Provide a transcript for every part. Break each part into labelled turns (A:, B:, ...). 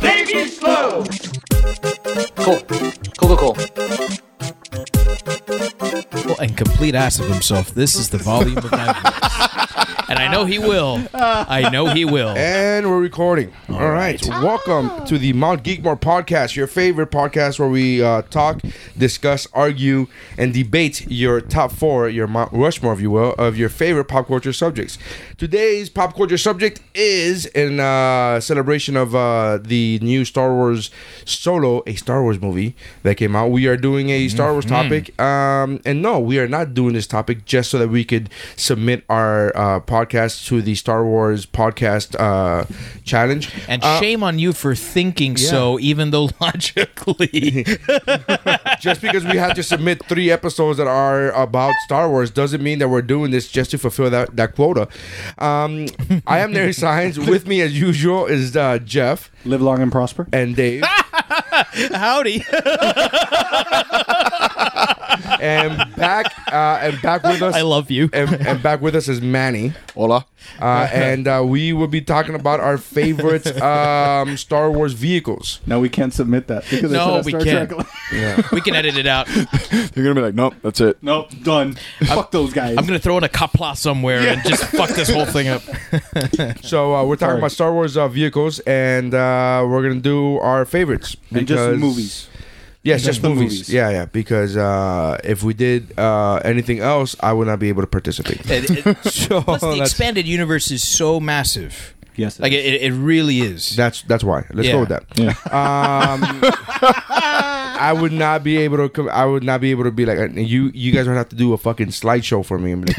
A: They be slow.
B: Cool. Cool, cool, cool.
C: and complete ass of himself. This is the volume of my voice. And I know he will. I know he will.
D: And we're recording. All right. Welcome to the Mount Geekmore podcast, your favorite podcast where we uh, talk, discuss, argue, and debate your top four, your Mount Rushmore, if you will, of your favorite pop culture subjects. Today's pop culture subject is in uh, celebration of uh, the new Star Wars Solo, a Star Wars movie that came out. We are doing a Star Wars topic. Um, and no, we are not doing this topic just so that we could submit our uh, podcast to the Star Wars podcast uh, challenge.
C: And
D: Uh,
C: shame on you for thinking so, even though logically.
D: just because we had to submit three episodes that are about Star Wars doesn't mean that we're doing this just to fulfill that, that quota. Um, I am Nary Science. With me, as usual, is uh, Jeff
E: Live long and prosper.
D: and Dave.
C: Howdy.
D: and back uh, and back with us.
C: I love you.
D: and, and back with us is Manny,
B: Hola.
D: uh, and uh, we will be talking about our favorite um, Star Wars vehicles.
E: No, we can't submit that because
C: No,
E: it's
C: we
E: Star
C: can't.
E: Trek.
C: We can edit it out.
B: You're going to be like, nope, that's it.
E: nope, done. Fuck those guys.
C: I'm going to throw in a kapla somewhere and just fuck this whole thing up.
D: So uh, we're talking about Star Wars uh, vehicles, and uh, we're gonna do our favorites
E: And just movies.
D: Yes,
E: Just
D: just
E: the
D: movies.
E: movies.
D: Yeah, yeah. Because uh, if we did uh, anything else, I would not be able to participate.
C: It- it-
D: So
C: Plus, the
D: that's,
C: expanded universe is so massive.
E: yes,
C: Like, it, it it really is.
D: that's that's why. Let's
C: Yeah.
D: go with that.
E: Oh,
D: Um, I would not be able to. Come, I would not be able to be like uh, you. You guys would have to do a fucking slideshow for me. I'm like,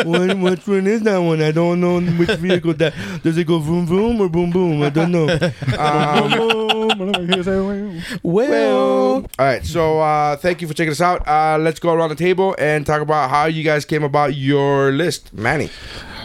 D: what, which one is that one? I don't know which vehicle that. Does it go vroom vroom or boom boom? I don't know. Um,
C: well,
D: All right, so uh, thank you for checking us out. Uh, let's go around the table and talk about how you guys came about your list, Manny.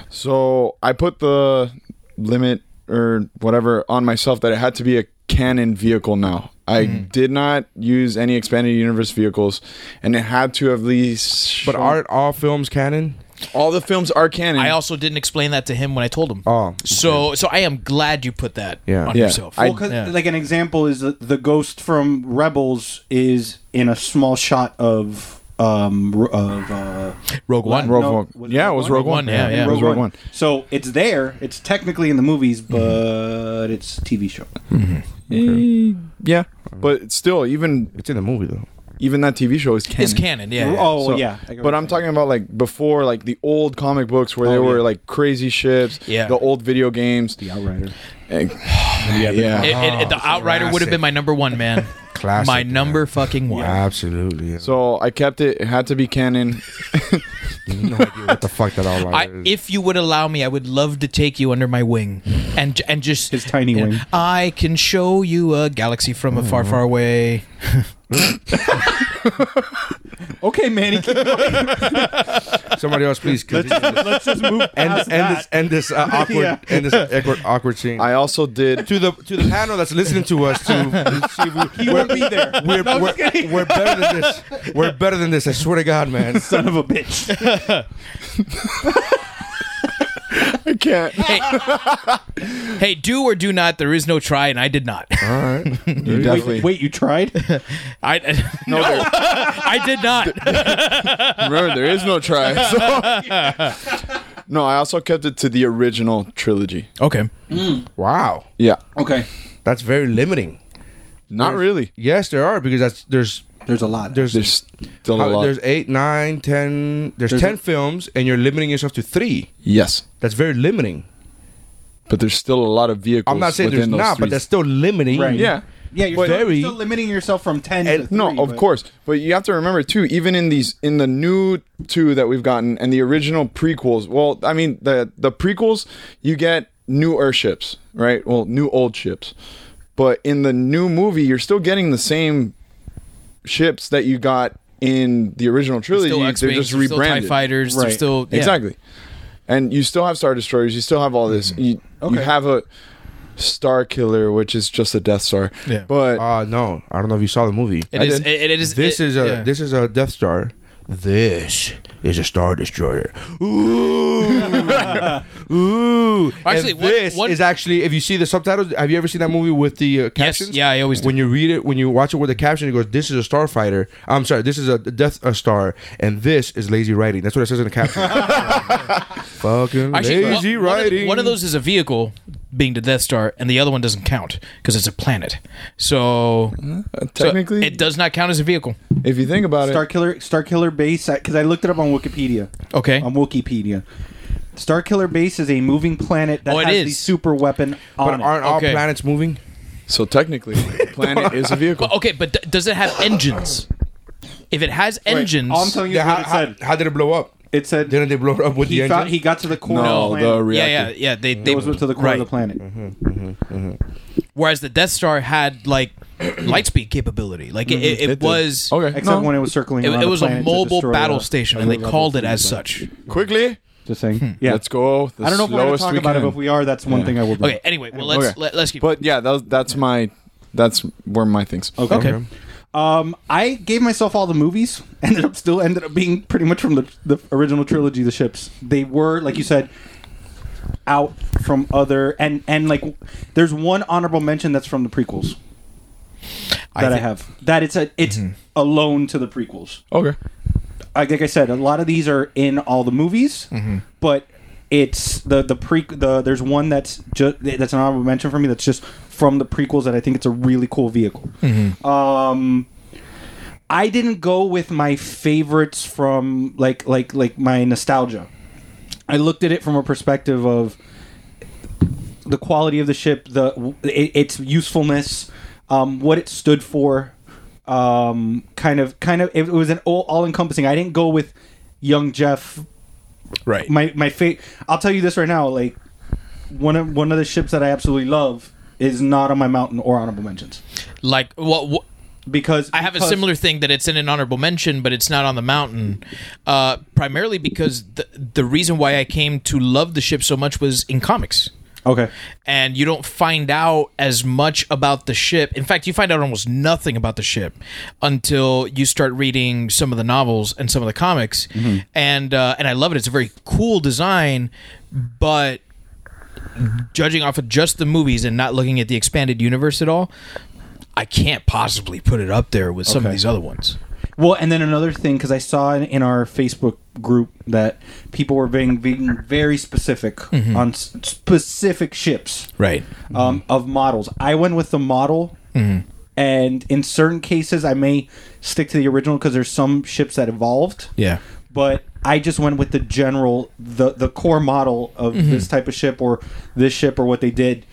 B: So I put the limit or whatever on myself that it had to be a canon vehicle now. I did not use any expanded universe vehicles, and it had to at least.
D: But aren't all films canon?
B: all the films are canon?
C: I also didn't explain that to him when I told him.
D: Oh,
C: So, so I am glad you put that
D: Yeah.
C: on
B: Yeah.
C: yourself.
B: I-
E: Well, 'cause,
C: Yeah.
E: like an example is the, the ghost from Rebels is in a small shot of um ro- of uh,
C: Rogue One.
B: Rogue
E: no,
B: One.
E: was it
B: yeah, it was Rogue One.
C: Yeah, yeah.
B: It was Rogue One.
E: So it's there. It's technically in the movies, but it's TV show.
B: Eh, Yeah, but still, even
D: it's in the movie though.
B: even that TV show is canon.
C: It's canon, yeah. yeah.
E: Oh
B: So-
E: yeah, I get what
B: But I'm
E: you're saying.
B: talking about like before, like the old comic books where they
E: Oh,
B: were
E: yeah.
B: like crazy ships,
C: Yeah.
B: the old video games.
E: the Outrider.
B: and- yeah.
C: It- it- it- the Outrider would have been my number one, man.
D: Oh, Classic,
C: My
D: man.
C: number fucking one.
D: Absolutely. Yeah. So
B: So I kept it. It had to be canon.
D: no idea what the fuck that all like
C: I, if you would allow me, I would love to take you under my wing, and j- and just
E: His tiny
C: you know,
E: wing.
C: I can show you a galaxy from a far, far away.
E: Okay, Manny, keep
D: Somebody else, please. Let's,
E: let's just move past
D: end, end this. End this uh, awkward.
E: Yeah.
D: End this awkward, awkward scene.
B: I also did.
D: to the to the panel that's listening to us to see if we, we're,
E: be there.
D: we're, we're, we're better than this. We're better than this. I swear to God, man.
E: Son of a bitch.
B: I can't.
C: Hey, hey, do or do not. There is no try, and I did not.
D: All right.
B: You definitely.
E: Wait, you tried?
C: I no, I did not.
B: Remember, there is no try. so- no, I also kept it to the original trilogy.
C: okay,
D: Wow,
B: Yeah.
E: Okay.
D: that's very limiting.
B: Not really.
D: Yes, there are because that's there's
E: There's a lot.
D: there's
B: There's still a
D: How-
B: lot.
D: there's eight, nine, ten. There's, ten films, and you're limiting yourself to three.
B: yes,
D: That's very limiting.
B: but there's still a lot of vehicles.
D: I'm not saying there's
B: within those
D: not,
B: three.
D: but that's still limiting.
E: Right.
B: yeah.
E: yeah, you're
B: But-
E: still,
D: Very-
E: still limiting yourself from ten. to
D: And-
E: three,
B: No, of
E: but-
B: course. But you have to remember too, even in these in the new two that we've gotten and the original prequels, well, I mean the the prequels, you get new airships, right? Well, new old ships. But in the new movie, you're still getting the same ships that you got in the original trilogy.
C: still
B: They're
C: X-Wings,
B: just
C: they're still TIE
B: rebranded.
C: fighters, they're
E: Right.
C: still yeah.
B: Exactly. And you still have Star Destroyers, you still have all this. You, you
E: Mm-hmm. Okay.
B: have a Star Killer, which is just a Death Star.
C: Yeah.
B: But
D: Uh no, I don't know if you saw the movie.
C: It is.
B: did.
C: It, it is.
D: This
C: it-
D: is a
C: yeah.
D: this is a Death Star. This is a Star Destroyer. Ooh, ooh.
C: Actually,
D: And
C: what-
D: this
C: what-
D: is actually if you see the subtitles. Have you ever seen that movie with the uh, captions?
C: yeah, I always do.
D: When you read it, when you watch it with the caption, it goes, "This is a starfighter." I'm sorry, this is a Death a Star, and this is lazy writing. That's what it says in the caption. Fucking
C: Actually, one-
D: lazy
C: one, of the-
D: writing.
C: one of those is a vehicle being the Death Star, and the other one doesn't count because it's a planet. So so
B: technically,
C: it does not count as a vehicle.
B: if you think about it,
E: Starkiller Starkiller Base because I looked it up on Wikipedia.
C: Okay.
E: On Wikipedia. Starkiller Base is a moving planet that
C: Oh, it
E: has
C: is.
E: the super weapon on
D: but aren't all
C: Okay.
D: planets moving?
B: so technically, planet is a vehicle.
C: But okay, but d- does it have engines? If it has
E: it.
C: engines,
E: All I'm telling you
D: Yeah,
E: is
D: how,
E: what it
D: how,
E: said.
D: how did it blow up?
E: It said
D: Didn't they blow it up with
E: he
D: the
E: thought
D: engine?
E: he got to the core
B: no,
E: of the
B: the
E: planet.
B: reactor.
C: yeah, yeah, yeah. They they
E: It was to the core
C: right. Mm-hmm.
E: of the planet.
C: Whereas the Death Star had like lightspeed capability. Like
E: Mm-hmm.
C: it, it, it
B: did.
C: was.
B: Okay.
E: Except
B: no.
E: when it was circling
C: It,
E: around
C: it
E: the
C: was a
E: planet to
C: mobile
E: destroy
C: battle
E: a-
C: station,
E: a
C: and they
E: level
C: called it
E: three
C: as
E: planet.
C: such. Hmm.
B: quickly,
E: Just saying. Yeah.
B: let's go. The
E: I don't know if we're going to
B: slowest
E: talk
B: we
E: about it,
B: can.
E: but if we are, that's one thing I will bring.
C: Okay. Anyway, well, let's
B: Okay.
C: let, let's keep.
B: But yeah, that was, that's my that's where my things. Okay.
C: okay.
E: Um, I gave myself all the movies. Ended up still ended up being pretty much from the, the original trilogy. The ships they were like you said out from other and and like there's one honorable mention that's from the prequels that I,
C: thi- Mm-hmm.
E: have that it's a it's alone to the prequels.
B: Okay.
E: I, like I said, a lot of these are in all the movies, but it's the the pre the there's one that's just that's an honorable mention for me that's just from the prequels that I think it's a really cool vehicle. Um, I didn't go with my favorites from like like like my nostalgia. I looked at it from a perspective of the quality of the ship, the it, its usefulness, um, what it stood for, um, kind of kind of it was an all, all encompassing. I didn't go with young Jeff.
D: Right.
E: My my fa- I'll tell you this right now. Like one of one of the ships that I absolutely love is not on my mountain or honorable mentions
C: Like what? what
E: because
C: I have a similar thing that it's in an honorable mention, but it's not on the mountain. Uh, primarily because the the reason why I came to love the ship so much was in comics,
E: Okay.
C: and you don't find out as much about the ship. In fact, you find out almost nothing about the ship until you start reading some of the novels and some of the comics, and uh, and I love it. It's a very cool design, but judging off of just the movies and not looking at the expanded universe at all. I can't possibly put it up there with some of
E: Okay.
C: these other ones.
E: Well, and then another thing, because I saw in, in our Facebook group that people were being, being very specific on s- specific ships
C: Mm-hmm. Right.
E: um, of models. I went with the model, and in certain cases, I may stick to the original because there's some ships that evolved.
C: Yeah.
E: But I just went with the general, the the core model of this type of ship or this ship or what they did.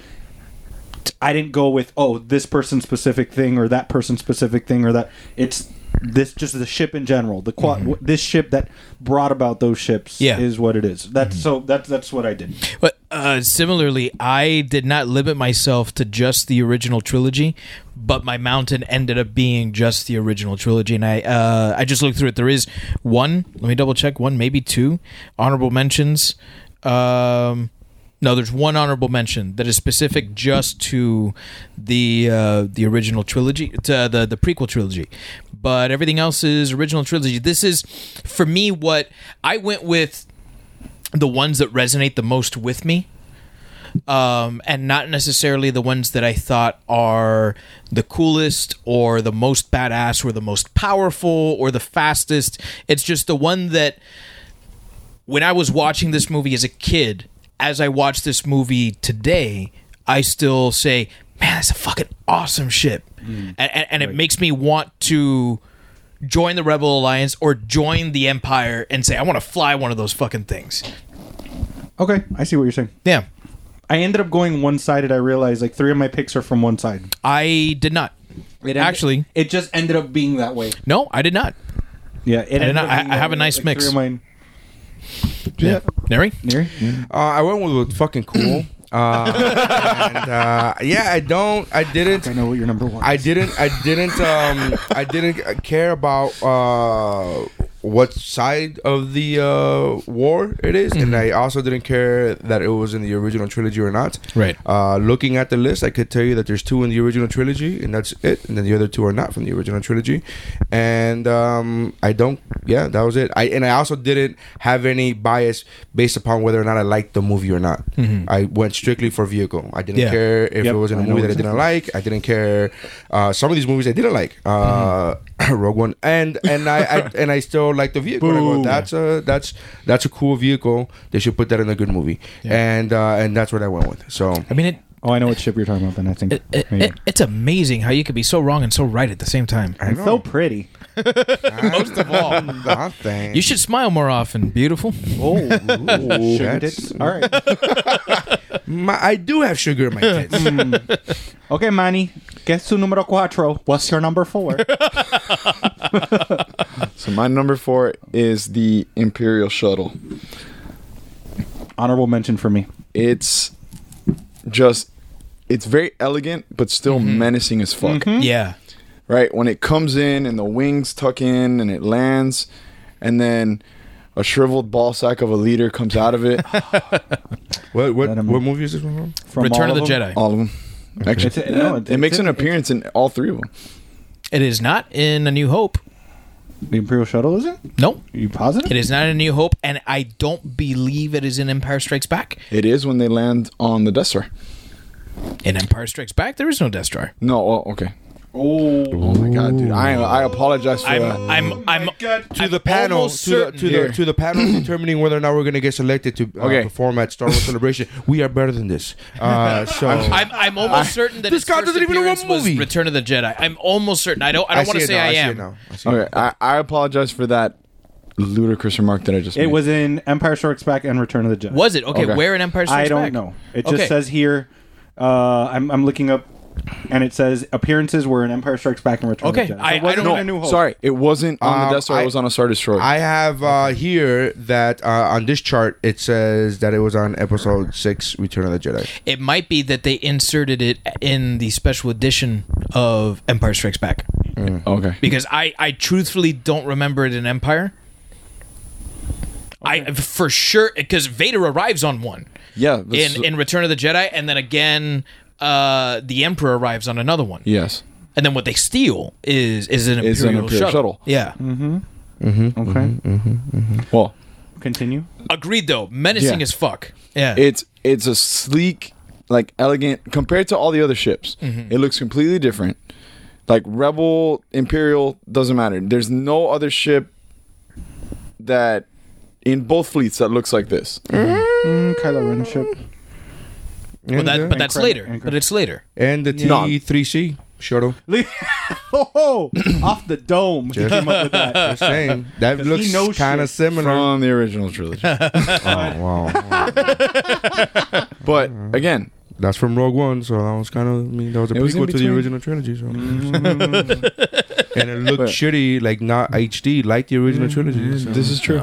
E: I didn't go with oh this person specific thing or that person specific thing or that it's this just the ship in general the qua w this ship that brought about those ships
C: Yeah.
E: is what it is that's so that's that's what I did
C: But uh, similarly, I did not limit myself to just the original trilogy, but my mountain ended up being just the original trilogy. And I, uh, I just looked through it. There is one. Let me double check. One, maybe two honorable mentions. Um, no, there's one honorable mention that is specific just to the uh, the original trilogy, to uh, the the prequel trilogy. But everything else is original trilogy. This is, for me, what I went with the ones that resonate the most with me um, and not necessarily the ones that I thought are the coolest or the most badass or the most powerful or the fastest. It's just the one that when I was watching this movie as a kid, as I watch this movie today, I still say, man, that's a fucking awesome ship. And, and, and it makes me want to join the Rebel Alliance or join the Empire and say, I want to fly one of those fucking things.
E: okay I see what you're saying
C: Yeah.
E: I ended up going one sided I realized like three of my picks are from one side
C: I did not.
E: it
C: Actually-
E: it just ended up being that way
C: No, I did not.
E: yeah it ended
C: know.
E: up
C: I-
E: being
C: I
E: that
C: have a
E: way,
C: nice
E: like,
C: mix.
E: three of mine
C: Yeah. Neri?
E: Neri?
D: Uh, I went with what's fucking cool. Uh, and, uh, yeah, I don't. I didn't.
E: I know what your number one.
D: I
E: is.
D: didn't. I didn't. Um, I didn't care about uh, what side of the uh, war it is, and I also didn't care that it was in the original trilogy or not.
C: Right.
D: Uh, looking at the list, I could tell you that there's two in the original trilogy, and that's it. And then the other two are not from the original trilogy. And um, I don't. Yeah, that was it. I and I also didn't have any bias based upon whether or not I liked the movie or not. I went strictly for vehicle. I didn't
C: Yeah.
D: care if
E: Yep,
D: it was in a
E: I know
D: movie that I
E: exactly.
D: didn't like. I didn't care. Uh, some of these movies I didn't like. Uh, Rogue One, and and I, I and I still like the vehicle. And I go, that's a that's that's a cool vehicle. They should put that in a good movie. And uh, and that's what I went with. So
C: I mean, it,
E: Oh, I know what ship you're talking about. Then I think
C: it, it,
E: maybe.
C: it- it's amazing how you could be so wrong and so right at the same time.
D: I
E: so pretty.
C: Most of all,
D: God, thanks.
C: you should smile more often. Beautiful.
E: Oh, shouldn't
D: that's-
E: it? All right.
D: My, I do have sugar in my tits.
E: Okay, Manny. Guess tu número cuatro. What's your number four?
B: So my number four is the Imperial Shuttle.
E: Honorable mention for me.
B: It's just, it's very elegant, but still
E: Mm-hmm.
B: menacing as fuck.
C: Yeah.
B: right? When it comes in and the wings tuck in and it lands, and then a shriveled ball sack of a leader comes out of it.
D: what what,
E: Let 'em-
D: what movie is this one from?
E: From
C: Return
E: all
C: of the
E: them?
C: Jedi.
B: all of them. Actually,
E: It's- no, it's-
B: it makes
E: it's-
B: an appearance in all three of them.
C: It is not in A New Hope.
E: The Imperial Shuttle is it?
C: Nope.
E: Are you positive?
C: It is not in A New Hope, and I don't believe it is in Empire Strikes Back.
B: It is when they land on the Death Star.
C: In Empire Strikes Back, there is no Death Star.
B: No, oh, okay.
E: Oh,
B: Oh my god, dude! I I apologize for
C: I'm,
B: that.
C: I'm, I'm,
D: To the panel, to the, to the to the panel determining whether or not we're going to get selected to uh,
B: Okay.
D: perform at Star Wars Celebration. We are better than this. Uh, so
C: I'm, I'm almost certain that
D: This
C: its
D: guy
C: first
D: doesn't even know
C: appearance
D: what
C: was
D: movie.
C: Return of the Jedi. I'm almost certain. I don't. I don't want to
D: see
C: say
D: it now,
C: I,
D: see it
C: am.
D: now, I see it.
B: okay, I, I apologize for that ludicrous remark that I just.
E: it
B: made.
E: was in Empire Strikes Back and Return of the Jedi.
C: Was it okay,
B: Okay.
C: Where in Empire Strikes
E: I don't
C: Back?
E: know. It just
C: Okay.
E: says here. Uh, I'm I'm looking up, and it says appearances were in Empire Strikes Back and Return
C: Okay,
E: of the Jedi. So
C: I-
E: it wasn't
C: I don't-
E: in A New Hope.
B: Sorry, it wasn't on
D: Um,
B: the Death Star.
D: I-
B: it was on a Star Destroyer.
D: I have uh, here that uh, on this chart it says that it was on episode six, Return of the Jedi.
C: It might be that they inserted it in the special edition of Empire Strikes Back
B: okay.
C: because I, I truthfully don't remember it in Empire. I for sure because Vader arrives on one.
B: Yeah. this-
C: in in Return of the Jedi, and then again, uh, the Emperor arrives on another one,
B: yes.
C: and then what they steal is is an imperial,
B: Is an Imperial
C: shuttle.
B: shuttle.
C: Yeah,
E: Okay.
B: Well,
E: Mm-hmm. Continue.
C: agreed though. Menacing
B: Yeah.
C: as fuck. Yeah,
B: it's it's a sleek like elegant compared to all the other ships it looks completely different like rebel imperial doesn't matter there's no other ship that in both fleets that looks like this
E: Mm, Kylo Ren ship.
C: well, that, but
D: And, uh,
C: that's
E: Incredible,
C: later.
E: incredible.
C: But it's later.
D: and the
B: No.
D: T three C shuttle.
E: oh, off the dome. He came up with that.
D: Just saying that
E: he
D: looks
E: knows
D: kind of
E: shit.
D: similar.
B: from the original trilogy
D: oh wow,
B: but again
D: that's from Rogue One, so that was kind of I mean that was a
B: It was in
D: prequel to the
B: between.
D: original trilogy. So. and it looked shitty, like not HD, like the original trilogy. so.
B: this is true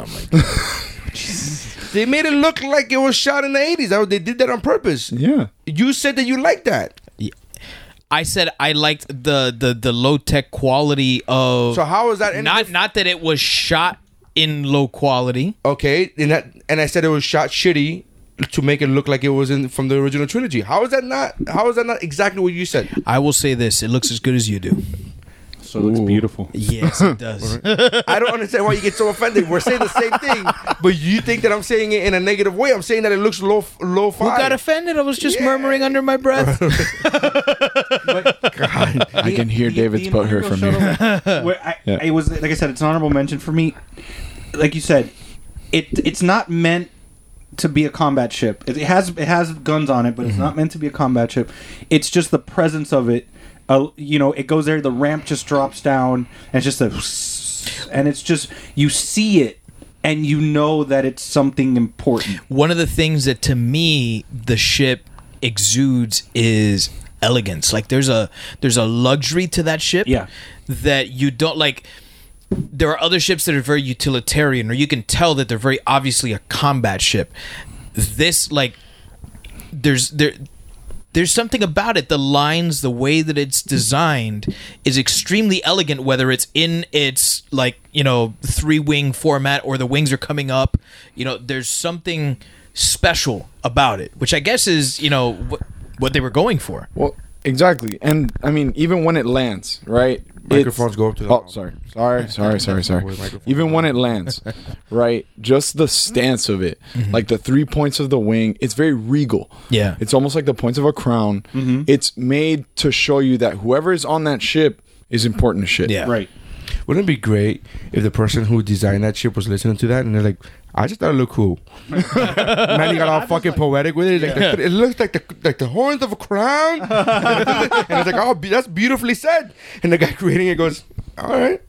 D: They made it look like it was shot in the eighties. They did that on purpose.
B: yeah
D: You said that you liked that.
C: I said I liked the the the low tech quality of
D: So how is that any
C: not not that it was shot in low quality.
D: Okay, and that, and I said it was shot shitty to make it look like it was in from the original trilogy. How is that not? How is that not exactly what you said?
C: I will say this: it looks as good as you do.
E: So it looks beautiful.
C: Yes, it does.
D: I don't understand why you get so offended. We're saying the same thing, but you think that I'm saying it in a negative way. I'm saying that it looks low, low
C: Who
D: fi.
C: got offended? I was just murmuring under my breath.
B: i can hear david's butt hurt from here
E: Where I, It was like I said, it's an honorable mention for me. Like you said, it it's not meant to be a combat ship. It, it has it has guns on it, but
B: Mm-hmm.
E: it's not meant to be a combat ship. It's just the presence of it. Uh, you know, it goes there. The ramp just drops down, and it's just a, and it's just you see it, and you know that it's something important.
C: one of the things that to me the ship exudes is elegance like there's a there's a luxury to that ship
E: Yeah.
C: that you don't like there are other ships that are very utilitarian or you can tell that they're very obviously a combat ship this like there's there there's something about it the lines the way that it's designed is extremely elegant whether it's in its like you know three wing format or the wings are coming up you know there's something special about it which i guess is you know what, what they were going for
B: Well, exactly. And I mean, even when it lands, right?
D: Microphones go up to the-
B: Oh, sorry. Sorry, sorry, sorry, sorry.
D: Where's the microphone?
B: Even when it lands, right? Just the stance of it, like the three points of the wing, it's very regal.
C: Yeah.
B: It's almost like the points of a crown. It's made to show you that whoever is on that ship is important to shit.
C: Yeah.
E: Right.
D: Wouldn't it be great if the person who designed that ship was listening to that and they're like, I just thought it looked cool. Man, he got all fucking poetic with it. Like, the- It looks like the like the horns of a crown. and it's like, oh, be- that's beautifully said. And the guy creating it goes, all right.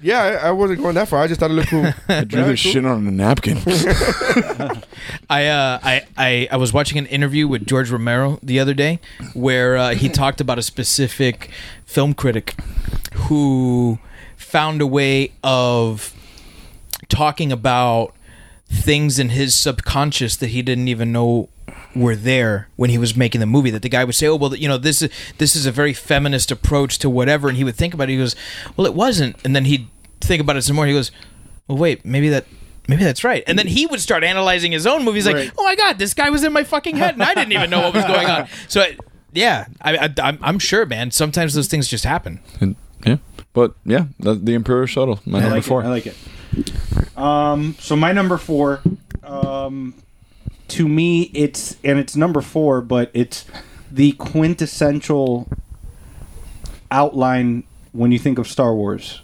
D: Yeah, I, I wasn't going that far. I just thought it looked cool.
B: I drew this shit on a napkin.
C: I, uh, I I I was watching an interview with George Romero the other day where uh, he talked about a specific film critic who found a way of talking about things in his subconscious that he didn't even know were there when he was making the movie that the guy would say oh well you know this is this is a very feminist approach to whatever and he would think about it he goes well it wasn't and then he'd think about it some more he goes well wait maybe that maybe that's right and then he would start analyzing his own movies like oh my god this guy was in my fucking head and i didn't even know what was going on so yeah I, I, I'm, I'm sure man sometimes those things just happen
B: And, yeah. But yeah, the, the Imperial Shuttle, my
E: I
B: number
E: like
B: four.
E: it. I like it. Um, so my number four, um, to me, it's and it's number four, but it's the quintessential outline when you think of Star Wars.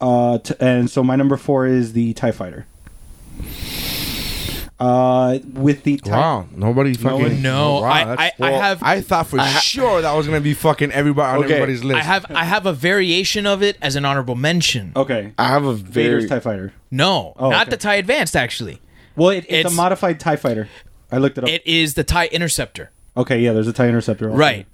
E: Uh, t- and so my number four is the Tie Fighter. Uh, with the TIE
D: wow, nobody fucking.
C: no,
D: wow,
C: I-
D: that's-
C: I- I have-
D: I thought for sure that was gonna be fucking everybody on
B: Okay.
D: everybody's list.
C: I have I have a variation of it as an honorable mention.
E: okay,
B: I have a very
E: Vader's Tie Fighter.
C: No,
E: Oh,
C: not
E: okay.
C: the Tie Advanced. Actually,
E: Well, it, it's,
C: It's-
E: a modified Tie Fighter. I looked it up.
C: it is the Tie Interceptor.
E: okay, yeah, there's a Tie Interceptor. also.
C: Right.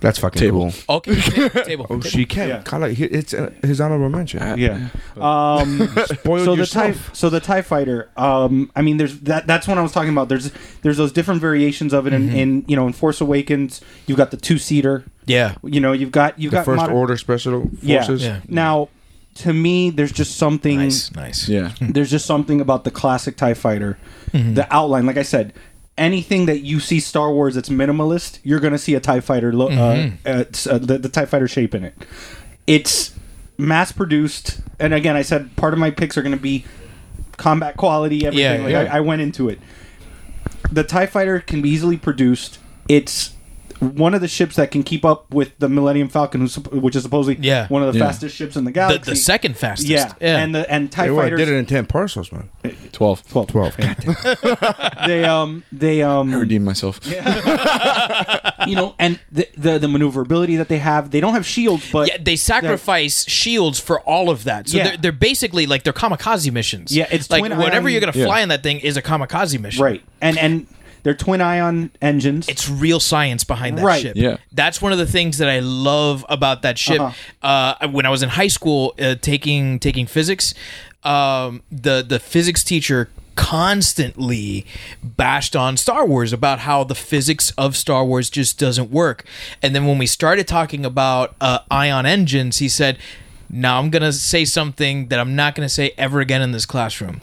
D: That's fucking
B: Table.
D: cool.
C: Okay. ta- table.
D: Oh, she can.
E: Yeah.
D: Kinda like- it's uh, his honorable mention.
E: Yeah. Um,
D: Spoiled
E: so the
D: yourself.
E: tie, so the Tie Fighter. Um, I mean, there's that. That's what I was talking about. There's there's those different variations of it. In,
C: Mm-hmm.
E: in you know, in Force Awakens, you've got the two seater.
C: Yeah.
E: You know, you've got you've
D: the
E: got
D: first
E: modern-
D: order special
E: Yeah.
D: forces.
C: Yeah.
E: Now, to me, there's just something
C: Nice. Nice.
B: Yeah.
E: there's just something about the classic TIE fighter.
C: Mm-hmm.
E: The outline, like I said, anything that you see Star Wars that's minimalist, you're going to see a TIE fighter, lo-
C: Mm-hmm.
E: uh, uh, s- uh, the, the TIE fighter shape in it. It's mass produced. And again, I said part of my picks are going to be combat quality, everything.
C: Yeah,
E: like,
B: yeah.
E: I, I went into it. The TIE fighter can be easily produced. It's one of the ships that can keep up with the Millennium Falcon, who's, supp- which is supposedly
C: Yeah.
E: one of the
B: Yeah.
E: fastest ships in the
C: The,
E: galaxy.
C: the second fastest.
E: Yeah. and the and Tie
D: They were-
E: fighters
D: did it in ten parcels, man.
B: 12.
E: Twelve.
D: 12.
E: They um they um
B: Redeem myself.
E: you know and the, the the maneuverability that they have they don't have shields but
C: yeah, they sacrifice shields for all of that. So
E: Yeah.
C: they're, they're basically like they're kamikaze missions.
E: Yeah, it's
C: like
E: twin
C: whatever
E: ion-
C: you're gonna fly
B: Yeah.
C: in that thing is a kamikaze mission.
E: right and and they're twin ion engines.
C: it's real science behind that
E: Right.
C: ship.
B: Yeah.
C: that's one of the things that I love about that ship. uh when I was in high school uh, taking taking physics, um, the the physics teacher constantly bashed on Star Wars about how the physics of Star Wars just doesn't work. And then when we started talking about uh, ion engines, he said. Now I'm gonna say something that I'm not gonna say ever again in this classroom.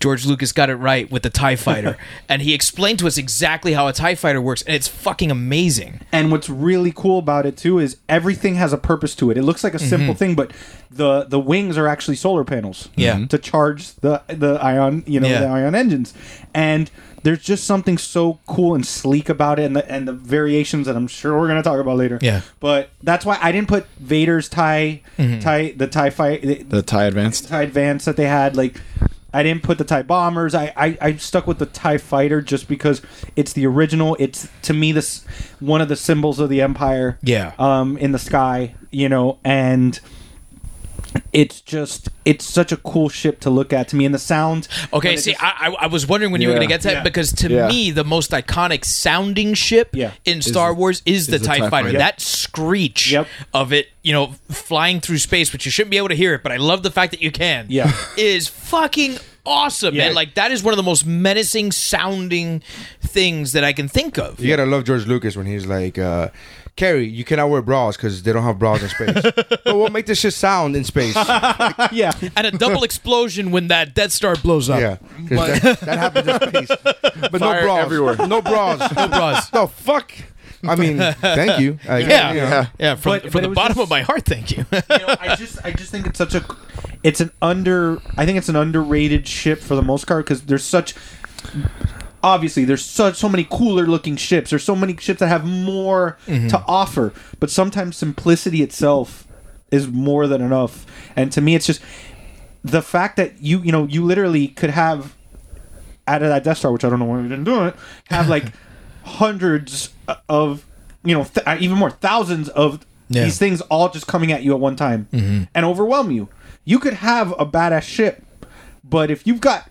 C: George Lucas got it right with the Tie Fighter, and he explained to us exactly how a Tie Fighter works, and it's fucking amazing.
E: and what's really cool about it too is everything has a purpose to it. It looks like a
C: Mm-hmm.
E: simple thing, but the the wings are actually solar panels.
C: Yeah.
E: To charge the the ion, you know,
C: Mm-hmm. Yeah.
E: the ion engines. And there's just something so cool and sleek about it and the and the variations that I'm sure we're gonna talk about later.
C: Yeah. Mm-hmm.
E: But that's why I didn't put Vader's tie tie the tie fight
B: The tie advanced.
E: tie advance that they had like i didn't put the tie bombers I, I i stuck with the tie fighter just because it's the original it's to me this one of the symbols of the empire
C: Yeah.
E: um in the sky you know and it's just it's such a cool ship to look at to me and the sound
C: Okay,
E: when it
C: see,
E: just-
C: I, I I was wondering when you were
B: Yeah.
C: going to get to that
E: Yeah.
C: because to
B: Yeah.
C: me, the most iconic sounding ship
E: Yeah.
C: in Star Wars is the
B: the
C: TIE,
B: TIE
C: Fighter.
B: Fighter.
C: That screech
E: Yep.
C: of it, you know, flying through space, which you shouldn't be able to hear it, but I love the fact that you can,
E: Yeah.
C: is fucking awesome,
E: Yeah.
C: man. Like that is one of the most menacing sounding things that I can think of.
D: You gotta love George Lucas when he's like, uh, Carrie, you cannot wear bras because they don't have bras in space. but we'll make this shit sound in space. yeah.
E: yeah.
C: And a double explosion when that Death Star blows up.
D: 'Cause That, that happens in space. But
B: Fire
D: no bras.
B: everywhere.
D: No bras.
C: No bras.
D: the fuck? I mean, thank you. Like,
C: Yeah.
D: you know.
C: Yeah. From,
E: But-
C: from
E: but it
C: the
E: was
C: bottom
E: just-
C: of my heart, thank you.
E: you know, I just I just think it's such a it's an under I think it's an underrated ship for the most part because there's such obviously there's such so many cooler looking ships. There's so many ships that have more to offer, but sometimes simplicity itself is more than enough. And to me, it's just the fact that you you know you literally could have out of that Death Star, which I don't know why we didn't do it, have like hundreds of you know th- uh, even more thousands of
C: Yeah.
E: these things all just coming at you at one time and overwhelm you. You could have a badass ship, but if you've got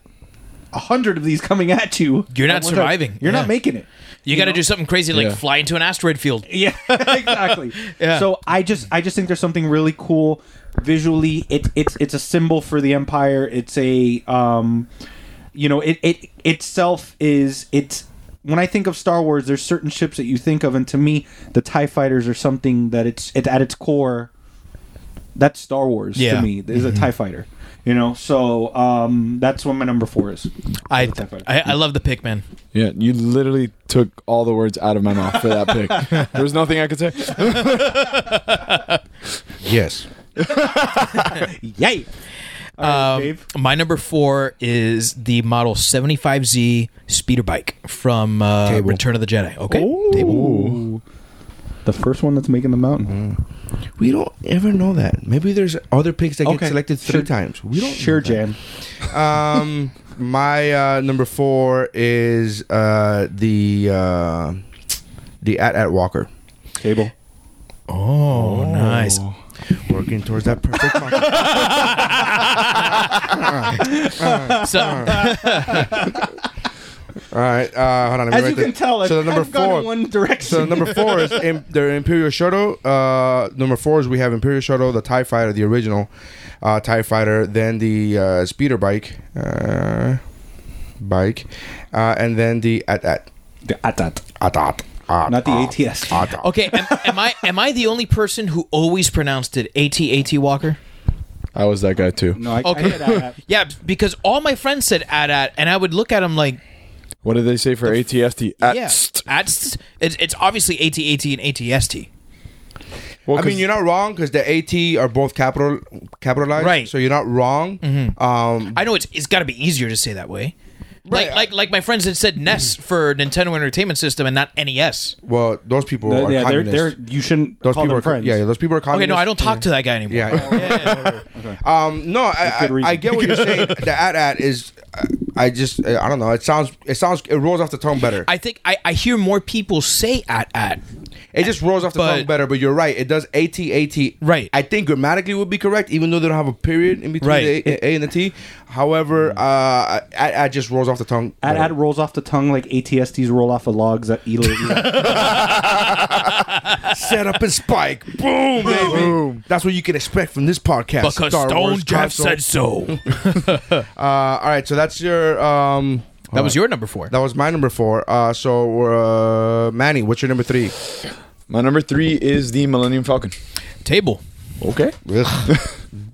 E: a hundred of these coming at you,
C: You're not
E: at one time,
C: surviving.
E: you're
C: Yeah.
E: not making it.
C: You, got to do something crazy like
B: Yeah.
C: fly into an asteroid field.
E: Yeah, exactly.
C: Yeah.
E: So I just I just think there's something really cool visually. It, it's it's a symbol for the empire. It's a um, you know, it it itself is it's. When I think of Star Wars, there's certain ships that you think of, and to me, the Tie Fighters are something that it's it, at its core. That's Star Wars
C: Yeah. Mm-hmm.
E: to me. Is a Tie Fighter, you know. So um, that's what my number four is.
C: I,
E: Tie Fighter.
C: I I love the pick, man.
B: Yeah, you literally took all the words out of my mouth for that pick. there was nothing I could say.
D: Yes.
E: Yay! All right,
C: Um,
E: Dave.
C: My number four is the model 75Z speeder bike from uh,
D: Table.
C: Return of the Jedi. Okay.
E: Ooh. The first one that's making the mountain.
D: Mm-hmm. We don't ever know that. Maybe there's other picks that
E: Okay.
D: get selected three
E: Sure.
D: times. We don't
E: sure,
D: know that.
E: Jan.
D: Um, my uh, number four is uh, the uh, the at at Walker.
E: Cable.
C: Oh, nice.
D: Working towards that perfect mark.
C: So,
D: All right, uh, hold on. let me
E: As
D: write
E: you
D: that.
E: can tell,
D: so
E: so
D: the number
E: I've gone
D: four.
E: in one direction.
D: so number four is Im- the Imperial Shuttle. Uh, number four is we have Imperial Shuttle, the Tie Fighter, the original uh, Tie Fighter, then the uh, speeder bike, uh, bike, uh, and then the at at
E: at that,
D: at at. at-
E: not the
D: at-
E: ATS.
D: at- at.
C: okay, am, am I am I the only person who always pronounced it AT AT Walker?
B: I was that guy too.
E: No, I,
C: Okay.
E: I get that.
C: Yeah, because all my friends said at at, and I would look at them like,
B: What did they say for ATST? At-
C: yeah, at, it's, it's obviously AT AT and ATST.
B: Well,
D: I mean, you're not wrong because the AT are both capital capitalized,
C: Right. Mm-hmm.
D: So you're not wrong. Um,
C: I know it's it's got to be easier to say that way.
D: Right,
C: Like
D: I-
C: like like my friends had said NES for Nintendo Entertainment System and not E NES.
D: well, those people
E: No,
D: are
E: yeah, they're,
D: communist.
E: they're, you shouldn't
D: those
E: call
D: people
E: them
D: are
E: friends.
D: Yeah, yeah, those people are
C: Okay,
D: communist.
C: no, I don't talk to that guy anymore.
D: Yeah. Um, no, I,
E: good
D: I, I
E: reason.
D: get what you're saying. The at at is, uh, I just, uh, I don't know. It sounds, it sounds, it rolls off the tongue better.
C: I think I, I hear more people say at at.
D: it just rolls off the
C: but-
D: tongue better. But you're right. It does at at.
C: Right.
D: I think grammatically would be correct, even though they don't have a period in between
C: Right. Mm-hmm.
D: the a, a and the t. However, uh, at at just rolls off the tongue.
E: At
D: better.
E: at rolls off the tongue like ATSTs roll off of logs at Elo.
D: set up and spike. Boom, baby. That's what you can expect from this podcast.
C: Because
D: Star
C: Stone
D: Wars
C: Jeff
D: Capsule.
C: said so.
D: Uh, all right, so that's your. Um,
C: that was your number four.
D: that was my number four. Uh, so uh, Manny, what's your number three?
B: my number three is the Millennium Falcon.
C: Table.
B: Okay.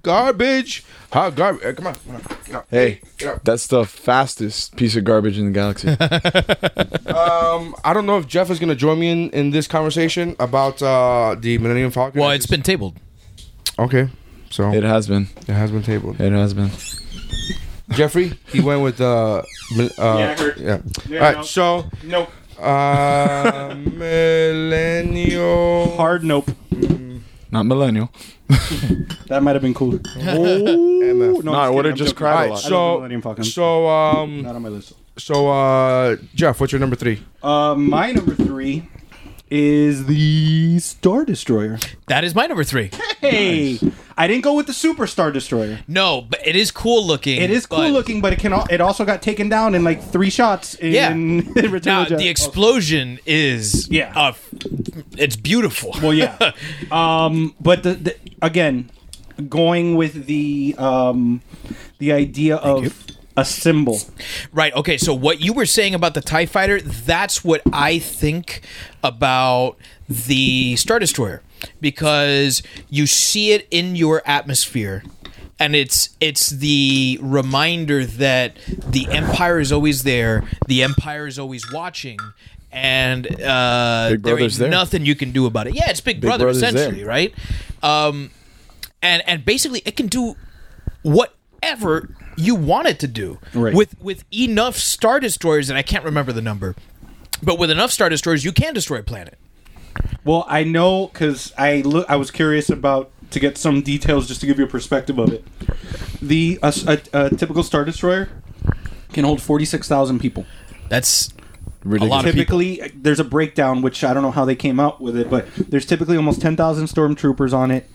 D: garbage. Hot garbage. come on. Come on. Get up.
B: Hey,
D: Get up.
B: that's the fastest piece of garbage in the galaxy.
D: Um, I don't know if Jeff is going to join me in, in this conversation about uh, the Millennium Falcon.
C: Well,
D: I
C: it's
D: just-
C: been tabled.
D: okay. So
B: it
D: it,
B: has been.
D: has been tabled.
B: It has been.
D: Jeffrey, he went with uh, mil- uh
E: I heard.
D: yeah. All right,
E: no.
D: so
E: nope.
D: Uh, millennial.
E: Hard nope.
B: Not millennial.
E: That might have been cool. Oh,
B: No, I would've just cried a lot.
E: I love the
D: So,
E: Millennium Falcon.
D: so, um,
E: Not on my list.
D: so, uh, Jeff, what's your number three?
E: Uh, my number three is the Star Destroyer.
C: That is my number three.
E: Hey, I didn't go with the Super Star Destroyer.
C: No, but it is cool looking.
E: It is cool
C: but-
E: looking, but it can al- it also got taken down in like three shots in
C: Yeah.
E: Return of
C: Now
E: Jedi.
C: the explosion is
E: Yeah.
C: uh, it's beautiful.
E: well, Oh, yeah. um, but the, the again, going with the um, the idea of a symbol.
C: Right. Okay. So what you were saying about the Tie Fighter, that's what I think about the Star Destroyer because you see it in your atmosphere. And it's it's the reminder that the empire is always there, the empire is always watching, and uh,
B: Big
C: there
B: Brother's
C: ain't
B: there.
C: nothing you can do about it. Yeah, it's Big, Brother
B: Brother's there.
C: essentially, right? Um, and and basically it can do whatever you want it to do
E: Right.
C: with with enough star destroyers and I can't remember the number, but with enough star destroyers you can destroy a planet.
E: Well, I know because I look. I was curious about to get some details just to give you a perspective of it. The a, s- a- a typical star destroyer can hold forty six thousand people.
C: That's
B: Ridiculous.
C: lot of people.
E: typically there's a breakdown which i don't know how they came out with it but there's typically almost 10000 stormtroopers on it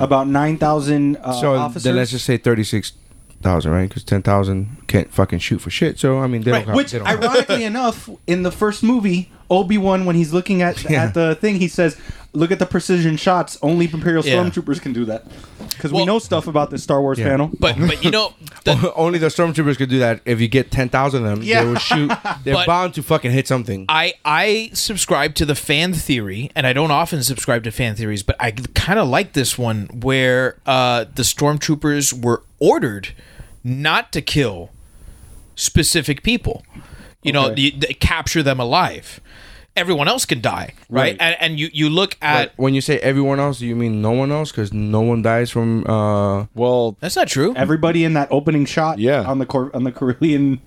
E: about 9000 uh,
D: So
E: officers
D: then let's just say thirty-six thousand, right? Because ten thousand can't fucking shoot for shit. So I mean, they
E: Right,
D: don't.
E: which
D: they don't
E: ironically enough in the first movie obi-wan when he's looking at,
D: Yeah.
E: at the thing he says look at the precision shots only imperial
C: Yeah.
E: stormtroopers can do that because
C: Well-
E: we know stuff about this star wars
D: Yeah.
E: panel
C: but but you know the,
D: Only the stormtroopers could do that. If you get ten thousand of them,
E: Yeah.
D: they will shoot. They're
C: But-
D: bound to fucking hit something.
C: I I subscribe to the fan theory, and I don't often subscribe to fan theories, but I kind of like this one where uh, the stormtroopers were ordered not to kill specific people. You know, the, the, capture them alive. Everyone else can die, right?
E: Right.
C: And, and you you look at
D: But when you say everyone else, do you mean no one else? Because no one dies from. Uh,
B: well,
C: that's not true.
E: everybody in that opening shot
B: Yeah.
E: on the Cor- on the carillion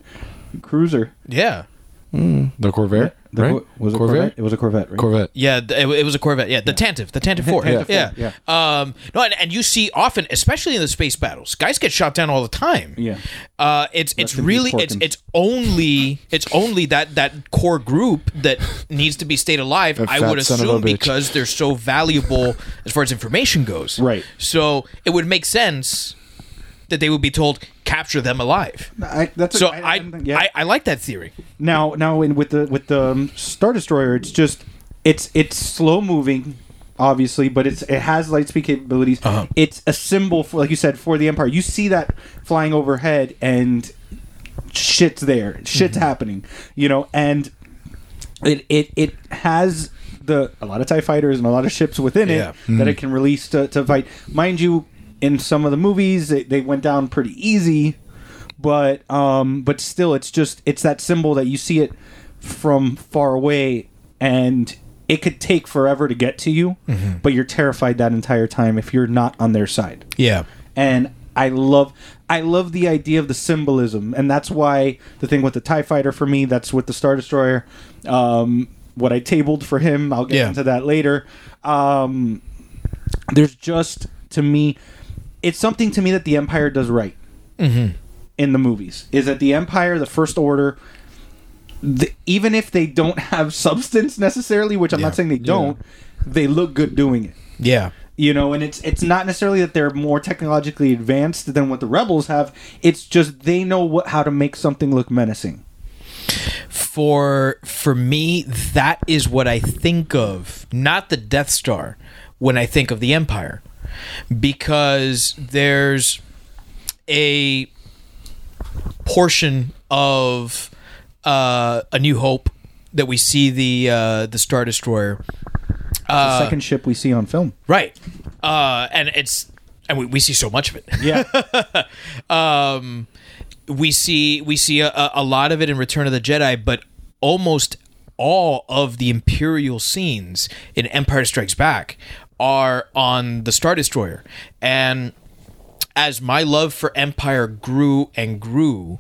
E: cruiser
C: yeah.
B: the Corvair,
E: The-
B: right?
E: was it
B: Corvair?
E: corvette it was a corvette right?
B: Corvette.
C: Yeah, th- it, it was a Corvette. Yeah, the Tantive, the Tantive Four.
E: Tantive
C: yeah.
E: four,
C: Um, no, and, and you see often, especially in the space battles, guys get shot down all the time.
E: Yeah.
C: uh, it's it's
E: in peace,
C: really it's
E: Porkins.
C: it's only it's only that that core group that needs to be stayed alive.
B: That
C: I
B: fat
C: would
B: son of a
C: assume
B: bitch.
C: because they're so valuable as far as information goes.
E: Right.
C: So it would make sense that they would be told capture them alive.
E: I, that's a-
C: So I I,
E: didn't think- yeah.
C: I like that theory.
E: now now in with the with the um, star destroyer it's just it's it's slow moving obviously but it's it has light speed capabilities it's a symbol for like you said for the empire you see that flying overhead and shit's there shit's happening you know and it it it has the a lot of tie fighters and a lot of ships within it
C: Yeah.
E: that it can release to, to fight mind you in some of the movies they, they went down pretty easy but um but still it's just it's that symbol that you see it from far away and it could take forever to get to you but you're terrified that entire time if you're not on their side
C: Yeah.
E: and I love I love the idea of the symbolism, and that's why the thing with the Tie Fighter for me, that's with the Star Destroyer. Um, what I tabled for him, I'll get
C: Yeah.
E: into that later. Um, there's just to me, it's something to me that the Empire does right in the movies is that the Empire, the First Order. The, even if they don't have substance necessarily, which I'm not saying they don't, they look good doing it
C: Yeah.
E: you know and it's it's not necessarily that they're more technologically advanced than what the rebels have it's just they know what how to make something look menacing
C: for for me that is what i think of not the death star when i think of the empire because there's a portion of uh, a new hope that we see the uh, the star destroyer
E: the
C: Uh,
E: second ship we see on film
C: right uh, and it's and we, we see so much of it
E: yeah
C: um, we see we see a- a, a lot of it in Return of the Jedi, but almost all of the Imperial scenes in Empire Strikes Back are on the Star Destroyer, and as my love for Empire grew and grew,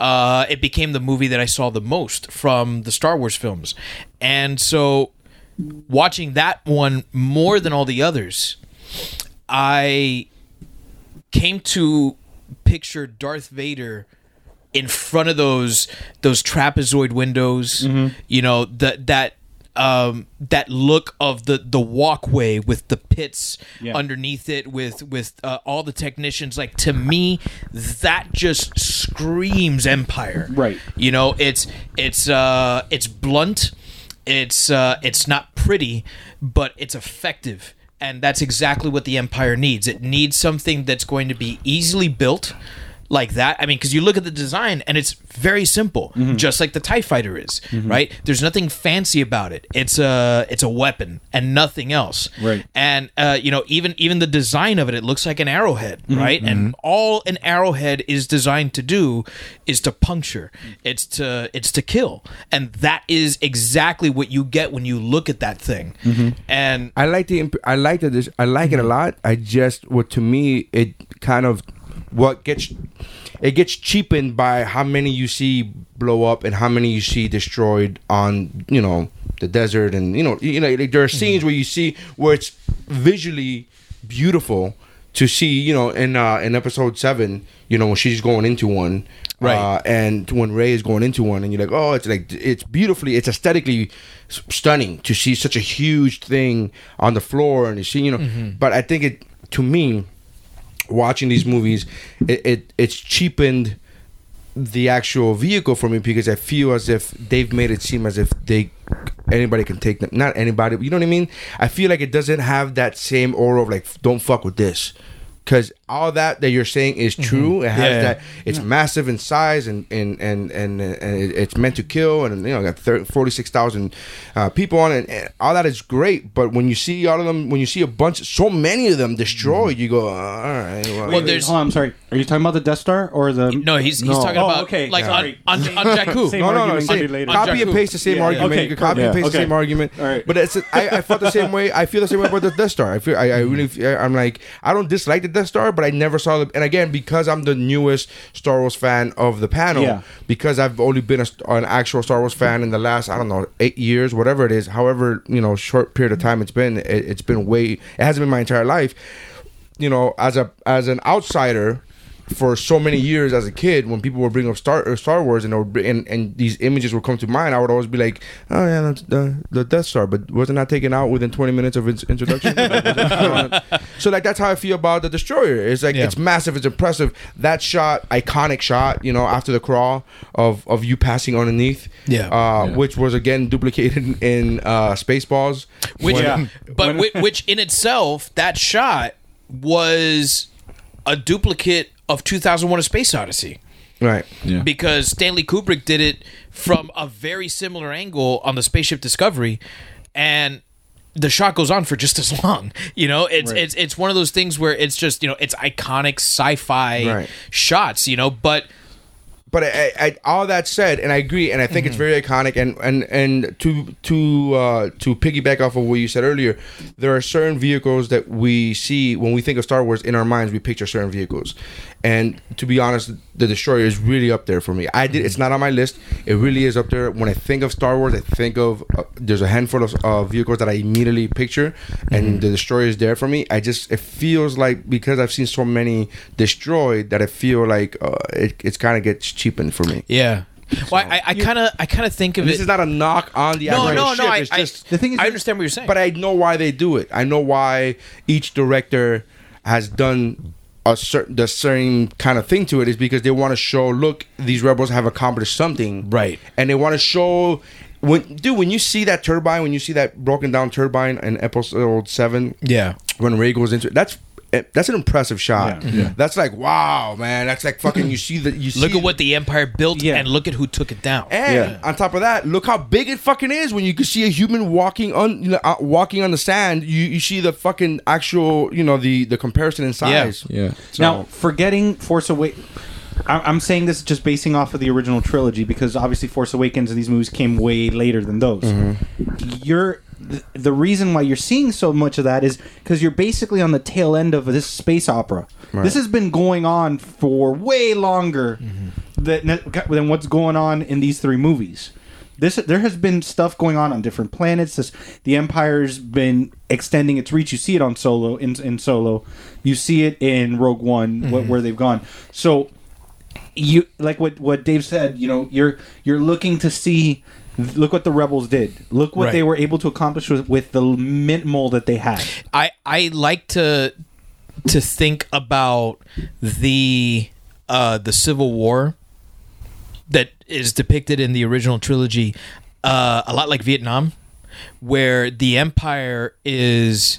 C: uh, it became the movie that I saw the most from the Star Wars films, and so watching that one more than all the others, I came to picture Darth Vader in front of those those trapezoid windows. You know that that um, that look of the the walkway with the pits underneath it, with with uh, all the technicians. Like to me, that just screams Empire.
E: Right.
C: You know, it's it's uh, it's blunt. It's uh, it's not pretty, but it's effective, and that's exactly what the empire needs. It needs something that's going to be easily built, like that. I mean, because you look at the design and it's very simple, just like the Tie Fighter is, right? There's nothing fancy about it. It's a it's a weapon and nothing else,
E: Right.
C: And uh, you know, even even the design of it, it looks like an arrowhead,
E: Mm-hmm.
C: right? And all an arrowhead is designed to do is to puncture. It's to it's to kill, and that is exactly what you get when you look at that thing.
E: Mm-hmm.
C: And
D: I like the imp- I like the dis- I like it a lot. I just what to me it kind of what gets it gets cheapened by how many you see blow up and how many you see destroyed on you know the desert and you know you know like there are scenes where you see where it's visually beautiful to see you know in uh in episode 7 you know when she's going into one
C: Right.
D: uh, and when Ray is going into one, and you're like, oh, it's like it's beautifully, it's aesthetically s- stunning to see such a huge thing on the floor, and you see, you know. But I think it to me, watching these movies, it, it it's cheapened the actual vehicle for me because I feel as if they've made it seem as if they anybody can take them. Not anybody, but you know what I mean. I feel like it doesn't have that same aura of like don't fuck with this. Cause all that that you're saying is true. It has
C: Mm-hmm. Yeah.
D: that. It's massive in size and and and and, and it- it's meant to kill. And you know, got thir- 46,000 uh, people on it. And all that is great. But when you see all of them, when you see a bunch, so many of them destroyed, you go, "Uh, all right. Well,
C: Mm-hmm. well,
E: Wait,
C: there's
E: hold on, I'm sorry. Are you talking about the Death Star or the?
C: no, he's he's talking
E: Oh,
C: about
E: okay,
C: like
E: sorry.
C: on on, on Jakku.
E: Same
D: No, no, no.
E: argument
D: Same,
E: could be later.
D: Copy and
C: Jakku.
D: paste the same
E: Yeah,
D: argument.
E: okay,
D: you could copy and
E: cool.
D: paste the
E: Yeah.
D: same argument.
E: All right.
D: But it's, I, I felt the same way. I feel the same way about the Death Star. I feel I, I really
E: Hmm.
D: feel- I'm like I don't dislike the Death Star, but I never saw the. And again, because I'm the newest Star Wars fan of the panel,
E: Yeah.
D: because I've only been a, an actual Star Wars fan in the last I don't know eight years, whatever it is. However, you know, short period of time it's been. It, it's been way. It hasn't been my entire life. You know, as a as an outsider, for so many years as a kid, when people would bring up Star or Star Wars and they would, br- and and these images would come to mind, I would always be like, "Oh yeah, that's the the Death Star," but wasn't that taken out within 20 minutes of its introduction? so like that's how I feel about the Destroyer. It's like
C: Yeah.
D: it's massive, it's impressive. That shot, iconic shot, you know, after the crawl of of you passing underneath,
C: Yeah.
D: uh, which was again duplicated in uh, Spaceballs.
C: which
E: Yeah.
C: but whi- which in itself that shot was a duplicate of 2001 a space odyssey
D: Right.
B: Yeah.
C: because stanley kubrick did it from a very similar angle on the spaceship discovery and the shot goes on for just as long you know it's it's it's one of those things where it's just you know it's iconic sci-fi
D: Right.
C: shots you know but
D: but I, I, I- all that said, and I agree, and I think it's very iconic. And and and to to uh, to piggyback off of what you said earlier, there are certain vehicles that we see when we think of Star Wars in our minds. We picture certain vehicles, and to be honest, the destroyer is really up there for me. I did. It's not on my list. It really is up there. When I think of Star Wars, I think of uh, there's a handful of uh, vehicles that I immediately picture,
C: Mm-hmm.
D: and the destroyer is there for me. I just it feels like because I've seen so many destroyed that I feel like uh, it, it's kind of gets cheapened for me.
C: yeah well, I- I I kind of I kind of think of
D: This
C: it.
D: is not a knock on the
C: no,
D: actual
C: no, no.
D: ship.
C: I,
D: it's
C: I-
D: just
E: The thing is
C: I
E: that-
C: understand what you're saying.
D: but I know why they do it. I know why each director has done a certain the same kind of thing to it is because they want to show look these rebels have accomplished something
C: Right.
D: and they want to show when dude when you see that turbine when you see that broken down turbine in episode seven
C: yeah,
D: when Ray goes into it that's eh, that's an impressive shot
E: Yeah.
D: that's like wow man that's like fucking you see that you
C: Look
D: see
C: at what the Empire built
E: Yeah.
C: and look at who took it down.
D: and on top of that, look how big it fucking is. When you can see a human walking on you know, uh, walking on the sand, you, you see the fucking actual you know the the comparison in size.
B: Yeah.
E: Now, forgetting Force Awakens, I'm saying this just basing off of the original trilogy because obviously Force Awakens and these movies came way later than those. You're th- the reason why you're seeing so much of that is because you're basically on the tail end of this space opera. This has been going on for way longer than, than what's going on in these three movies. This there has been stuff going on on different planets. This the Empire's been extending its reach. You see it on Solo in in Solo, you see it in Rogue One wh- where they've gone. So you like what what Dave said. You know, you're you're looking to see. Look what the rebels did. Look what
C: Right.
E: they were able to accomplish with, with the minimal that they had.
C: I I like to to think about the uh the Civil War that is depicted in the original trilogy uh a lot like Vietnam where the empire is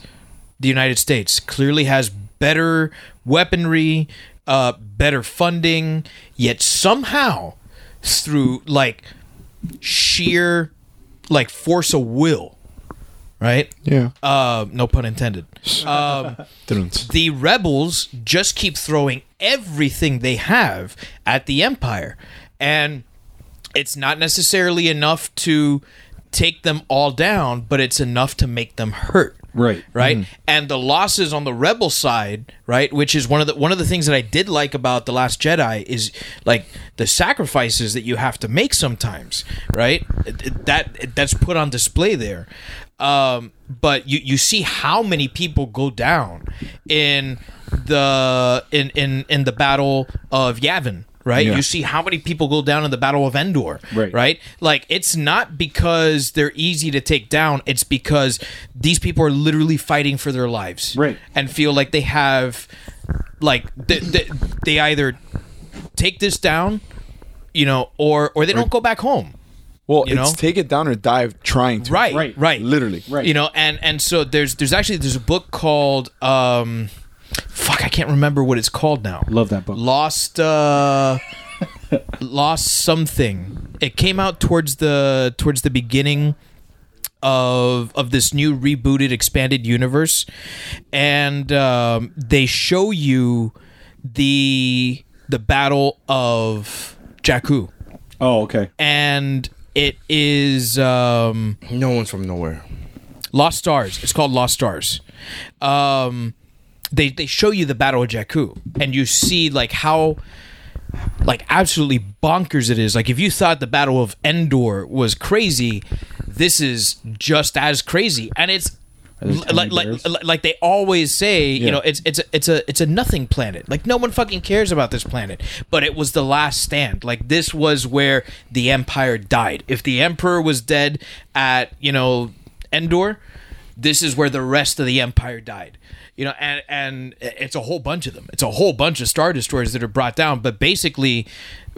C: the United States clearly has better weaponry uh, better funding, yet somehow through like sheer like force of will, right?
B: Yeah.
C: Uh, no pun intended.
B: Didn't.
C: The rebels just keep throwing everything they have at the empire, and it's not necessarily enough to take them all down, but it's enough to make them hurt
E: Right.
C: right and the losses on the rebel side right which is one of the one of the things that i did like about the last jedi is like the sacrifices that you have to make sometimes right It- it- that that's put on display there um but you you see how many people go down in the in in in the battle of yavin right
B: Yeah.
C: you see how many people go down in the battle of endor
E: Right.
C: right like it's not because they're easy to take down it's because these people are literally fighting for their lives
E: Right.
C: and feel like they have like they, they, they either take this down you know or or they don't go back home
B: Well,
C: You
B: it's
C: know?
B: take it down or dive trying to.
C: right
E: Right.
C: right right
B: Literally.
E: Right.
C: you know and and so there's there's actually there's a book called um fuck i can't remember what it's called now
E: Love that book.
C: lost uh lost something it came out towards the towards the beginning of of this new rebooted expanded universe and um, they show you the the battle of jakku
E: Oh, okay.
C: and it is um
D: No one's from nowhere.
C: Lost Stars. It's called Lost Stars. Um, they they show you the Battle of Jakku, and you see like how like absolutely bonkers it is. Like if you thought the Battle of Endor was crazy, this is just as crazy, and it's.
E: tiny
C: Like,
E: bears?
C: like, like- like they always say, you know, it's it's a, it's a it's a nothing planet. Like no one fucking cares about this planet. But it was the last stand. Like this was where the empire died. If the emperor was dead at you know Endor, this is where the rest of the empire died. You know, and and it's a whole bunch of them. It's a whole bunch of star destroyers that are brought down. But basically,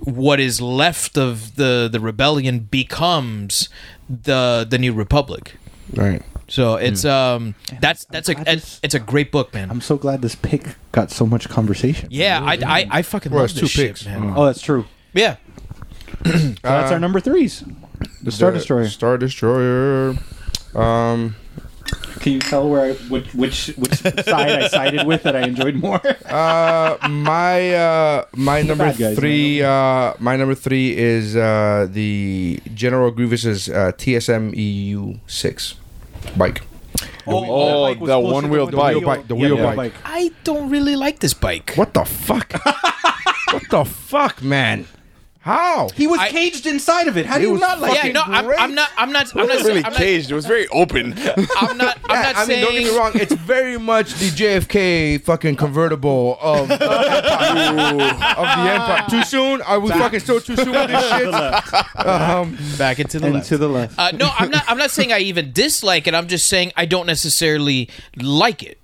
C: what is left of the the rebellion becomes the the new republic.
D: Right.
C: So
D: Hmm.
C: it's um that's that's a
E: glad this-
C: it's, it's a great book, man.
E: I'm so glad this pick got so much conversation.
C: yeah, I, I I fucking
D: Well,
C: love
D: it's
C: this
D: two
C: shit,
D: picks.
C: man.
D: Hmm.
E: Oh, that's true.
C: Yeah,
E: So that's our number threes. The Star Destroyer.
D: Star Destroyer. Um,
E: Can you tell where I which which, which side I sided with that I enjoyed more?
D: uh, my uh, my number
E: bad guys,
D: three. Uh, my number three is uh, the General Grievous's uh, TSM EU six bike.
B: Oh, that bike was the closer one-wheel to the bike. wheel
D: bike. The wheel bike.
C: I don't really like this bike.
D: What the fuck? what the fuck, man? How?
E: He was
C: I-
E: caged inside of it. How do you
D: was
E: not like
C: Yeah,
E: it?
C: no, I'm, I'm not. I'm not. I'm not.
B: really
C: I'm not,
B: caged. It was very open.
C: I'm not. I'm
D: Yeah,
C: not
D: I mean,
C: saying.
D: don't get me wrong. It's very much the JFK fucking convertible of the empire. of the empire. Too soon? Are we fucking still too soon with this shit? Um,
C: Back into the
E: And
C: left.
E: to the left.
C: Uh, no, I'm not. I'm not saying I even dislike it. I'm just saying I don't necessarily like it.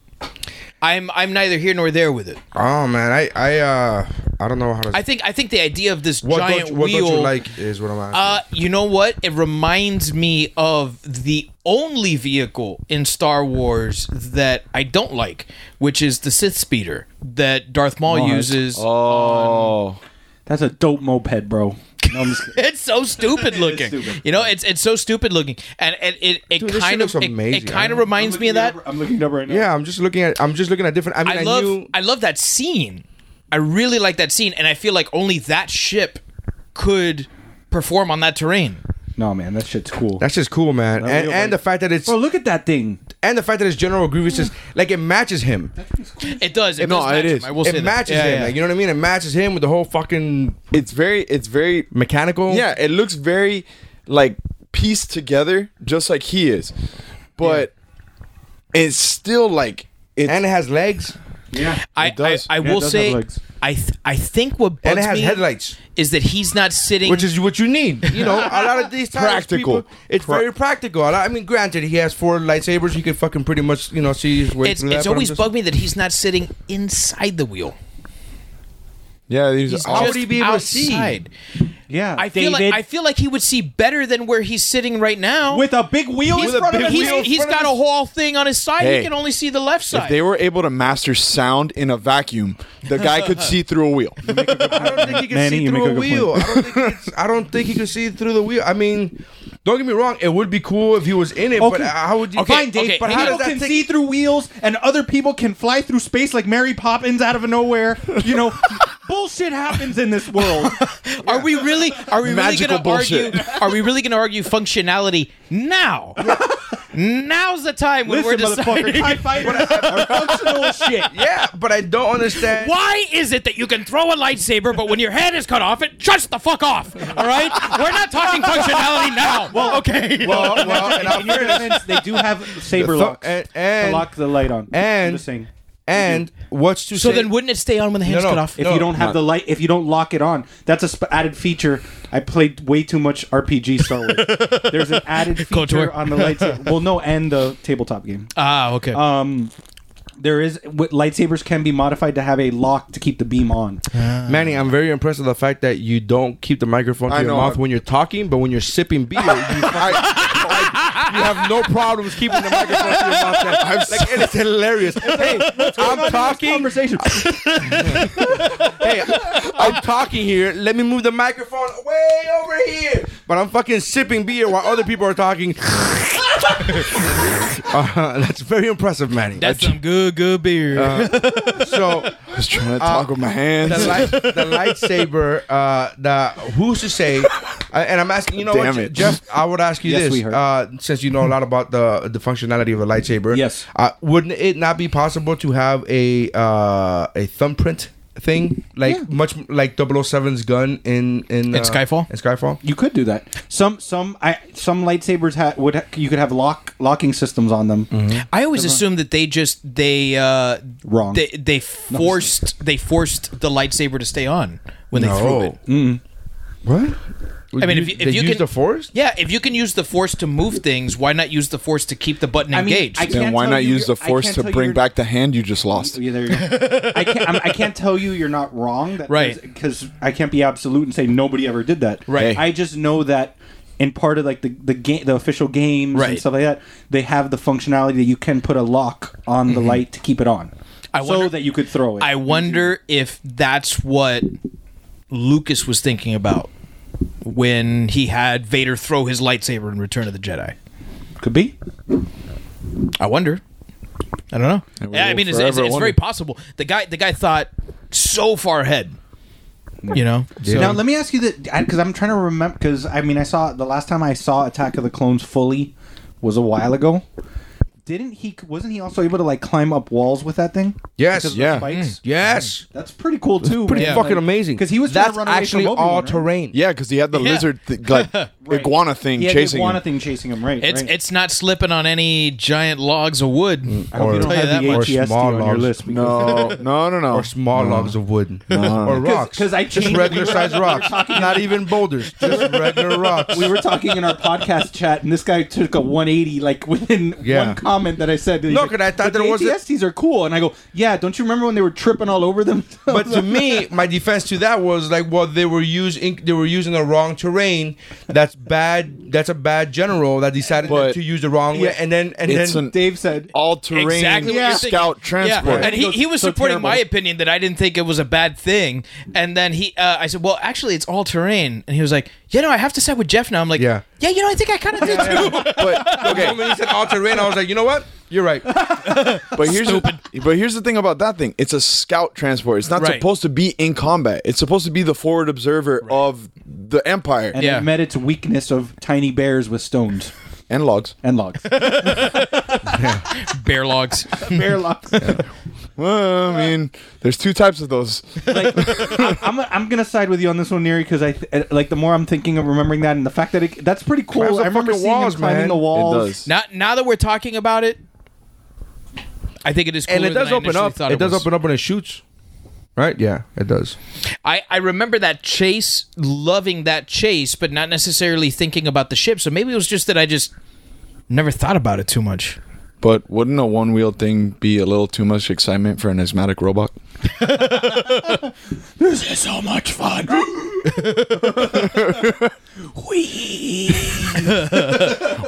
C: I'm I'm neither here nor there with it.
D: oh man, I I uh I don't know how to.
C: I think I think the idea of this
D: what
C: giant
D: don't you, what
C: wheel.
D: don't you like is what I'm asking.
C: Uh, you know what? It reminds me of the only vehicle in Star Wars that I don't like, which is the Sith speeder that Darth Maul uses.
B: oh.
E: That's a dope moped, bro. No, I'm just kidding.
C: It's so stupid looking. You know, it's it's so stupid looking, and it it, it
D: Dude, this shit
C: kind of
D: looks
C: it,
D: amazing.
C: it kind of reminds me of that.
E: I'm looking it up right now.
D: yeah, I'm just looking at. I'm just looking at different. I mean, I,
C: I love
D: knew.
C: I love that scene. I really like that scene, and I feel like only that ship could perform on that terrain.
E: No, man, that shit's cool.
D: That's just cool, man.
E: That
D: And
E: wheel
D: and the
E: bike.
D: fact that it's
E: bro, look at that thing.
D: and the fact that it's General Grievous is like it matches him.
C: It does. It
B: No,
C: does match
B: it is.
C: him, I will say
D: It
C: that.
D: matches
C: Yeah,
D: him.
C: yeah.
D: Like you know what I mean? It matches him with the whole fucking
B: It's very. It's very.
D: mechanical.
B: Yeah, it looks very like pieced together, just like he is. But it's still like it's
D: and it has legs
C: I,
B: does.
C: I, I
E: Yeah, it
C: will
E: does have
C: say,
E: legs.
C: I th- I think what bugs
D: and it has
C: me
D: headlights,
C: is that he's not sitting.
D: which is what you need. You know, a lot of these times
B: Practical.
D: people- it's
B: Pra-
D: very practical. A lot- I mean, granted, he has four lightsabers. He can fucking pretty much you know see his way
C: it's,
D: through that.
C: it's
D: but I'm
C: always
D: just-
C: bugged me that he's not sitting inside the wheel.
B: yeah. These
C: He's
B: are all-
C: just
D: would he be able to see?
C: outside.
E: Yeah.
C: I feel
F: David.
C: like I feel like he would see better than where he's sitting right now.
E: with a big wheel
C: he's,
E: in front of him.
C: he's- he's got a whole thing on his side.
B: Hey.
C: he can only see the left
B: If
C: side.
B: they were able to master sound in a vacuum, the guy could see through a wheel.
D: I don't think he can
E: Manny,
D: see
E: you
D: through
E: make
D: a
E: a good
D: wheel. I don't, think it's- I don't think he can see through the wheel. I mean, don't get me wrong. It would be cool if he was in it, but
E: Okay.
D: how would you?
C: Okay,
E: Fine, Dave,
C: okay,
E: but
C: maybe
E: how
C: I'll
E: people can
D: take-
E: see through wheels and other people can fly through space like Mary Poppins out of nowhere. You know, bullshit happens in this world.
C: Are we really? Are
B: Magical
C: we really going to argue?
B: bullshit.
C: Are we really going to argue functionality now? Now's the time when
E: Listen,
C: we're
E: motherfucker,
C: deciding.
E: TIE fighters are functional as shit.
D: Yeah, but I don't understand.
C: Why is it that you can throw a lightsaber, but when your head is cut off, it shuts the fuck off? All right, we're not talking functionality now. Well, okay.
D: Well, well, and,
E: In your
D: I-
E: defense, they do have saber
D: The fu-
E: locks
D: and- and-
E: to lock the light on.
D: and-
E: I'm just saying,
D: and what's to
C: so
D: say?
C: then, wouldn't it stay on when the hand's
D: no,
C: cut off?
E: if
D: no.
E: you don't have the light, if you don't lock it on, that's a sp- added feature. I played way too much RPG Star Wars. There's an added
C: Cold
E: feature
C: War.
E: on the lights. Well, no, and the tabletop game.
C: Ah, okay.
E: Um, there is what lightsabers can be modified to have a lock to keep the beam on.
D: Manny, I'm very impressed with the fact that you don't keep the microphone to
B: I
D: your
B: know.
D: mouth when you're talking, but when you're sipping beer, you, fucking- you have no problems keeping the microphone to your mouth. like, it is hilarious. hey, I'm talking.
E: Conversation.
D: Hey, I'm talking here. Let me move the microphone way over here. But I'm fucking sipping beer while other people are talking. Uh, that's very impressive, Manny.
C: That's some good, good beer.
D: so
B: I was trying to talk with my hands.
D: the, light, the lightsaber. Uh, the who's to say? Uh, and I'm asking. You know
B: Damn
D: what,
B: it.
D: Jeff? I would ask you
E: Yes,
D: this,
E: we heard.
D: Uh, since you know a lot about the the functionality of the lightsaber.
E: Yes.
D: Uh, wouldn't it not be possible to have a uh, a thumbprint thing, like much like 007's gun in in, uh,
C: Skyfall?
D: In Skyfall.
E: You could do that. Some some I some lightsabers ha- would ha- you could have lock locking systems on them.
C: I always assumed that they just they uh
E: Wrong.
C: they they forced they forced the lightsaber to stay on when they threw it.
E: Mm-hmm.
D: What?
C: I mean, if you- if
D: they
C: you
D: use
C: can-
D: the force.
C: Yeah, if you can use the force to move things, why not use the force to keep the button engaged?
E: I can't
B: then why
E: tell
B: not
E: you
B: use
E: you're-
B: the
E: I
B: force
E: can't
B: to
E: tell you
B: bring
E: you're-
B: back the hand you just lost?
E: Yeah, there you go. I can't. I'm, I can't tell you you're not wrong. That
C: Right.
E: Because I can't be absolute and say nobody ever did that.
C: Right.
E: I just know that in part of like the the game, the official games
C: Right.
E: and stuff like that, they have the functionality that you can put a lock on the light to keep it on,
C: Mm-hmm. I
E: so
C: wonder-
E: that you could throw it.
C: I wonder if that's what Lucas was thinking about when he had Vader throw his lightsaber in Return of the Jedi.
E: could be.
C: I wonder. I don't know.
B: we
C: Yeah, I
B: will
C: mean, it's, it's,
B: forever
C: it's very
B: wonder.
C: possible. The guy, the guy thought so far ahead. You know, so,
E: Now let me ask you that because I'm trying to remember because I mean I saw the last time I saw Attack of the Clones fully was a while ago. Didn't he? Wasn't he also able to like climb up walls with that thing?
D: Yes. Mm.
E: Because of the
B: yeah.
C: Mm.
E: spikes?
D: Yes.
E: That's pretty cool too.
D: Pretty fucking amazing.
E: Because he was trying
D: that's
E: to run away
D: actually
E: from Obi-Wan,
D: all
E: right?
D: terrain.
B: Yeah, because he had the
C: Yeah.
B: lizard, thi- like iguana thing
E: He had the
B: chasing
E: iguana
B: him.
E: thing chasing him, right?
C: it's
E: right.
C: it's not slipping on any giant logs of wood.
E: Mm. Or,
D: Or-
E: you don't
C: tell you
E: have
C: that much.
E: the E
D: Or
E: HESD
D: small
E: on your
D: logs.
E: list.
B: No, no, no, no.
D: or small logs of wood or rocks.
E: 'cause I
D: just
E: changed-
D: regular sized rocks, not even boulders, just regular rocks.
E: We were talking in our podcast chat, and this guy took a 180 like within
D: Yeah.
E: one comment that I said. He's
D: No,
E: like,
D: 'cause I thought
E: "But
D: there
E: the E
D: was a-
E: ATSTs are cool, and I go, yeah. Don't you remember when they were tripping all over them?
D: but to me, my defense to that was like, well, they were using they were using the wrong terrain. That's bad. That's a bad general that decided
B: But-
D: to use the wrong way, and then and
B: It's
D: then
B: an
E: Dave said,
B: all-terrain
C: Exactly what you're thinking.
B: scout transport.
C: Yeah. And he, he was
E: So
C: supporting my
E: terrible.
C: opinion that I didn't think it was a bad thing. And then he, uh, I said, well, actually, it's all terrain. And he was like, you know, I have to side with Jeff now. I'm like,
D: Yeah.
C: yeah, yeah you know, I think I kind of did too.
B: But
D: okay.
B: okay,
D: when he said all terrain, I was like, you know what? You're right.
B: but here's the, but here's the thing about that thing. It's a scout transport. It's not
C: Right.
B: supposed to be in combat. It's supposed to be the forward observer of the empire
E: and
B: and,
C: Yeah.
E: it met its weakness of tiny bears with stones
B: logs.
E: and logs,
C: Bear logs.
E: bear logs.
B: Well, I mean, there's two types of those.
E: I'm, I'm, I'm gonna side with you on this one, Neri, because I th- uh, like the more I'm thinking of remembering that, and the fact that it, that's pretty cool.
D: Climbs the
E: I remember
D: fucking
E: seeing
D: walls,
E: him climbing
D: man.
E: the
D: It
E: walls.
B: It does.
C: now, now that we're talking about it, I think it is cooler
D: and it does
C: than I
D: open
C: initially
D: up.
C: thought
D: It, does
C: was.
D: open up when it shoots. Right? Yeah, it does.
C: I, I remember that chase, loving that chase, but not necessarily thinking about the ship. So maybe it was just that I just never thought about it too much.
B: But wouldn't a one wheel thing be a little too much excitement for an asthmatic robot?
G: This is so much fun.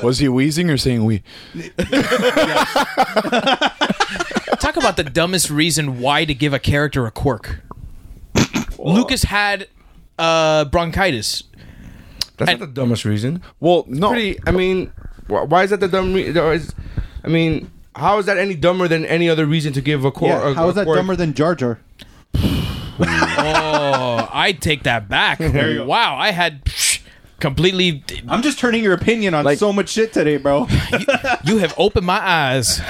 B: Was he wheezing or saying we?
C: Talk about the dumbest reason why to give a character a quirk. Lucas had uh, bronchitis.
D: That's
C: And-
D: not the dumbest reason.
B: Well, no.
D: Pretty. I mean, wh- why is that the dumb? Re- there is- I mean, how is that any dumber than any other reason to give a core?
F: Yeah, how is that dumber than Jar Jar?
C: Oh, I take that back. Wow, I had psh, completely.
E: I'm just turning your opinion on so much shit today, bro.
C: You have opened my eyes.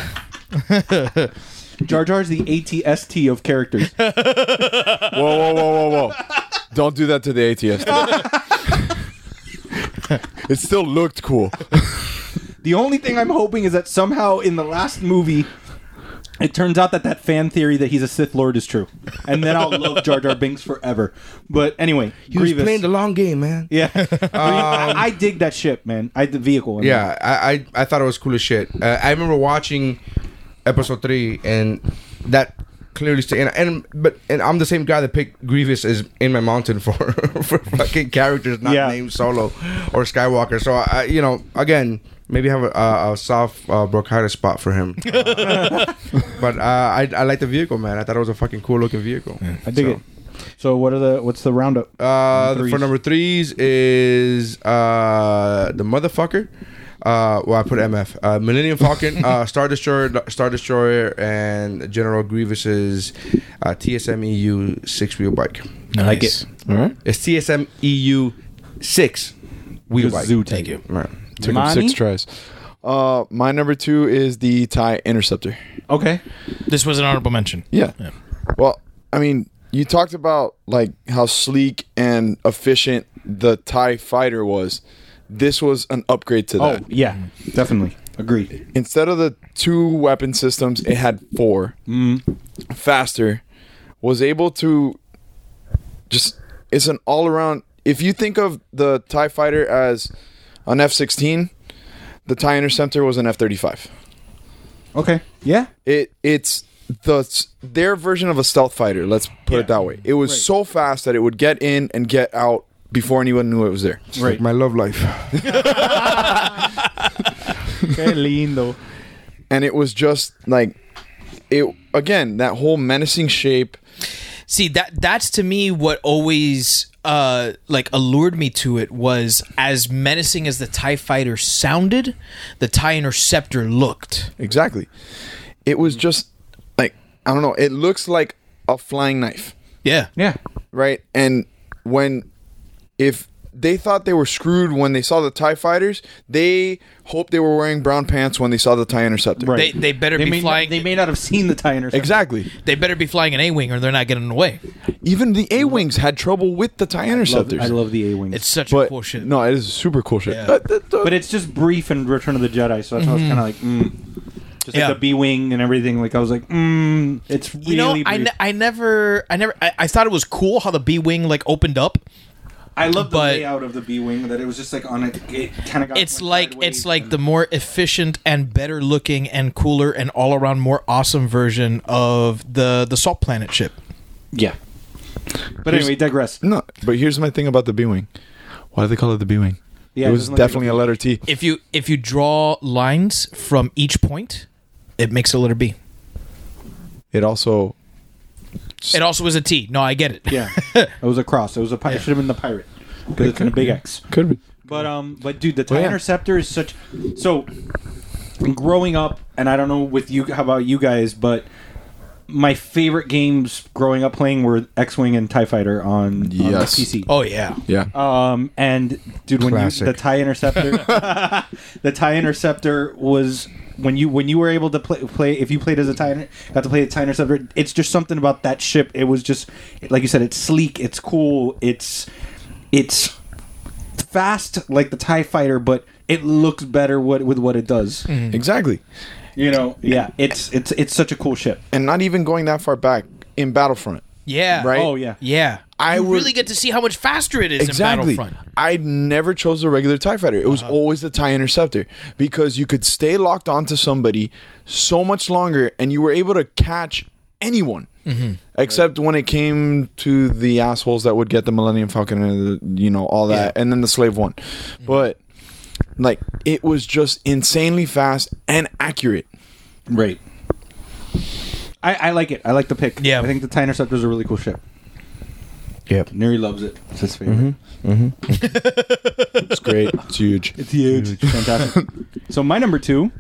E: Jar Jar's the ATST of characters.
B: Whoa, whoa, whoa, whoa, whoa! Don't do that to the ATS. it still looked cool.
E: The only thing I'm hoping is that somehow in the last movie, it turns out that that fan theory that he's a Sith Lord is true, and then I'll love Jar Jar Binks forever. But anyway,
D: He was
E: Grievous.
D: playing the Um, long game, man.
E: yeah, I, I dig that ship, man. I the vehicle. I mean.
D: Yeah, I, I, I thought it was cool as shit. Uh, I remember watching episode three, and that clearly sta- and, and but and I'm the same guy that picked Grievous as in my mountain for for fucking characters not
E: Yeah.
D: named Solo or Skywalker. So I, you know, again. Maybe have a, a, a soft uh, bronchitis spot for him, but uh, I, I like the vehicle, man. I thought it was a fucking cool looking vehicle.
E: I dig
D: So-
E: it. So what are the what's the roundup?
D: uh,
E: Number
D: for
E: threes.
D: number threes is uh, the motherfucker. Uh, well, I put MF. Uh, Millennium Falcon, uh, Star Destroyer, Star Destroyer, and General Grievous's uh, TSM EU six wheel bike.
C: I like it.
B: All right.
D: It's TSM EU E six wheel bike.
E: Zoo
C: Thank you.
D: Right.
B: Took him
E: Monty?
B: six tries. Uh, my number two is the Tie Interceptor.
E: Okay.
C: This was an honorable mention.
B: Yeah. Well, I mean, you talked about like how sleek and efficient the Tie Fighter was. This was an upgrade to
E: Oh
B: that.
E: yeah, definitely agreed.
B: Instead of the two weapon systems, it had four. Faster, was able to just. It's an all around. If you think of the Tie Fighter as an F sixteen, the Tie Interceptor was an F thirty five.
E: Okay. Yeah.
B: It it's the their version of a stealth fighter. Let's put it that way. It was so fast that it would get in and get out before anyone knew it was there.
D: Like my love life.
E: Qué lindo.
B: And it was just like it again that whole menacing shape.
C: See that that's to me what always uh like allured me to it was as menacing as the Tie Fighter sounded, the Tie Interceptor looked.
B: Exactly. It was just like I don't know. It looks like a flying knife,
C: Yeah.
E: Yeah.
B: right? And when if they thought they were screwed when they saw the Tie Fighters, they hoped they were wearing brown pants when they saw the Tie Interceptor.
C: They, they better be
E: may Not,
C: flying.
E: they may not have seen the tie interceptor.
B: Exactly.
C: They better be flying an A-wing or they're not getting away.
B: Even the A wings had trouble with the tie
E: Love-
B: interceptors.
E: I love the A wing.
C: It's such
B: but
C: a cool shit.
B: no, it is super cool shit.
C: Yeah.
B: But th- th-
E: but it's just brief in Return of the Jedi, so that's why I was kind of like, mm. just
C: Mm-hmm. Yeah.
E: like the B wing and everything. Like I was like, mm, it's really.
C: you know, I,
E: brief.
C: ne- I never, I never, I, I thought it was cool how the B-wing like opened up.
E: I love the
C: but-
E: layout of the B wing that it was just like on a. It kind of got.
C: It's
E: one
C: like
E: sideways
C: it's like
E: and-
C: the more efficient and better looking and cooler and all around more awesome version of the the Salt Planet ship.
E: yeah. But anyway, digress.
B: no, but here's my thing about the B wing. Why do they call it the B wing?
E: Yeah,
B: it
E: it
B: was
E: doesn't look
B: definitely
E: like
B: a letter T.
C: If you if you draw lines from each point, it makes a letter B.
B: It also
C: It also is a T. No, I get it.
E: Yeah, it was a cross. It was a. Pi- It should have been the pirate because it's in a big X.
B: could be.
E: But um, but dude, the Tie
B: yeah.
E: Interceptor is such. So, growing up, and I don't know with you, how about you guys? But my favorite games growing up playing were X Wing and Tie Fighter on, on the
B: Yes.
E: PC.
C: Oh yeah.
B: Yeah.
E: Um, and dude, when
D: Classic.
E: you the Tie Interceptor, the Tie Interceptor was. When you when you were able to play, play if you played as a tie Inter- got to play a tie interceptor, it's just something about that ship. It was just like you said, it's sleek, it's cool, it's it's fast like the Tie Fighter, but it looks better what, with what it does.
B: Mm-hmm. exactly.
E: You know, yeah, it's it's it's such a cool ship.
B: And not even going that far back in Battlefront.
C: Yeah.
B: Right?
E: Oh yeah,
C: Yeah.
B: I
C: you
B: would
C: really get to see how much faster it is in
B: exactly.
C: Battlefront.
B: I never chose the regular Tie Fighter. It was always the Tie Interceptor because you could stay locked onto somebody so much longer, and you were able to catch anyone. Except when it came to the assholes that would get the Millennium Falcon and the, you know all that, and then the Slave One, but like it was just insanely fast and accurate.
E: Right. I, I like it. I like the pick.
C: Yeah.
E: I think the tie interceptors are really cool ship.
D: Yep. Mm-hmm.
E: Neri loves it. It's his favorite.
B: It's great. it's huge.
E: It's huge. Fantastic. so my number two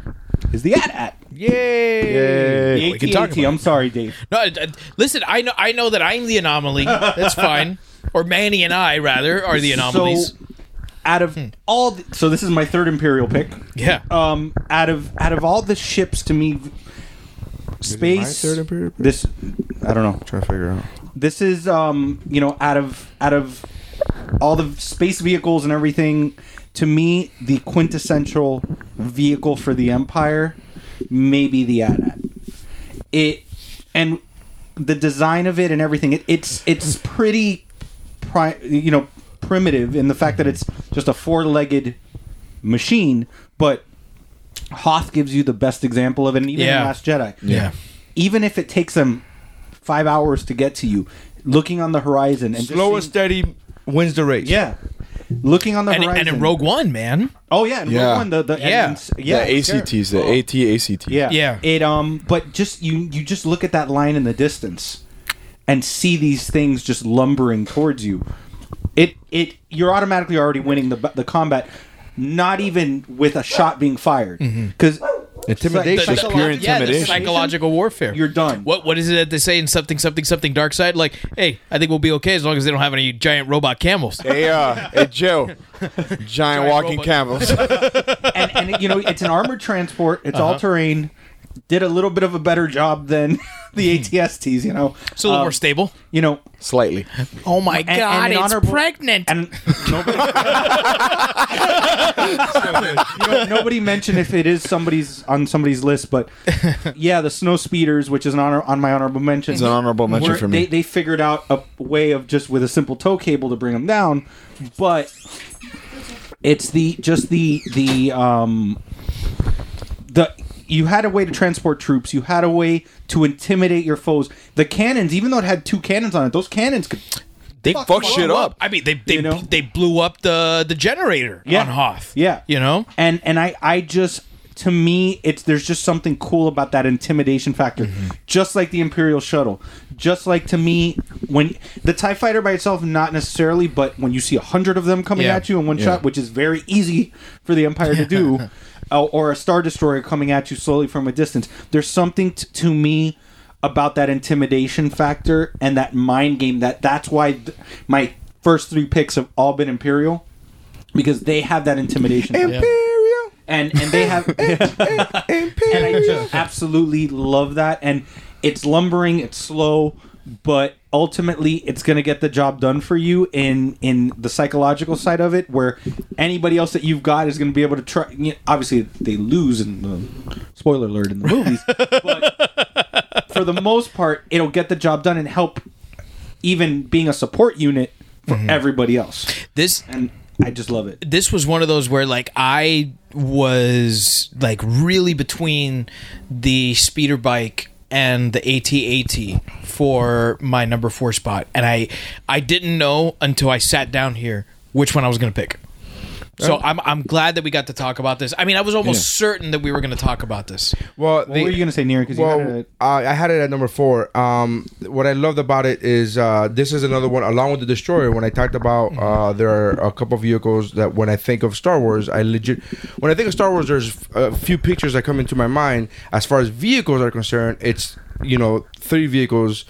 E: is the AT AT.
D: Yay!
E: The
C: we can talk
E: AT-AT.
C: about
E: I'm sorry, Dave.
C: No, I- I- listen, I know I know that I'm the anomaly. That's fine. Or Manny and I rather are the anomalies.
E: So out
C: Hmm.
E: of all, the, so this is my third Imperial pick.
C: yeah.
E: Um, out of out of all the ships, to me, space.
D: third Imperial pick?
E: This, I don't know.
D: Trying to figure out.
E: this is um you know out of out of all the space vehicles and everything to me the quintessential vehicle for the empire maybe the AT-AT. it and the design of it and everything it, it's it's pretty pri- you know primitive in the fact that it's just a four-legged machine but hoth gives you the best example of it and even in
C: Yeah.
E: last jedi
C: yeah.
E: even if it takes them five hours to get to you, looking on the horizon and just
D: Slow and
E: seeing-
D: steady wins the race.
E: yeah, looking on the
C: And,
E: horizon
C: and in Rogue One, man.
E: Oh yeah, and
B: Yeah.
E: Rogue One, the the
C: Yeah.
E: and- yeah
B: the
E: sure.
B: ACTs, the AT ACT.
E: yeah
C: Yeah.
E: it um but just you you just look at that line in the distance and see these things just lumbering towards you. It it you're automatically already winning the the combat. Not even with a shot being fired,
C: Mm-hmm.
E: because
D: Intimidation.
C: The-
B: Just
C: the-
B: pure
C: yeah, the
B: intimidation.
C: psychological warfare.
E: You're done.
C: What what is it that they say in something something something dark side? Like, hey, I think we'll be okay as long as they don't have any giant robot camels.
B: Hey, uh, hey, Joe, giant, walking
C: robot.
B: camels.
E: and, and it- you know it's an armored transport. It's
C: Uh-huh.
E: all terrain. Did a little bit of a better job than the ATSTs. You know,
C: Hmm. It's a little
E: Um,
C: more stable.
E: You know,
B: Slightly.
C: Oh my
E: and an honorable- and nobody, You know, nobody mentioned if it is somebody's on somebody's list, but yeah, the snow speeders, which is an honor on my honorable mention,
B: It's an honorable mention
E: were-
B: for me.
E: They, they figured out a way of just with a simple tow cable to bring them down, but it's the just the the um the you had a way to transport troops. You had a way to intimidate your foes. The cannons, even though it had two cannons on it, those cannons could
C: they
B: fuck shit up.
C: I mean, they they,
E: You know?
C: they blew up the the generator
E: Yeah.
C: on Hoth.
E: Yeah.
C: you know.
E: and and I I just to me it's there's just something cool about that intimidation factor.
C: Mm-hmm.
E: Just like the Imperial shuttle. Just like to me when the Tie Fighter by itself not necessarily, but when you see a hundred of them coming
C: Yeah.
E: at you in one shot, which is very easy for the Empire to do, uh, or a Star Destroyer coming at you slowly from a distance. There's something t- to me about that intimidation factor and that mind game that that's why th- my first three picks have all been imperial because they have that intimidation factor
D: Imperial.
E: and and they have and I just absolutely love that and it's lumbering it's slow but ultimately it's going to get the job done for you in in the psychological side of it where anybody else that you've got is going to be able to try you know, obviously they lose in the spoiler alert in the movies but for the most part it'll get the job done and help even being a support unit for everybody else
C: This
E: and I just love it
C: this was one of those where like I was like really between the speeder bike and the AT-AT for my number four spot, and I I didn't know until I sat down here which one I was gonna pick. So I'm I'm glad that we got to talk about this. I mean, I was almost certain that we were going to talk about this.
D: Well,
E: what were you going to say Nira because
D: Well,
E: you had it
D: uh, I had it at number four. Um, what I loved about it is uh, this is another one, along with the destroyer. When I talked about, uh, there are a couple of vehicles that when I think of Star Wars, I legit. When I think of Star Wars, there's a few pictures that come into my mind. As far as vehicles are concerned, it's you know three vehicles.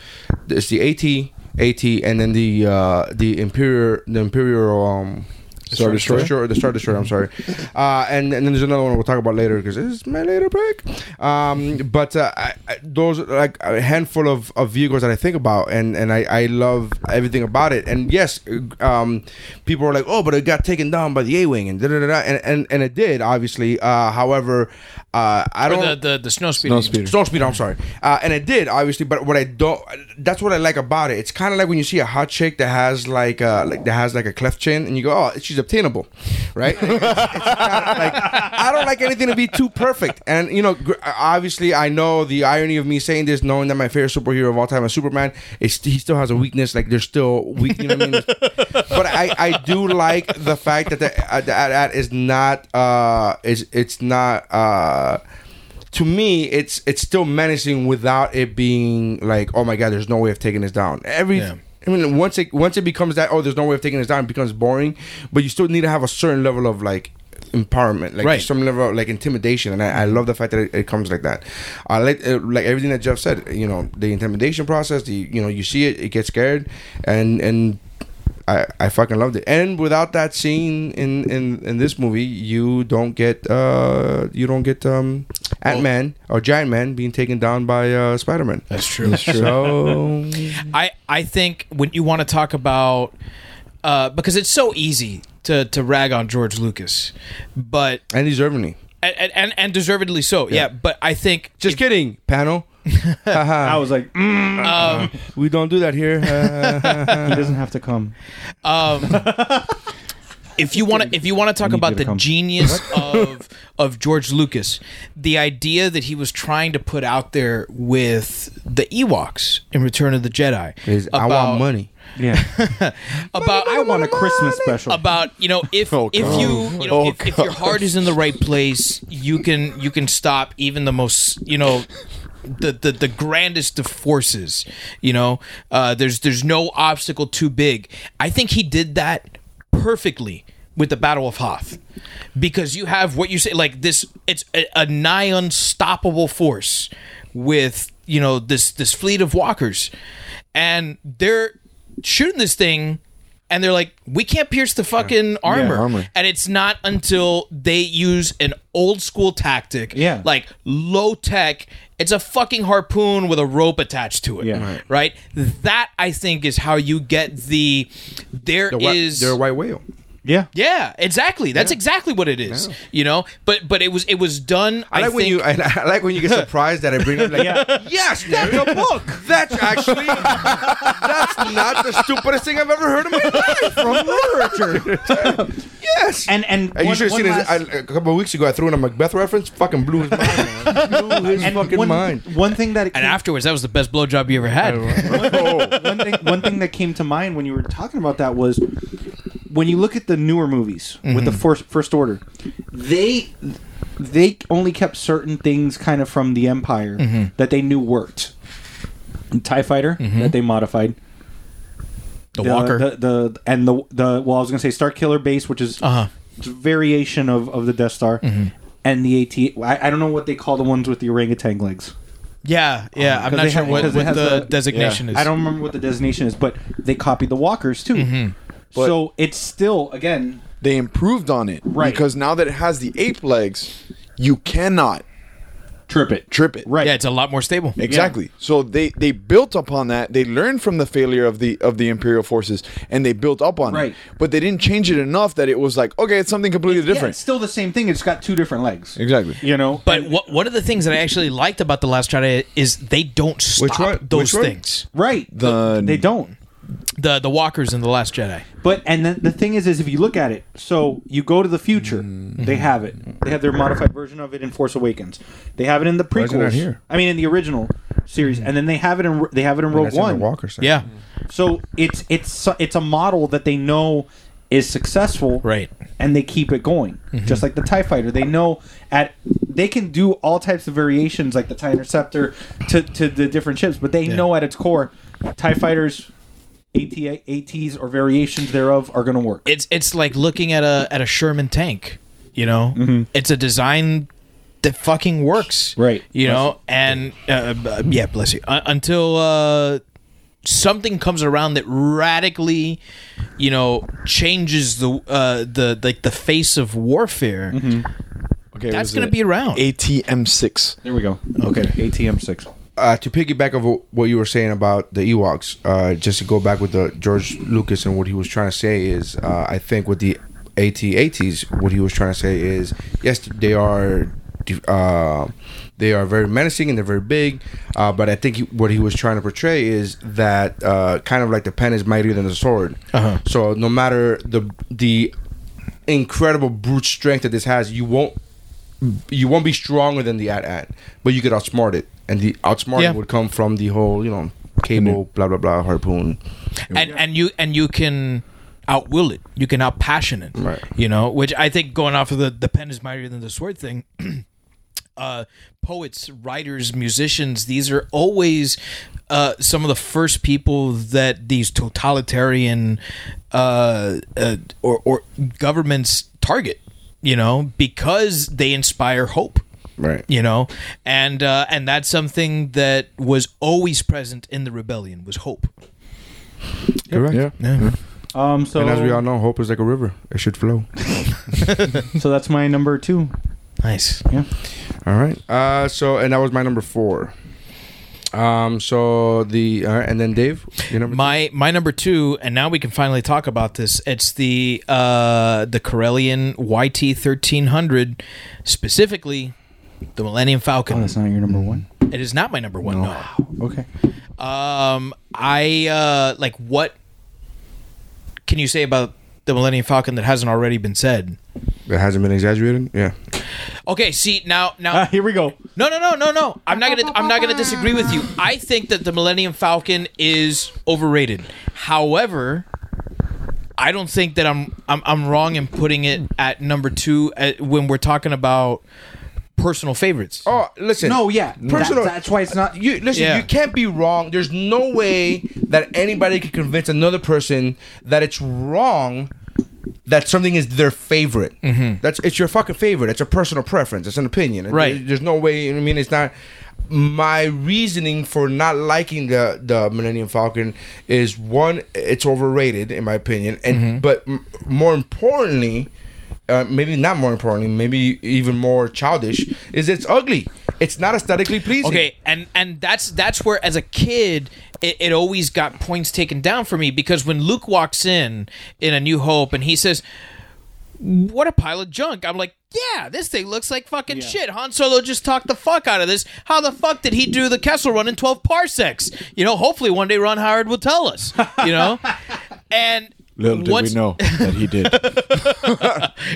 D: It's the AT, AT, and then the uh, the Imperial, the Imperial. Um,
B: Star Destroyer?
D: Sure, the Star Destroyer. I'm sorry. Uh, and, and then there's another one we'll talk about later because it's my later pick. Um, but uh, I, I, those are like a handful of, of vehicles that I think about, and and I, I love everything about it. And yes, um, people are like, oh, but it got taken down by the A-wing and da da da, da," and and and it did obviously. Uh, however, uh, I don't.
C: Or the the, the snow speeder.
B: No speeder.
D: Snow speed. I'm sorry. Uh, and it did obviously, but what I don't. That's what I like about it. It's kind of like when you see a hot chick that has like uh like that has like a cleft chin, and you go, oh, she's obtainable, right? It's- it's kinda like, I don't like anything to be too perfect, and you know, gr- obviously, I know the irony of me saying this, knowing that my favorite superhero of all time is Superman, is he still has a weakness. Like there's still weak. You know what I mean? but I I do like the fact that the, uh, that that is not uh is it's not uh to me, it's it's still menacing without it being like, oh my god, there's no way of taking this down. Every
C: Yeah.
D: I mean, once it once it becomes that, oh, there's no way of taking this down, it becomes boring. But you still need to have a certain level of like empowerment, like
C: Right.
D: some level of like intimidation. And I, I love the fact that it, it comes like that. I like uh, like everything that Jeff said. You know, the intimidation process. The you know, you see it, it gets scared, and and. I, I fucking loved it, and without that scene in, in, in this movie, you don't get uh you don't get um Ant Man or Giant Man being taken down by uh, Spider Man.
C: That's true. That's true.
D: So
C: I I think when you want to talk about uh, because it's so easy to to rag on George Lucas, but
D: and deservingly.
C: and and, and deservedly so. Yeah. but I think
D: Just kidding, panel.
E: I was like, mm,
D: We don't do that here. Uh,
E: he doesn't have to come.
C: if you want to if you want to talk
E: need you
C: about
E: to
C: the
E: come.
C: genius of of George Lucas, the idea that he was trying to put out there with the Ewoks in Return of the Jedi uh,
D: Is I want money.
E: Yeah,
C: about
E: I want a Christmas special.
C: about you know if
B: Oh,
C: if
B: God.
C: you you know
B: Oh,
C: if, if your
B: God.
C: heart is in the right place you can you can stop even the most you know the the, the grandest of forces you know uh, there's there's no obstacle too big I think he did that perfectly with the Battle of Hoth because you have what you say like this it's a, a nigh unstoppable force with you know this this fleet of walkers and they're shooting this thing and they're like, we can't pierce the fucking armor.
B: armor.
C: And it's not until they use an old school tactic,
E: Yeah.
C: like low tech. It's a fucking harpoon with a rope attached to it,
E: Yeah. Right.
C: right? That I think is how you get the. There is.
D: Wha- They're a white whale.
E: yeah,
C: yeah, exactly. That's exactly what it is. You know, but but it was it was done.
D: I,
C: I,
D: like when
C: think-
D: you I, I like when you get surprised that I bring up like yes, there's a book. That's actually that's not the stupidest thing I've ever heard in my life from literature. yes.
E: and and
D: Hey, you
E: one-
D: should have
E: one
D: seen
E: last-
D: it. I, a couple of weeks ago, I threw in a Macbeth reference. Fucking blew his mind. man. blew his
E: and
D: fucking
E: one,
D: mind.
E: One thing that it
C: and
E: came-
C: afterwards, that was the best blowjob you ever
E: Oh,
C: had.
E: one thing one thing that came to mind when you were talking about that was when you look at the newer movies with the first first order they they only kept certain things kind of from the empire that they knew worked The tie fighter that they modified
C: The Walker.
E: the, the and the the well i was going to say star killer base which is
C: Uh-huh. Mm-hmm.
E: it's a variation of of the death star and the at I, I don't know what they call the ones with the orangutan legs
C: yeah, yeah.
E: 'Cause
C: I'm not
E: Oh, they
C: sure
E: had-
C: what,
E: 'cause it
C: what
E: has
C: the,
E: the-
C: designation is.
E: I don't remember what the designation is, but they copied the walkers too.
C: Mm-hmm.
E: so it's still again
B: They improved on it
E: Right.
B: because now that it has the ape legs, you cannot
E: trip it,
B: trip it.
E: right?
C: Yeah, it's a lot more stable.
B: Exactly. So they they built upon that. They learned from the failure of the of the imperial forces, and they built up on
E: Right.
B: it. But they didn't change it enough that it was like, okay, it's something completely
E: Yeah,
B: different.
E: it's still the same thing. It's got two different legs.
B: Exactly.
E: You know,
C: But what, one of the things that I actually liked about the Last Jedi is they don't stop
D: one?
C: those
D: Which one?
C: things.
E: right?
B: The-
E: they don't.
C: The the walkers in the Last Jedi.
E: But and the, the thing is, is if you look at it, so you go to the future,
D: Mm-hmm.
E: they have it. They have their modified version of it in Force Awakens. They have it in the prequels.
D: is it not here? Mm-hmm.
E: I mean, in the original series, and then they have it in they have it in Rogue
D: That's in
E: One.
D: the Walker section.
C: Yeah,
E: So it's it's it's a model that they know is successful,
C: Right.
E: And they keep it going,
D: Mm-hmm.
E: just like the Tie Fighter. They know at they can do all types of variations, like the Tie Interceptor to to the different ships, but they know at its core, Tie Fighters, ATA, ATs or variations thereof are going to work.
C: it's it's like looking at a at a Sherman tank. You know,
D: Mm-hmm.
C: it's a design that fucking works.
E: Right.
C: You know, and uh, uh, yeah, bless you. Uh, until uh, something comes around that radically, you know, changes the uh, the like the face of warfare,
D: Mm-hmm.
B: Okay,
C: that's gonna be around.
B: ATM six.
E: There we go. Okay, ATM six.
D: uh, to piggyback of wh- what you were saying about the Ewoks, uh, just to go back with the George Lucas and what he was trying to say is, uh, I think with the AT-ATs, what he was trying to say is, yes, they are, uh, they are very menacing and they're very big, uh, but I think he, what he was trying to portray is that uh, kind of like the pen is mightier than the sword. So no matter the the incredible brute strength that this has, you won't you won't be stronger than the at at, but you could outsmart it, and the outsmarting
C: Yeah.
D: would come from the whole you know cable blah blah blah harpoon.
C: and and you and you can outwill it. You can outpassion it.
D: Right.
C: You know, which I think going off of the the pen is mightier than the sword thing. uh, poets, writers, musicians, these are always uh, some of the first people that these totalitarian uh, uh, or, or governments target, you know, because they inspire hope.
D: Right.
C: You know, and uh, and that's something that was always present in the rebellion was hope.
D: Correct. Yeah.
E: Um, so
D: And as we all know, hope is like a river; it should flow.
E: so that's my number two.
C: Nice.
D: all right. Uh, so and that was my number four. Um. So the uh, and then Dave, you know
C: My my number two, and now we can finally talk about this. It's the uh, the Corellian YT thirteen hundred, specifically the Millennium Falcon.
E: Oh, that's not your number one.
C: it is not my number one. No.
D: Mm-hmm.
E: Okay.
C: Um, I uh, like what can you say about the Millennium Falcon that hasn't already been said?
D: that hasn't been exaggerated. Yeah.
C: Okay. See now now
E: Ah, here we go.
C: No, no, no, no, no. I'm not gonna. I'm not gonna disagree with you. I think that the Millennium Falcon is overrated. However, I don't think that I'm I'm, I'm wrong in putting it at number two uh when we're talking about personal favorites.
D: Oh, listen.
E: No, yeah.
D: Personal.
E: That- that's why it's not.
D: You listen.
C: Yeah.
D: You can't be wrong. There's no way that anybody can convince another person that it's wrong that something is their favorite. That's it's your fucking favorite. It's a personal preference. It's an opinion.
C: Mm-hmm. Right.
D: There- There's no way. I mean, it's not. My reasoning for not liking the the Millennium Falcon is one, it's overrated in my opinion, and but m- more importantly, uh, maybe not more importantly, maybe even more childish, is it's ugly. It's not aesthetically pleasing.
C: Okay, and and that's that's where as a kid it, it always got points taken down for me because when Luke walks in in A New Hope and he says, "What a pile of junk," I'm like, "Yeah, this thing looks like fucking shit." Han Solo just talked the fuck out of this. How the fuck did he do the Kessel Run in 12 parsecs? You know, hopefully one day Ron Howard will tell us. You know, and.
B: Little did
C: once-
B: we know that he did.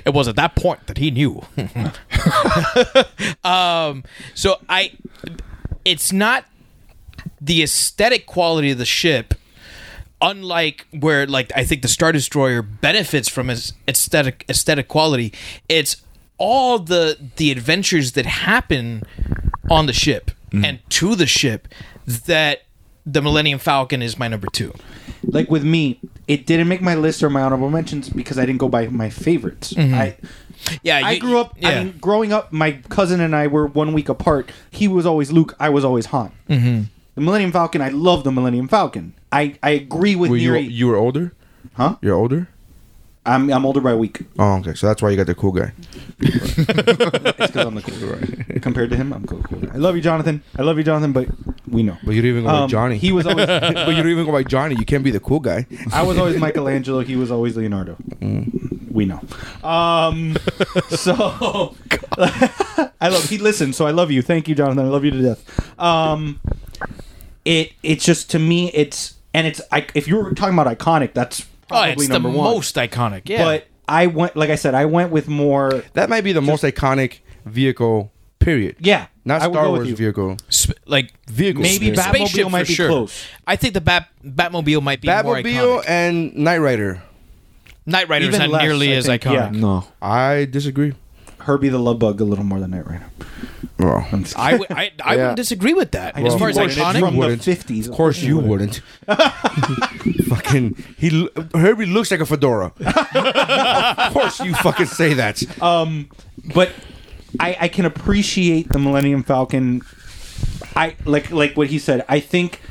C: it was at that point that he knew. um, so I, it's not the aesthetic quality of the ship. Unlike where, like I think the Star Destroyer benefits from its aesthetic aesthetic quality, it's all the the adventures that happen on the ship
E: Mm-hmm.
C: and to the ship that the Millennium Falcon is my number two.
E: Like with me, it didn't make my list or my honorable mentions because I didn't go by my favorites.
D: Mm-hmm.
E: I.
C: Yeah,
E: I
C: Uh, you-
E: grew up.
C: Yeah.
E: I mean, growing up, my cousin and I were one week apart. He was always Luke. I was always Han. Mm-hmm. The Millennium Falcon. I love the Millennium Falcon. I, I agree with
D: Were you
E: Neri.
D: you were older?
E: Huh?
D: You're older?
E: I'm I'm older by a week.
D: Oh, okay. So that's why you got the cool guy.
E: It's because I'm the cool guy. Compared to him, I'm cool, cool guy. I love you, Jonathan. I love you, Jonathan. But we know.
D: But you didn't even go by
E: Um,
D: Johnny.
E: He was always.
D: but you don't even go by Johnny. You can't be the cool guy.
E: I was always Michelangelo. He was always Leonardo.
D: Mm.
E: We know. Um, so I love. He listened. So I love you. Thank you, Jonathan. I love you to death. Um, it it's just to me it's and it's I, if you were talking about iconic that's
C: oh,
E: probably
C: it's the
E: number one.
C: most iconic. Yeah,
E: But I went like I said I went with more.
D: That might be the most iconic vehicle. Period.
E: Yeah,
D: Not
E: I would
D: Star
E: go with
D: Wars
E: you.
D: vehicle.
C: sp- like
D: Vehicle.
E: Maybe
D: Space-
E: Batmobile
C: spaceship
E: might
C: for
E: be
C: sure.
E: close.
C: I think the Bat Batmobile might be more iconic.
D: Batmobile and Knight Rider.
C: Knight Rider is
E: Even
C: not
E: less,
C: nearly
E: I
C: as
E: think,
C: iconic.
E: yeah.
B: No.
D: I disagree.
E: Herbie the Love Bug a little more than Knight Rider.
D: Well,
E: I'm just
C: I would I, I
B: Yeah.
C: wouldn't disagree with that. as far as
E: Well, it's
C: iconic,
E: from the
D: wouldn't.
E: fifties.
D: of course you wouldn't. fucking he l- Herbie looks like a fedora. of course you fucking say that.
E: Uh, but I, I can appreciate the Millennium Falcon. I like like what he said. I think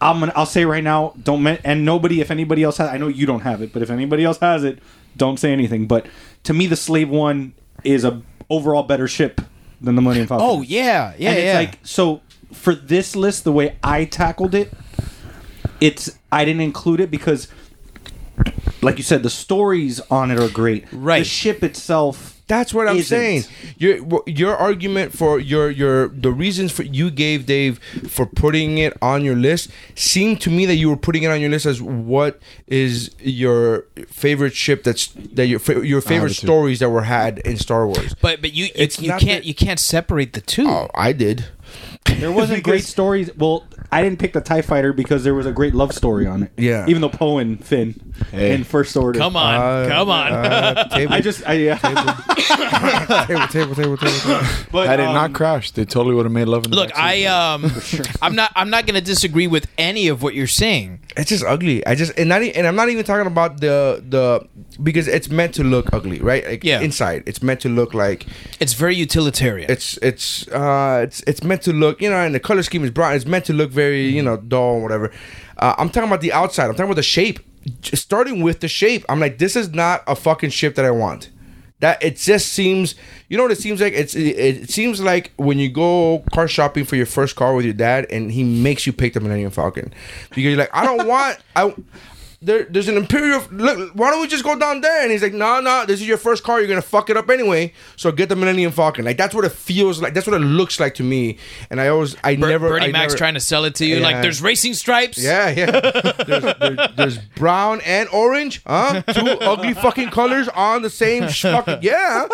E: I'm gonna, I'll say right now, don't men- and nobody, if anybody else has, I know you don't have it, but if anybody else has it, don't say anything. But to me, the Slave One is a overall better ship than the Millennium Falcon.
C: Oh yeah, yeah,
E: and
C: yeah.
E: It's like so for this list, the way I tackled it, it's I didn't include it because, like you said, the stories on it are great.
C: Right.
E: the ship itself.
D: That's what I'm
E: isn't.
D: saying. Your wh- your argument for your your the reasons for you gave Dave for putting it on your list seemed to me that you were putting it on your list as what is your favorite ship that's that your fa- your favorite stories that were had in Star Wars.
C: but but you you,
D: It's
C: you
D: not
C: can't
D: that-
C: you can't separate the two.
D: Oh, I did.
E: There wasn't great stories. Well, I didn't pick the Tie Fighter because there was a great love story on it.
D: Yeah.
E: even though Poe and Finn in First Order.
C: Come on,
D: Uh,
C: come on.
D: Uh, table,
E: I just I, yeah.
D: table, table, table, table, table.
E: but
B: Had it
E: um,
B: not crashed, they totally would have made love in the
C: Look,
B: backseat.
C: I um, I'm not I'm not gonna disagree with any of what you're saying.
D: It's just ugly. I just and not e- and I'm not even talking about the the because it's meant to look ugly, right? Like
C: Yeah.
D: inside, it's meant to look like
C: It's very utilitarian.
D: it's it's uh it's it's meant to look you know and the color scheme is brown it's meant to look very you know dull or whatever uh, i'm talking about the outside i'm talking about the shape Just starting with the shape i'm like this is not a fucking ship that i want that it just seems you know what it seems like it's it, it seems like when you go car shopping for your first car with your dad and he makes you pick the millennium falcon because you're like i don't want i there, there's an imperial. Look, why don't we just go down there? And he's like, no, no, this is your first car. You're gonna fuck it up anyway. So get the Millennium Falcon. Like that's what it feels like. That's what it looks like to me. And I always, I
C: Ber-
D: never.
C: Bernie
D: I
C: Mac's
D: never-
C: trying to sell it to you. Like
D: Yeah.
C: there's racing stripes.
D: Yeah, yeah. there's, there- there's brown and orange, huh? Two ugly fucking colors on the same sh- fucking yeah.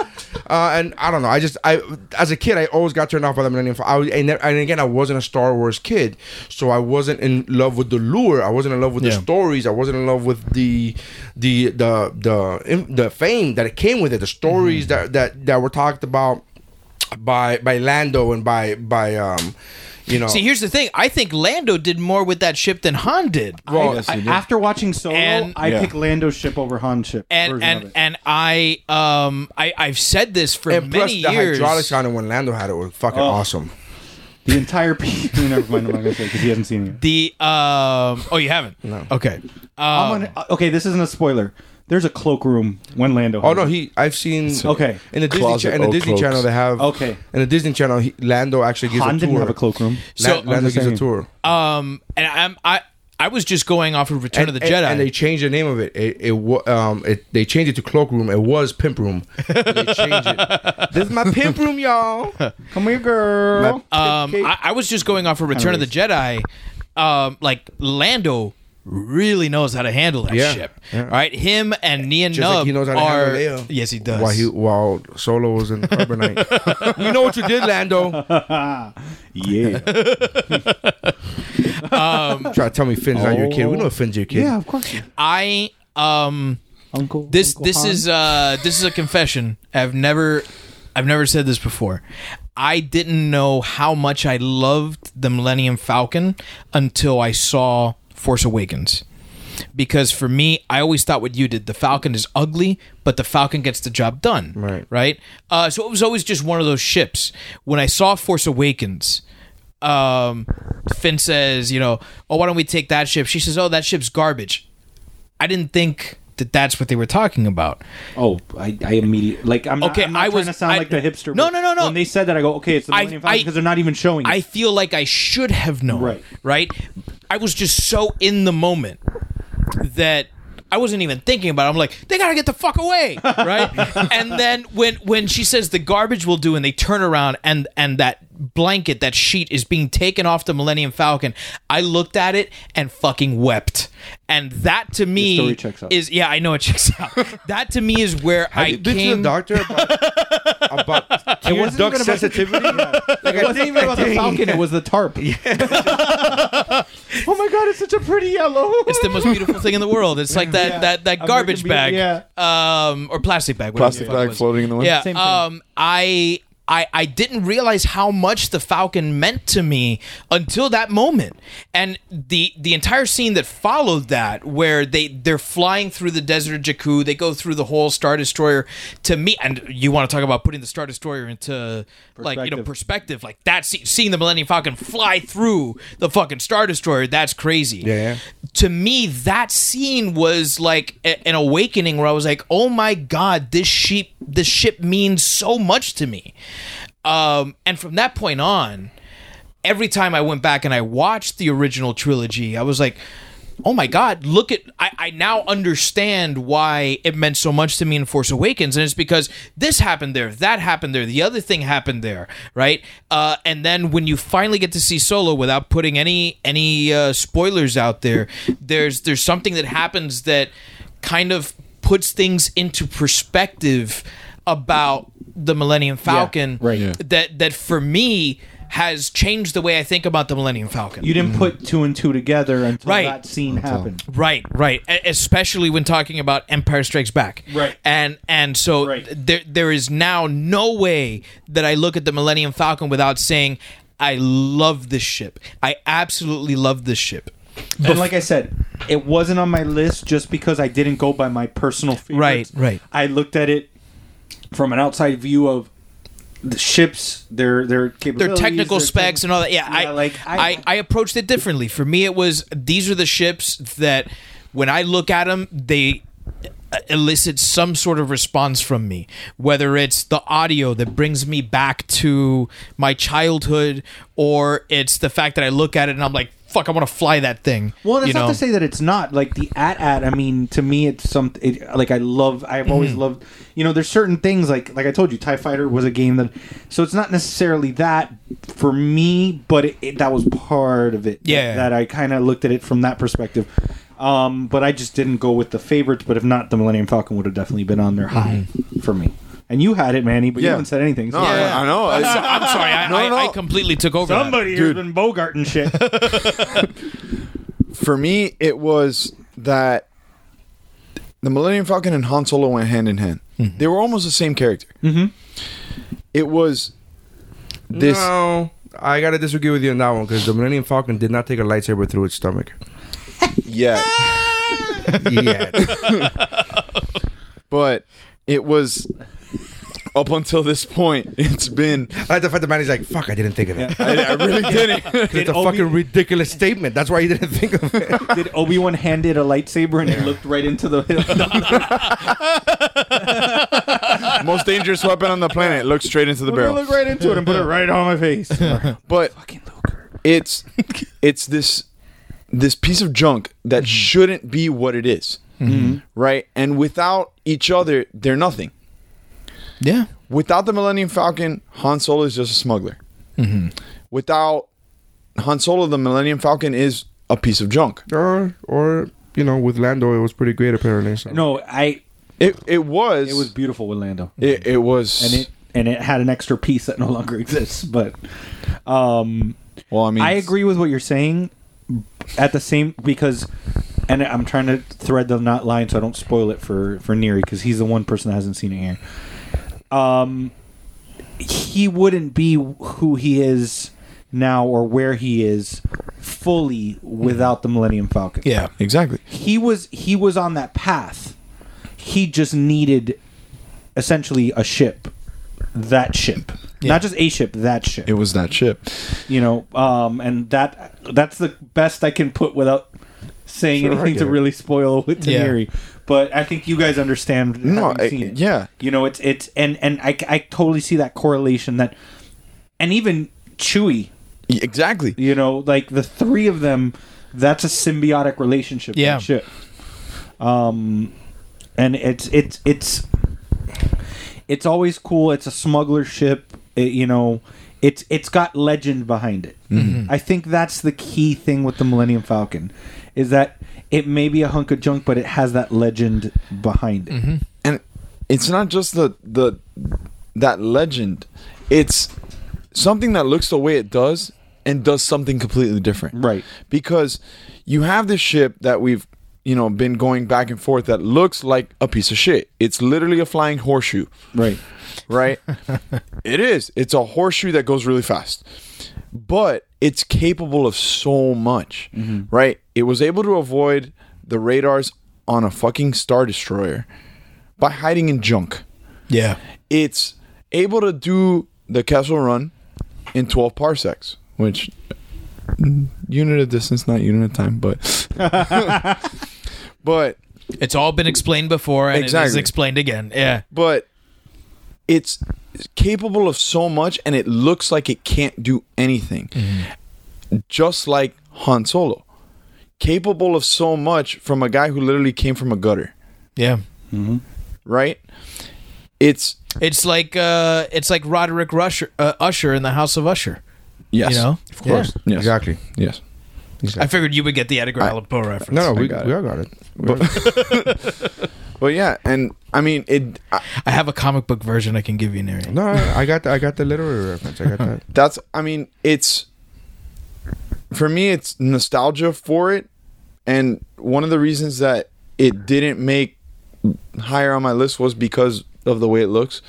D: Uh, and I don't know. I just I as a kid I always got turned off by the Millennium. Falcon. I was, and, there- and again I wasn't a Star Wars kid, so I wasn't in love with the lure. I wasn't in love with the stories. I wasn't in love with the the the the the fame that it came with it. The stories that that that were talked about by by Lando and by by um you know
C: See, here's the thing. I think Lando did more with that ship than Han did.
E: I-
B: Yes,
E: I-
B: you did.
E: after watching Solo,
C: And-
E: I
B: Yeah.
E: pick Lando's ship over Han's ship.
C: And
E: version of
C: and
E: it.
C: and I um I I've said this for
D: and plus
C: many
D: the
C: years.
D: hydraulics on it when Lando had it was fucking awesome.
E: the entire piece. never mind. I'm not gonna say because he hasn't seen it. Yet.
C: the um oh you haven't no. okay Uh,
E: I'm gonna- okay, this isn't a spoiler. There's a cloakroom when Lando.
D: Oh
E: has
D: no,
E: it.
D: he I've seen
E: Okay.
D: in the Disney
B: Closet
D: cha- in the
B: old
D: Disney
B: cloaks.
D: Channel they have
E: Okay.
D: in the Disney Channel he, Lando actually gives
E: Han
D: a tour.
E: didn't have a cloakroom.
D: La-
C: So-
D: Lando gives a tour.
C: um and I'm I I was just going off of Return of the Jedi
D: and they changed the name of it. It, it wa- um it, they changed it to Cloak Room. It was Pimp Room. They changed it. this is my Pimp Room, y'all.
E: Come here, girl.
C: um I, I was just going off of Return of the Jedi um like Lando really knows how to handle that
D: Yeah,
C: ship
D: yeah.
C: all right him and Nia
D: Just like he knows how to
C: are
D: handle Leia.
C: yes he does
D: While he while Solo was in Carbonite. you know what you did, Lando.
E: yeah.
D: Try to tell me Finn's not your kid. We know Finn's your kid.
E: yeah, of course.
C: I um
E: Uncle.
C: this
E: Uncle
C: this
E: Han.
C: is uh this is a confession. I've never I've never said this before. I didn't know how much I loved the Millennium Falcon until I saw Force Awakens. Because for me, I always thought what you did. The Falcon is ugly, but the Falcon gets the job done.
D: Right.
C: Right? Uh, so it was always just one of those ships. When I saw Force Awakens, um, Finn says, you know, oh, why don't we take that ship? She says, oh, that ship's garbage. I didn't think that that's what they were talking about.
E: Oh, I, I immediately like. I'm
C: Okay,
E: okay. Not, I'm not
C: I
E: trying
C: was-
E: to sound
C: I-
E: like the hipster.
C: No,
E: but
C: no, no, no.
E: When they said that, I go, okay, it's the
C: I-
E: Millennium Falcon
C: I-
E: because they're not even showing.
C: I
E: it.
C: feel like I should have known.
E: Right.
C: Right? I was just so in the moment that I wasn't even thinking about it. I'm like, they gotta get the fuck away. Right? and then when when she says the garbage will do and they turn around and and that blanket, that sheet is being taken off the Millennium Falcon, I looked at it and fucking wept. And that to me
E: story checks out.
C: is yeah, I know it checks out. that to me is where I
D: Have you been to
C: came
D: the doctor about, about tear
E: wasn't
D: duct
E: even about-
D: sensitivity? Like,
E: It wasn't even about the Falcon. It was the tarp. oh my god, it's such a pretty yellow.
C: It's the most beautiful thing in the world. It's like that that, that garbage
E: American
C: bag,
E: Beauty,
C: um, or plastic bag, whatever the
B: Plastic
C: fuck it
B: bag
C: was.
B: floating in the wind.
C: Yeah,
E: Same thing.
C: um, I I, I didn't realize how much the Falcon meant to me until that moment. And the the entire scene that followed that, where they, they're flying through the desert of Jakku, they go through the whole Star Destroyer to me and you want to talk about putting the Star Destroyer into like you know
E: Perspective.
C: perspective, like that see, seeing the Millennium Falcon fly through the fucking Star Destroyer, that's crazy
D: Yeah, yeah.
C: to me that scene was like a- an awakening where i was like oh my god this ship this ship means so much to me um and from that point on every time i went back and i watched the original trilogy i was like oh my god look at I, I now understand why it meant so much to me in force awakens and it's because this happened there that happened there the other thing happened there right uh, and then when you finally get to see solo without putting any any uh, spoilers out there there's there's something that happens that kind of puts things into perspective about the millennium falcon
E: right. Yeah.
C: that that for me has changed the way i think about the millennium falcon
E: You didn't put two and two together until
C: Right.
E: that scene happened.
C: Right, right. E- Especially when talking about Empire Strikes Back.
E: Right.
C: And and so
E: Right.
C: there there is now no way that I look at the Millennium Falcon without saying I love this ship. I absolutely love this ship.
E: and like I said, it wasn't on my list just because I didn't go by my personal favorites.
C: Right, right.
E: I looked at it from an outside view of the ships, their their
C: Their
E: capabilities,
C: technical
E: their
C: specs
E: things.
C: and all that. Yeah, I,
E: like
C: I, I approached it differently. For me, it was these are the ships that when I look at them, they uh, elicit some sort of response from me whether it's the audio that brings me back to my childhood or it's the fact that i look at it and i'm like fuck i want to fly that thing
E: Well, that's
C: you
E: not
C: know?
E: to say that it's not like the at at. I mean, to me, it's some it, like I love. I've always loved. You know, there's certain things like like I told you, Tie Fighter was a game that. So it's not necessarily that for me, but it, it, that was part of it.
C: Yeah.
E: that I kind of looked at it from that perspective. Um, but I just didn't go with the favorites. But if not, the Millennium Falcon would have definitely been on there high for me. And you had it, Manny, but you
B: Yeah.
E: haven't said anything. So
B: No, I- I, know. I-
C: i'm sorry I,
B: No,
C: I,
B: no.
C: I completely took over that.
E: somebody has
B: Dude.
E: been Bogart and shit.
B: for me, it was that the Millennium Falcon and Han Solo went hand in hand. They were almost the same character. Mm-hmm. It was this.
D: No, I gotta disagree with you on that one because the Millennium Falcon did not take a lightsaber through its stomach.
B: Yeah.
D: Yeah,
B: but it was up until this point. It's been
D: I like the fact that Manny's like, "Fuck, I didn't think of that."
B: I, I really didn't.
D: It's a fucking ridiculous statement. That's why he didn't think of it.
E: Did Obi Wan handed a lightsaber and it looked right into the?
B: Most dangerous weapon on the planet. Look straight into the barrel.
E: right into it and put it right on my face.
B: But it's it's this this piece of junk that shouldn't be what it is, right? And without each other, they're nothing.
C: yeah
B: Without the Millennium Falcon, Han Solo is just a smuggler. Mm-hmm. Without Han Solo, the Millennium Falcon is a piece of junk.
D: Or, or you know, with Lando, it was pretty great apparently. So.
E: no, I.
B: It it was
E: It was beautiful with Lando,
B: it, it was
E: and it and it had an extra piece that no longer exists. But um,
B: well. I mean,
E: I agree with what you're saying. At the same because, and I'm trying to thread the not line so I don't spoil it for for Neri because he's the one person that hasn't seen it here. Um, he wouldn't be who he is now or where he is fully without the Millennium Falcon.
C: yeah
B: exactly.
E: he was he was on that path. He just needed essentially a ship, that ship, not just a ship, that ship.
B: It was that ship.
E: you know, um, and that that's the best I can put without saying
D: Sure, I
E: anything
D: get
E: to
D: it.
E: really spoil with
C: Yeah.
E: Teneri. But I think you guys understand.
B: No,
E: having
B: I-
E: seen it.
B: yeah.
E: you know, it's it's and and I I totally see that correlation that, and even
B: Y-
E: Chewie
B: E, Exactly.
E: you know, like the three of them, that's a symbiotic relationship.
C: Yeah.
E: that Shit. Um, and it's it's it's it's always cool. It's a smuggler ship. It, you know, it's it's got legend behind it. I think that's the key thing with the Millennium Falcon, is that it may be a hunk of junk, but it has that legend behind it.
B: And it's not just the the that legend. It's something that looks the way it does and does something completely different.
E: Right.
B: Because you have this ship that we've you know been going back and forth that looks like a piece of shit. It's literally a flying horseshoe
E: Right.
B: right? it is. It's a horseshoe that goes really fast, but it's capable of so much, right? It was able to avoid the radars on a fucking star destroyer by hiding in junk.
C: Yeah.
B: It's able to do the Kessel Run in 12 parsecs, which mm, unit of distance, not unit of time, but but
C: It's all been explained before and it is
B: Exactly.
C: explained again. Yeah.
B: but it's capable of so much and it looks like it can't do anything. Just like Han Solo. Capable of so much from a guy who literally came from a gutter,
C: Yeah.
B: right? It's
C: It's like uh it's like Roderick Rusher uh, Usher in the House of Usher.
B: yes.
C: You know?
D: Of course.
B: Yes.
D: Exactly.
B: Yes.
C: I figured you would get the Edgar Allan Poe reference.
D: No, no, we,
B: got
D: we
B: it.
D: all got it.
B: But yeah, and I mean it uh, I,
C: I have a comic book version I can give you, Neri.
D: No, I got the, I got the literary reference. I got that.
B: that's I mean it's for me it's nostalgia for it and one of the reasons that it didn't make higher on my list was because of the way it looks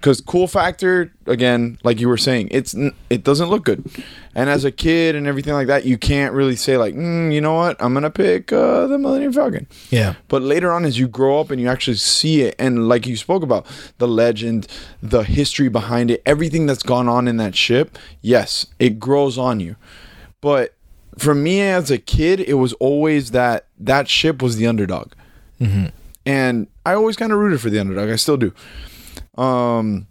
B: because cool factor again like you were saying it's n- it doesn't look good and as a kid and everything like that you can't really say like mm, you know what i'm gonna pick uh, the millennium falcon
C: Yeah.
B: but later on, as you grow up and you actually see it, and like you spoke about, the legend, the history behind it, everything that's gone on in that ship, yes, it grows on you. But for me as a kid, it was always that that ship was the underdog. And I always kind of rooted for the underdog. I still do. Um,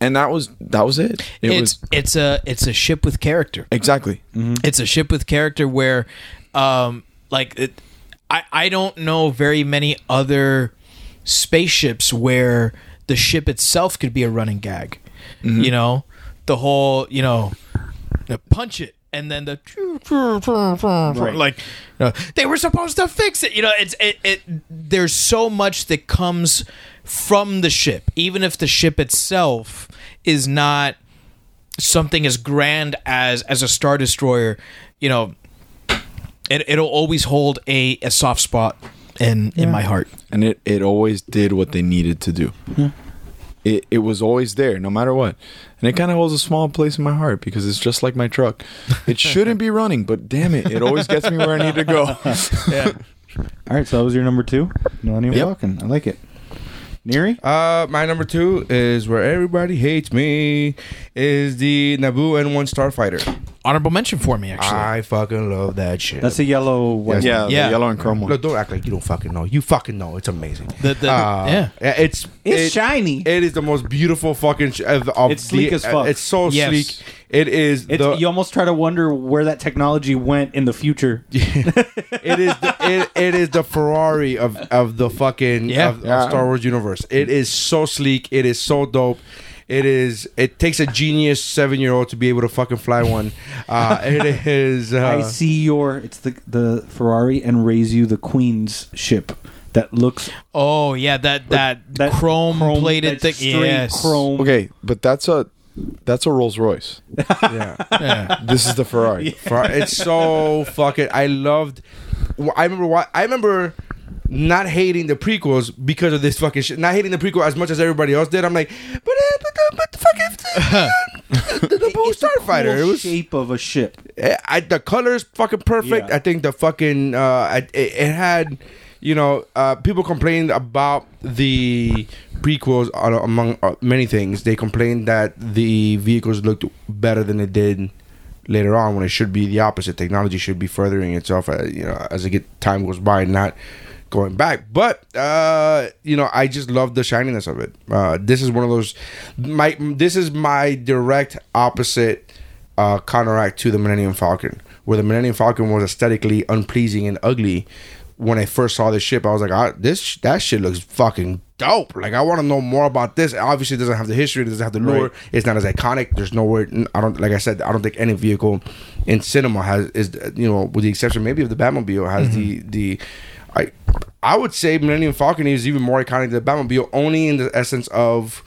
B: and that was that was it. It
C: it's
B: was
C: it's a it's a ship with character.
B: exactly
C: it's a ship with character where um like it, i i don't know very many other spaceships where the ship itself could be a running gag you know the whole you know the punch it and then the like you know, they were supposed to fix it you know it's it, it there's so much that comes from the ship even if the ship itself is not something as grand as as a star destroyer you know it, it'll always hold a, a soft spot in in my heart
B: and it, it always did what they needed to do. It, it was always there, no matter what. And it kind of holds a small place in my heart because it's just like my truck. It shouldn't be running, but damn it, it always gets me where I need to go.
E: All right. So that was your number two, Millennium Falcon. I like it. Neri.
D: Uh, my number two is where everybody hates me. Is the Naboo N one Starfighter.
C: honorable mention for me actually
D: I fucking love that shit.
E: That's a yellow one.
D: Yes.
B: yeah,
C: Yeah.
B: The yellow and chrome one.
D: Look, don't act like you don't fucking know. You fucking know. It's amazing.
C: The- the-
D: Uh, it's
E: It's shiny.
D: It is the most beautiful fucking. Sh- of, of
E: It's sleek
D: the-
E: as fuck.
D: It's so
C: Yes.
D: sleek. It is
E: It's,
D: the.
E: you almost try to wonder where that technology went in the future.
D: it is the, it, it is the Ferrari of of the fucking
C: Yeah.
D: of, of Star Wars universe. It is so sleek. It is so dope. It is. It takes a genius seven year old to be able to fucking fly one. Uh, it is. Uh,
E: I see your. It's the the Ferrari and raise you the Queen's ship that looks
C: oh yeah that that,
E: that
C: chrome, plated
E: that
C: thing
E: straight
C: yes
E: chrome.
B: Okay, but that's a that's a Rolls Royce.
D: Yeah.
B: This is the Ferrari.
D: Fer- it's so fucking. I loved. wh- I remember why. I remember not hating the prequels because of this fucking shit. Not hating the prequel as much as everybody else did. I'm like, but uh, but the, but the fucking the, the, the Naboo Starfighter.
E: Cool
D: it was
E: shape of a ship.
D: I, Eh, I- the colors fucking perfect.
E: Yeah.
D: I think the fucking uh, I, it, it had, you know, uh, people complained about the prequels on, among uh, many things. They complained that the vehicles looked better than they did later on when it should be the opposite. Technology should be furthering itself, uh, you know, as it get, time goes by, not going back. But uh, you know, I just love the shininess of it. Uh, this is one of those. My this is my direct opposite uh, counteract to the Millennium Falcon, where the Millennium Falcon was aesthetically unpleasing and ugly. When I first saw this ship, I was like, ah, "This sh- that shit looks fucking dope." Like, I want to know more about this. Obviously, it doesn't have the history, it doesn't have the lore. It's not as iconic. There's nowhere. I don't like I said. I don't think any vehicle in cinema has is you know, with the exception maybe of the Batmobile, has the the. I I would say Millennium Falcon is even more iconic than the Batmobile, only in the essence of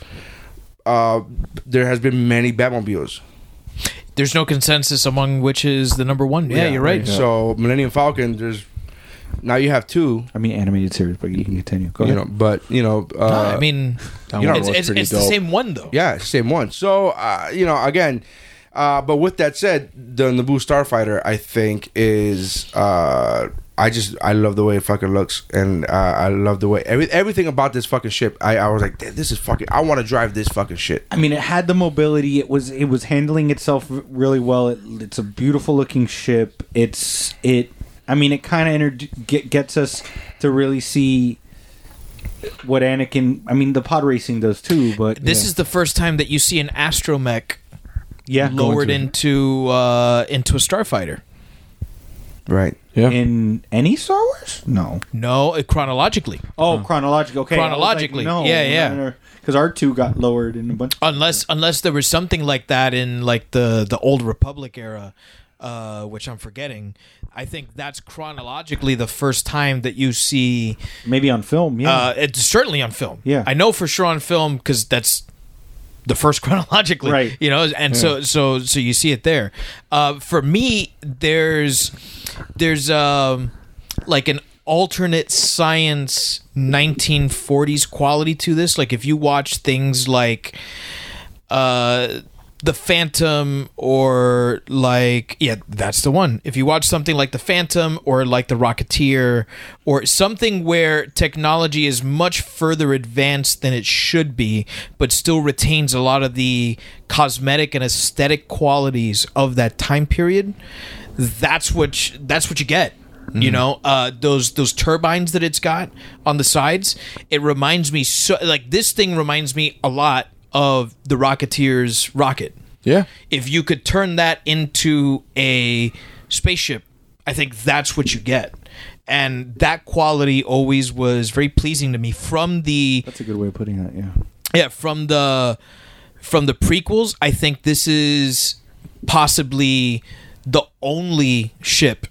D: uh, there has been many Batmobiles.
C: there's no consensus among which is the number one yeah, you're right
D: So Millennium Falcon, there's Now you have two.
E: I mean, animated series, but you can continue. Go
D: You
E: ahead.
D: know, but you know, uh,
C: I mean,
B: one
C: it's,
B: was
C: it's,
B: pretty
C: it's the
B: dope.
C: same one though.
D: Yeah, same one. So uh, you know, again, uh, but with that said, the Naboo Starfighter, I think, is uh, I just I love the way it fucking looks, and uh, I love the way every, everything about this fucking ship. I, I was like, this is fucking. I want to drive this fucking shit.
E: I mean, it had the mobility. It was it was handling itself r- really well. It, it's a beautiful looking ship. It's it. I mean, it kind of get, gets us to really see what Anakin. I mean, the pod racing does too. But
C: This is the first time that you see an astromech
E: yeah,
C: lowered into uh, into a starfighter.
D: Right.
B: Yeah.
E: in any Star Wars. No.
C: No, uh, chronologically,
E: Oh, chronological. Okay, I was like,
C: Chronologically. Yeah, yeah.
E: no, no, Because R two got lowered in a bunch.
C: unless unless there was something like that in like the the old Republic era, uh, which I'm forgetting. I think that's chronologically the first time that you see.
E: Maybe on film. Yeah.
C: Uh, it's certainly on film.
E: Yeah.
C: I know for sure on film because that's the first chronologically,
E: Right.
C: You know, and so so so you see it there. Uh, for me, there's there's um like an alternate science 1940s quality to this. Like if you watch things like uh the Phantom or like yeah, that's the one. If you watch something like the Phantom or like the Rocketeer or something where technology is much further advanced than it should be, but still retains a lot of the cosmetic and aesthetic qualities of that time period, that's what you, that's what you get. You know, uh, those those turbines that it's got on the sides, it reminds me so like this thing reminds me a lot of the Rocketeer's rocket.
B: Yeah.
C: If you could turn that into a spaceship, I think that's what you get. And that quality always was very pleasing to me from the
E: That's a good way of putting that. Yeah.
C: yeah, from the from the prequels, I think this is possibly the only ship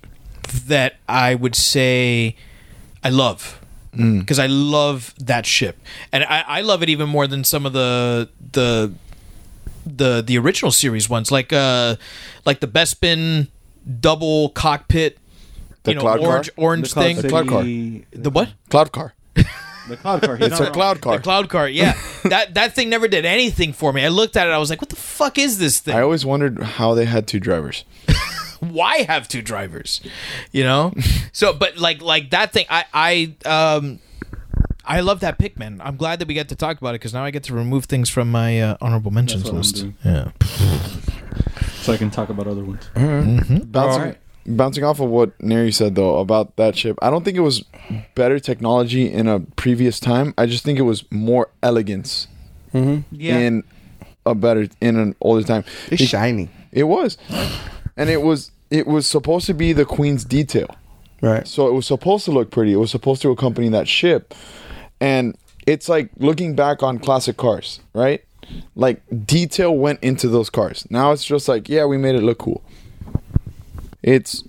C: that I would say I love
B: Mm.
C: because I love that ship, and I, I love it even more than some of the the the the original series ones, like uh like the Bespin double cockpit,
B: The
C: you know,
B: cloud car?
C: orange orange
E: cloud
C: thing.
B: The cloud car.
E: city-
C: the what?
B: Cloud car.
E: The cloud car.
B: It's a cloud car.
C: The cloud cart, yeah. that that thing never did anything for me. I looked at it, I was like, what the fuck is this thing?
B: I always wondered how they had two drivers.
C: Why have two drivers? You know? so but like like that thing I I um I love that pick, man. I'm glad that we got to talk about it because now I get to remove things from my uh, honorable mentions
E: That's what I'm
C: list.
E: doing.
C: Yeah.
E: So I can talk about other ones.
B: Bouncing, bouncing off of what Neri said though about that ship, I don't think it was better technology in a previous time. I just think it was more elegance
C: Mm-hmm.
B: in a better in an older time.
D: It's
B: Be-
D: shiny.
B: It was, and it was it was supposed to be the queen's detail.
D: Right.
B: So it was supposed to look pretty. It was supposed to accompany that ship. And it's like looking back on classic cars, right? Like detail went into those cars. Now it's just like, yeah, we made it look cool. It's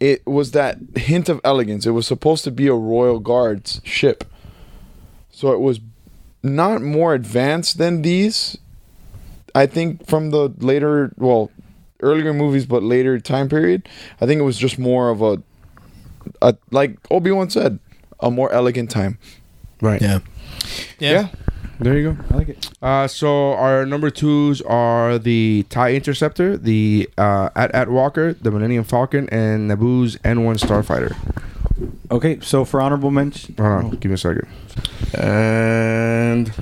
B: it was that hint of elegance. It was supposed to be a royal guard's ship. So it was not more advanced than these. I think from the later, well, earlier movies but later time period, I think it was just more of a a, like Obi Wan said, a more elegant time.
D: Right.
C: Yeah. Yeah.
D: There you go.
E: I like it.
D: Uh, so our number twos are the Tie Interceptor, the uh, At At Walker, the Millennium Falcon, and Naboo's N1 Starfighter.
E: Okay, so for honorable mention.
D: Hold on, give me a second. And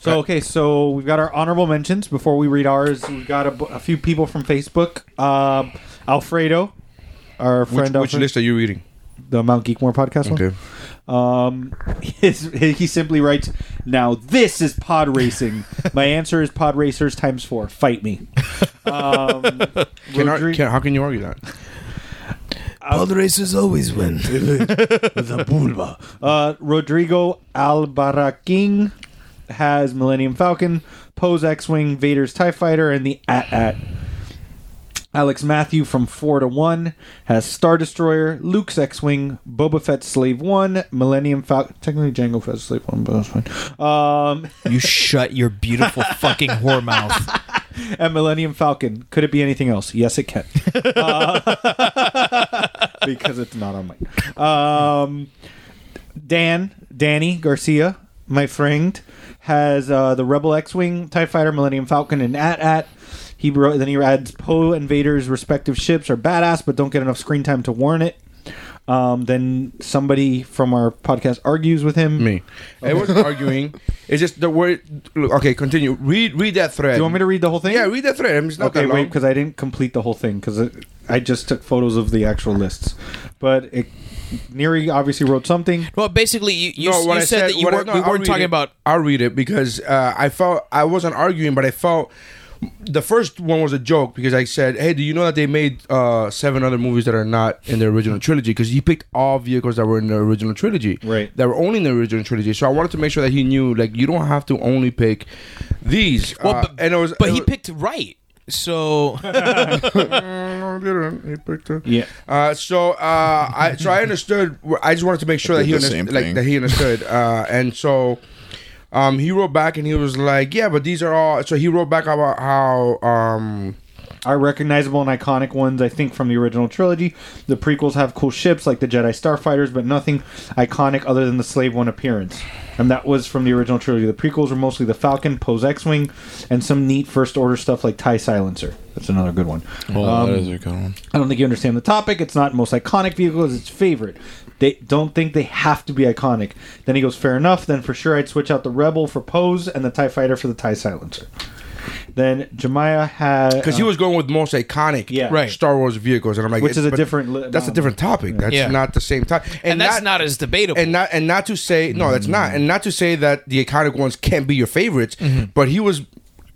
E: So okay, so we've got our honorable mentions. Before we read ours, we've got a, bu- a few people from Facebook. Uh, Alfredo, our
D: which,
E: friend,
D: which
E: Alfredo,
D: list are you reading?
E: the Mount Geekmore podcast. one.
D: Okay.
E: Um, his, he simply writes, "Now this is pod racing." My answer is pod racers times four. Fight me. Um,
D: Can, ar-
E: Rodri-
D: can, how can you argue that?
C: All the races always win.
E: Uh, Rodrigo Albaraking has Millennium Falcon, Poe's X-wing, Vader's Tie Fighter, and the At At. Alex Matthew from four to one has Star Destroyer, Luke's X-wing, Boba Fett's Slave One, Millennium Falcon. Technically, Jango Fett's Slave One, but that's fine. Um,
C: you shut your beautiful fucking whore mouth.
E: and Millennium Falcon. Could it be anything else? Yes, it can. Uh, because it's not on mine. Um, Dan, Danny Garcia, my friend, has uh, the Rebel X-wing, Tie Fighter, Millennium Falcon, and At At. He wrote, then he adds Poe invaders' respective ships are badass, but don't get enough screen time to warrant it. Um, then somebody from our podcast argues with him.
D: Me. I wasn't arguing. It's just the word. Look, okay, continue. Read read that thread.
E: Do you want me to read the whole thing?
D: Yeah, read that thread. I mean, it's not
E: Okay,
D: that
E: wait,
D: long.
E: because I didn't complete the whole thing because I just took photos of the actual lists. But it, Neri obviously wrote something.
C: Well, basically, you, you,
D: No, what
C: you
D: I
C: said, that you
D: what I-
C: weren't,
D: no,
C: we
D: I'll
C: weren't
D: read
C: talking
D: it.
C: about.
D: I'll read it because uh, I felt I wasn't arguing, but I felt the first one was a joke because I said, "Hey, do you know that they made uh, seven other movies that are not in the original trilogy?" Because he picked all vehicles that were in the original trilogy,
E: Right.
D: That were only in the original trilogy. So I wanted to make sure that he knew, like, you don't have to only pick these.
C: Well,
D: Uh,
C: but,
D: and it was,
C: but
D: it
C: he
D: was-
C: picked right. So
D: No, he didn't. He picked a-
E: Yeah.
D: Uh, so uh, I so I understood. I just wanted to make sure that
B: did
D: he
B: the same
D: understood, like
B: thing.
D: that he understood. Uh, and so um, he wrote back and he was like, "Yeah, but these are all." So he wrote back about how um,
E: Are recognizable and iconic ones, I think, from the original trilogy. The prequels have cool ships like the Jedi Starfighters, but nothing iconic other than the Slave One appearance. And that was from the original trilogy. The prequels were mostly the Falcon, Poe's X Wing, and some neat First Order stuff like TIE Silencer. That's another good one.
B: Well,
E: Um,
B: that is a good one.
E: I don't think you understand the topic. It's not most iconic vehicle; it's its favorite. They don't think they have to be iconic. Then he goes, fair enough. Then for sure, I'd switch out the Rebel for Pose and the Tie Fighter for the Tie Silencer. Then Jemiah had
D: because he
E: uh,
D: was going with most iconic,
E: Yeah.
C: Right.
D: Star Wars vehicles, and I'm like,
E: Which is a
D: but
E: different li-
D: that's a different topic. That's
C: Yeah.
D: not the same time,
C: and that's not as debatable.
D: and not and not to say no, that's not, and not to say that the iconic ones can't be your favorites, but he was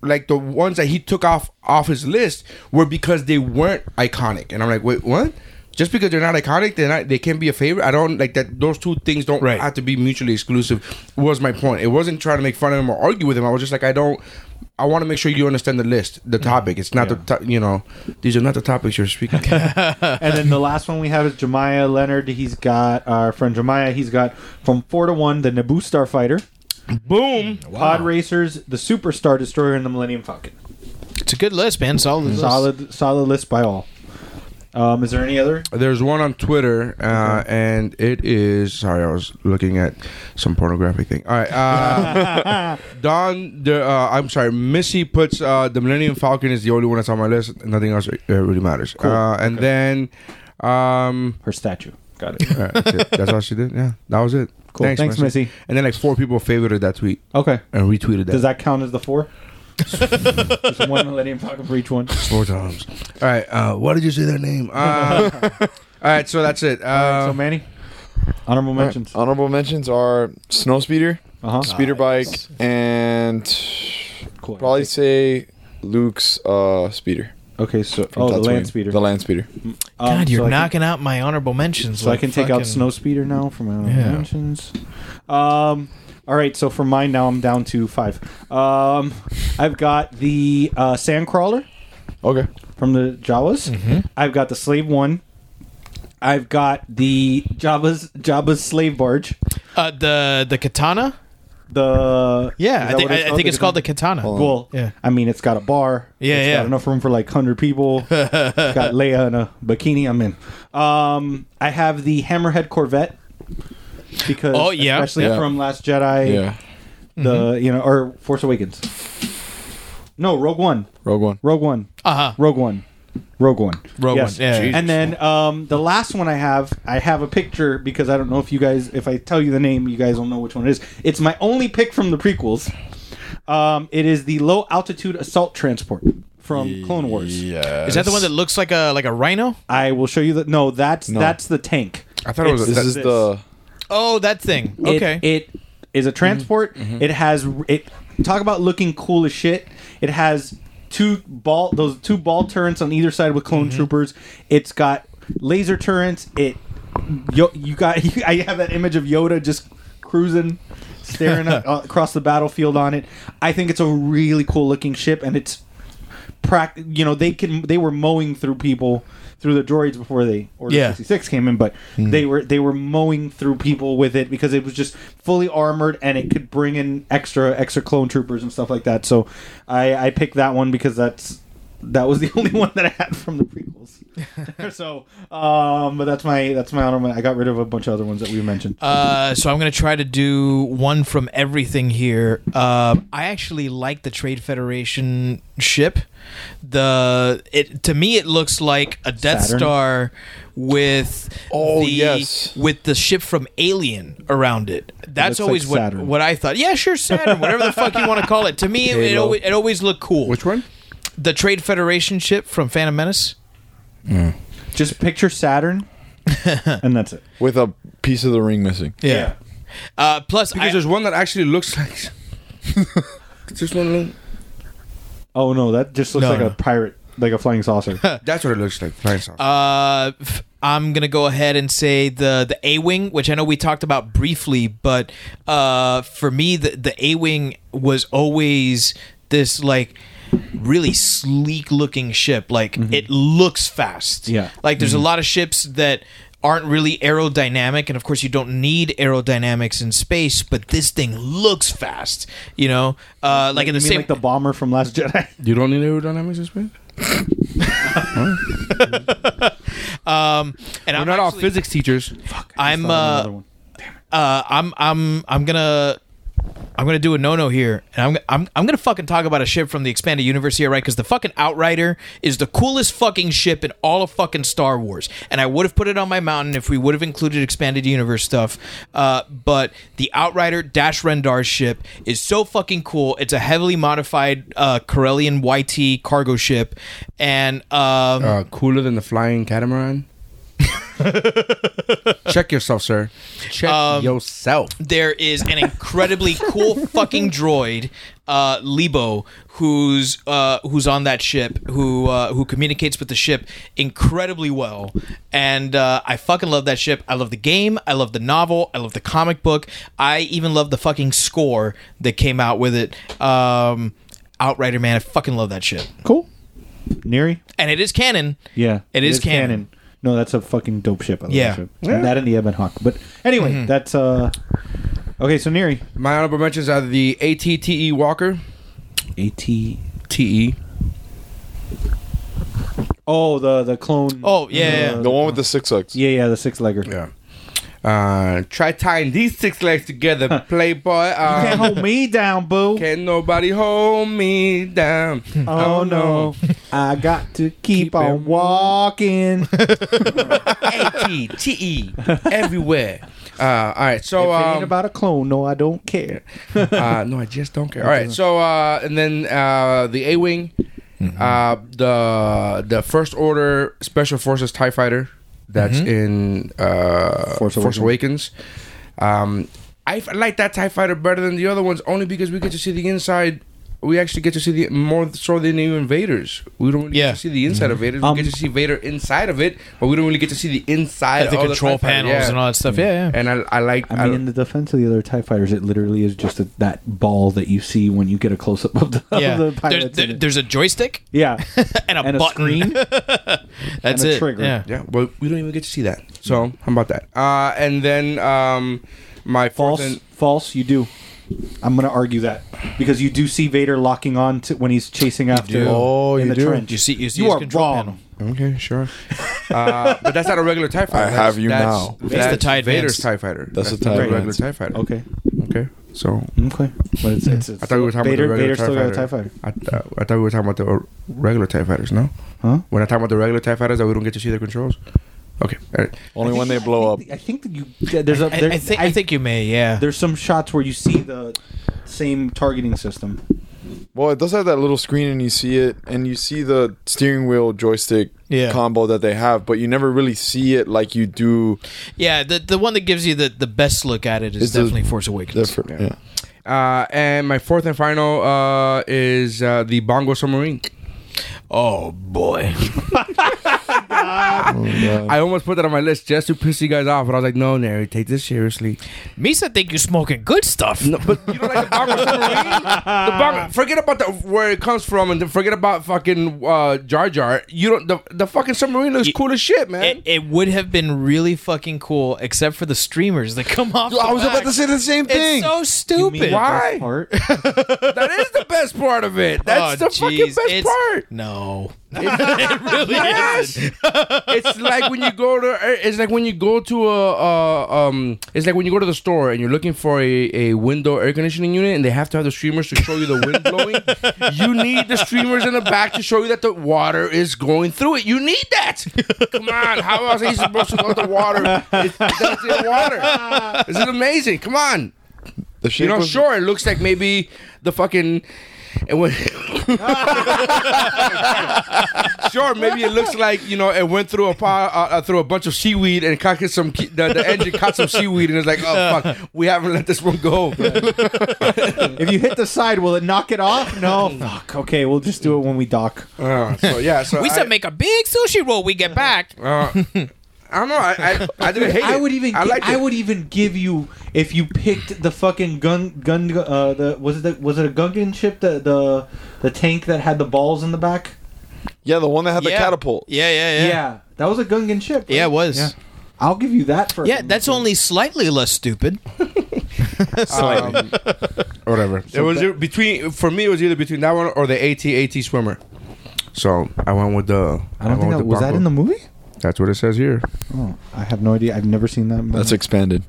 D: like the ones that he took off off his list were because they weren't iconic, and I'm like, wait, what? Just because they're not iconic, they're not. They can't be a favorite. I don't like that. Those two things don't
C: Right.
D: have to be mutually exclusive. Was my point. It wasn't trying to make fun of him or argue with him. I was just like, I don't. I want to make sure you understand the list, the topic. It's not the to- you know. These are not the topics you're speaking.
E: uh, and then the last one we have is Jemiah Leonard. He's got our friend Jemiah. He's got from four to one the Naboo Starfighter,
D: Boom.
E: Pod Racers, the Super Star Destroyer, and the Millennium Falcon.
C: it's a good list, man. Solid. list.
E: Solid, solid list by all. Um, is there any other?
D: There's one on Twitter, uh, and it is. Sorry, I was looking at some pornographic thing. All right, uh, Don. The, uh, I'm sorry, Missy puts uh, the Millennium Falcon is the only one that's on my list. Nothing else uh, really matters. Uh, and then, um,
E: Her statue. Got it.
D: all right, that's, it. That's all she did. Yeah, that was it.
E: Cool. Thanks, Missy.
D: And then like four people favorited that tweet
E: Okay.
D: and retweeted that.
E: Does that count as the four? Just one Millennium Falcon for each one.
D: four times. All right, uh, why did you say that name? Uh, all right, so that's it.
E: so
D: Uh,
E: Manny, honorable
B: Um, All right,
E: mentions.
B: Honorable mentions are snow speeder,
E: Uh-huh.
B: speeder bike, and
E: Cool.
B: probably say Luke's uh, speeder.
E: Okay, so
B: from
E: oh, the
B: Tatooine.
E: land speeder.
B: The land speeder.
E: Um,
C: God,
E: so
C: you're
E: I can-
C: knocking out my honorable mentions.
E: so I
C: like
E: can take out
C: fucking-
E: snow speeder now for my honorable
C: Yeah.
E: mentions. Um, all right, so for mine now I'm down to five. Um, I've got the uh, Sandcrawler
B: Okay.
E: from the Jawas.
C: Mm-hmm.
E: I've got the Slave One. I've got the Jabba's Jabba's slave barge.
C: Uh, the the katana.
E: The
C: Yeah,
E: is
C: I,
E: that
C: think
E: what
C: I, I think it's called
E: katana?
C: the katana.
E: Well,
C: Yeah.
E: I mean, it's got a bar.
C: Yeah,
E: It's
C: yeah.
E: Got enough room for like hundred people. It's got Leia in a bikini. I'm in. Um, I have the Hammerhead Corvette because,
C: Oh, yeah. Mm-hmm.
E: especially
B: Yeah.
E: from Last Jedi,
B: Yeah.
E: the you know, or Force Awakens. No, Rogue One.
B: Rogue One.
E: Rogue One.
C: Uh huh.
E: Rogue One. Rogue One.
C: Rogue One, yeah. Jesus.
E: And then um, the last one I have, I have a picture because I don't know if you guys, if I tell you the name, you guys don't know which one it is. It's my only pick from the prequels. Um, it is the low altitude assault transport from Clone Wars.
B: Yeah.
C: Is that the one that looks like a like a rhino?
E: I will show you the. No, that's
B: No.
E: that's the tank.
D: I thought it was.
B: This
D: that-
B: is the.
C: Oh, that thing.
E: It-
C: Okay.
E: It is a transport. It has it. Talk about looking cool as shit. It has two ball those two ball turrets on either side with clone troopers. It's got laser turrets. It yo, you got I have that image of Yoda just cruising staring a- across the battlefield on it. I think it's a really cool looking ship and it's prac- you know they can they were mowing through people through the droids before they Order
C: Yeah.
E: 66 came in, but they were they were mowing through people with it because it was just fully armored and it could bring in extra extra clone troopers and stuff like that. So I I picked that one because that's that was the only one that I had from the prequels. so um but that's my that's my honor. I got rid of a bunch of other ones that we mentioned.
C: Uh, so I'm gonna try to do one from everything here. Um, I actually like the Trade Federation ship. The it to me it looks like a Death
E: Saturn?
C: Star with
B: Oh,
C: the
B: yes.
C: with the ship from Alien around it.
E: looks
C: That's
E: like
C: always what
E: Saturn.
C: what I thought. Yeah, sure, Saturn, whatever the fuck you want to call it. To me, it, it
D: Halo.
C: always it always looked cool.
D: Which one?
C: The Trade Federation ship from Phantom Menace.
E: Just picture Saturn, and that's it.
B: with a piece of the ring missing.
C: Yeah. Uh, plus,
D: Because
C: I,
D: there's one that actually looks like. There's one. that-
E: Oh no, that just looks
C: No,
E: like
C: no.
E: a pirate, like a flying saucer.
D: That's what it looks like. Nice.
C: Uh, f- I'm gonna go ahead and say the the A wing, which I know we talked about briefly, but uh, for me the the A wing was always this like really sleek looking ship. Like it looks fast.
E: Mm-hmm. Yeah. Mm-hmm.
C: Like there's a lot of ships that aren't really aerodynamic and of course you don't need aerodynamics in space but this thing looks fast you know uh like in the
E: you mean
C: same
E: like the bomber from Last Jedi?
D: you don't need aerodynamics this way.
C: and
D: We're
C: um, I'm
D: not all
C: actually-
D: physics teachers.
C: I'm
E: Another
C: uh,
E: one.
C: uh, I'm I'm I'm gonna I'm gonna do a no no here, and I'm I'm I'm gonna fucking talk about a ship from the expanded universe here, right? Because the fucking Outrider is the coolest fucking ship in all of fucking Star Wars, and I would have put it on my mountain if we would have included expanded universe stuff. Uh, but the Outrider Dash Rendar ship is so fucking cool. It's a heavily modified uh, Corellian YT cargo ship, and um,
D: Uh, cooler than the flying catamaran. Check yourself, sir. Check yourself.
C: there is an incredibly cool fucking droid, uh, Lebo, who's uh, who's on that ship, who uh, who communicates with the ship incredibly well, and uh, I fucking love that ship. I love the game. I love the novel. I love the comic book. I even love the fucking score that came out with it. Um, Outrider, man, I fucking love that shit,
E: cool. Neri?
C: and it is canon.
E: Yeah,
C: It is canon.
E: No, that's a fucking dope ship. I love
C: Yeah. Mm-hmm.
E: that, ship. And that and the Ebon Hawk. But anyway, that's uh. Okay, so Neri.
D: My honorable mentions are the ATTE E Walker. E.
E: At
D: TE.
E: oh the the clone.
C: Oh, yeah,
E: uh,
B: The one with the six legs.
E: yeah yeah the six legger.
D: Yeah. Uh, try tying these six legs together, playboy.
E: Can't
D: Uh,
E: hold me down, boo.
D: can nobody hold me down?
E: Oh no, I got to keep,
D: Keep
E: on
D: it-
E: walking. if
D: ATTE E. everywhere. Uh, all right, so
E: it ain't
D: um,
E: about a clone, no, I don't care.
D: uh, no, I just don't care. All right, so uh, and then uh, the A wing, uh, the the first order special forces Tie Fighter that's in uh, Force,
E: Force
D: Awakens. Um, I f- like that Tie Fighter better than the other ones only because we get to see the inside. We actually get to see the more so than the invaders. We don't really
C: Yeah. Mm-hmm.
D: get to see the inside of Vader. We
E: Um,
D: get to see Vader inside of it, but we don't really get to see the inside
C: the
D: of
C: control
D: TIE Fighter.
C: panels
D: Yeah.
C: and all that stuff. Yeah, yeah.
D: And I, I like.
E: I mean, in the defense of the other Tie Fighters, it literally is just a, that ball that you see when you get a close up of the,
C: yeah.
E: of the
C: There-
E: pilots.
C: there-
E: in it.
C: there's a joystick
E: yeah,
C: and a
E: and a
C: button.
E: screen.
C: That's
E: and a
C: it.
E: trigger.
C: Yeah.
D: Yeah, but we don't even get to see that. So how about that? Uh, and then um, my
E: False,
D: fourth and
E: false. You do. I'm gonna argue that because you do see Vader locking on to when he's chasing after.
B: Oh,
E: in
B: you
E: the
B: do?
E: trench.
C: You see, you see
E: You
C: his
E: are
C: control
E: wrong.
C: panel.
D: okay, sure. uh, but that's not a regular Tie Fighter.
B: I
D: That's-
B: have you
D: that's,
B: now.
D: That's,
C: the TIE
D: Vader's
C: Advanced.
D: Tie Fighter.
B: That's the
D: not
B: TIE
D: a regular
B: Advanced.
D: Tie Fighter.
E: Okay.
D: Okay. So
E: Okay. But it's, it's, it's
D: I thought we were talking
E: Vader,
D: about the
E: Vader
D: regular TIE
E: still got
D: Fighter.
E: a Tie Fighter.
D: I, th- I thought we were talking about the uh, regular Tie Fighters. No.
E: Huh?
D: We're not talking about the regular Tie Fighters that we don't get to see their controls. Okay. All right.
B: Only when they blow up.
E: I think that you yeah, there's a
C: I,
E: there,
C: I think I think you may, yeah.
E: there's some shots where you see the same targeting system.
B: Well, it does have that little screen, and you see it, and you see the steering wheel joystick
C: Yeah.
B: combo that they have, but you never really see it like you do.
C: Yeah, the the one that gives you the, the best look at it is
B: It's the-
C: definitely Force Awakens.
B: Different. Yeah.
D: Uh, and my fourth and final uh, is uh, the Bongo Submarine.
C: oh boy.
D: I almost put that on my list just to piss you guys off, but I was like, no, Nary, take this seriously.
C: Misa think you're smoking good stuff.
D: No, but you know, like the Bama submarine, the Bama, forget about the where it comes from, and then forget about fucking uh, Jar Jar. You don't the, the fucking submarine looks cool as shit, man.
C: It, it would have been really fucking cool, except for the streamers that come off.
B: I
C: the
B: was about
C: back.
B: to say the same thing.
C: It's so stupid.
D: Why?
E: Part.
D: that is the best part of it. That's
C: Oh,
D: the fucking
C: jeez,
D: best
C: it's-
D: part.
C: No, it really
D: Yes.
C: isn't.
D: it's like when you go to it's like when you go to a uh, um it's like when you go to the store and you're looking for a, a window air conditioning unit and they have to have the streamers to show you the wind blowing you need the streamers in the back to show you that the water is going through it you need that come on how else are you supposed to know the water it's, that's in water this is amazing come on
B: The
D: you
B: shape
D: know
B: of-
D: sure it looks like maybe the fucking it went, sure, maybe it looks like you know it went through a pile, uh, uh, through a bunch of seaweed and caught some the, the engine caught some seaweed and it's like oh fuck we haven't let this one go.
E: if you hit the side, will it knock it off? No. Fuck. Okay, we'll just do it when we dock.
D: Uh, so yeah, so
C: We
D: I,
C: should make a big sushi roll. We get back.
D: uh, I don't know. I I, I didn't hate
E: I
D: it.
E: would even.
D: I
E: gi-
D: like
E: I would even give you if you picked the fucking gun gun. Uh, the was it the, was it a gungan ship the the the tank that had the balls in the back?
B: Yeah, the one that had the
C: Yeah.
B: catapult.
C: Yeah, yeah, yeah.
E: that was a gungan ship. right?
C: Yeah, it was.
E: Yeah. I'll give you that for.
C: Yeah, that's only slightly less stupid.
D: whatever. it was e- between for me it was either between that one or the AT AT swimmer. So I went with the.
E: I don't think that, was that in the movie.
D: That's what it says here.
E: Oh, I have no idea. I've never seen that.
B: That's expanded.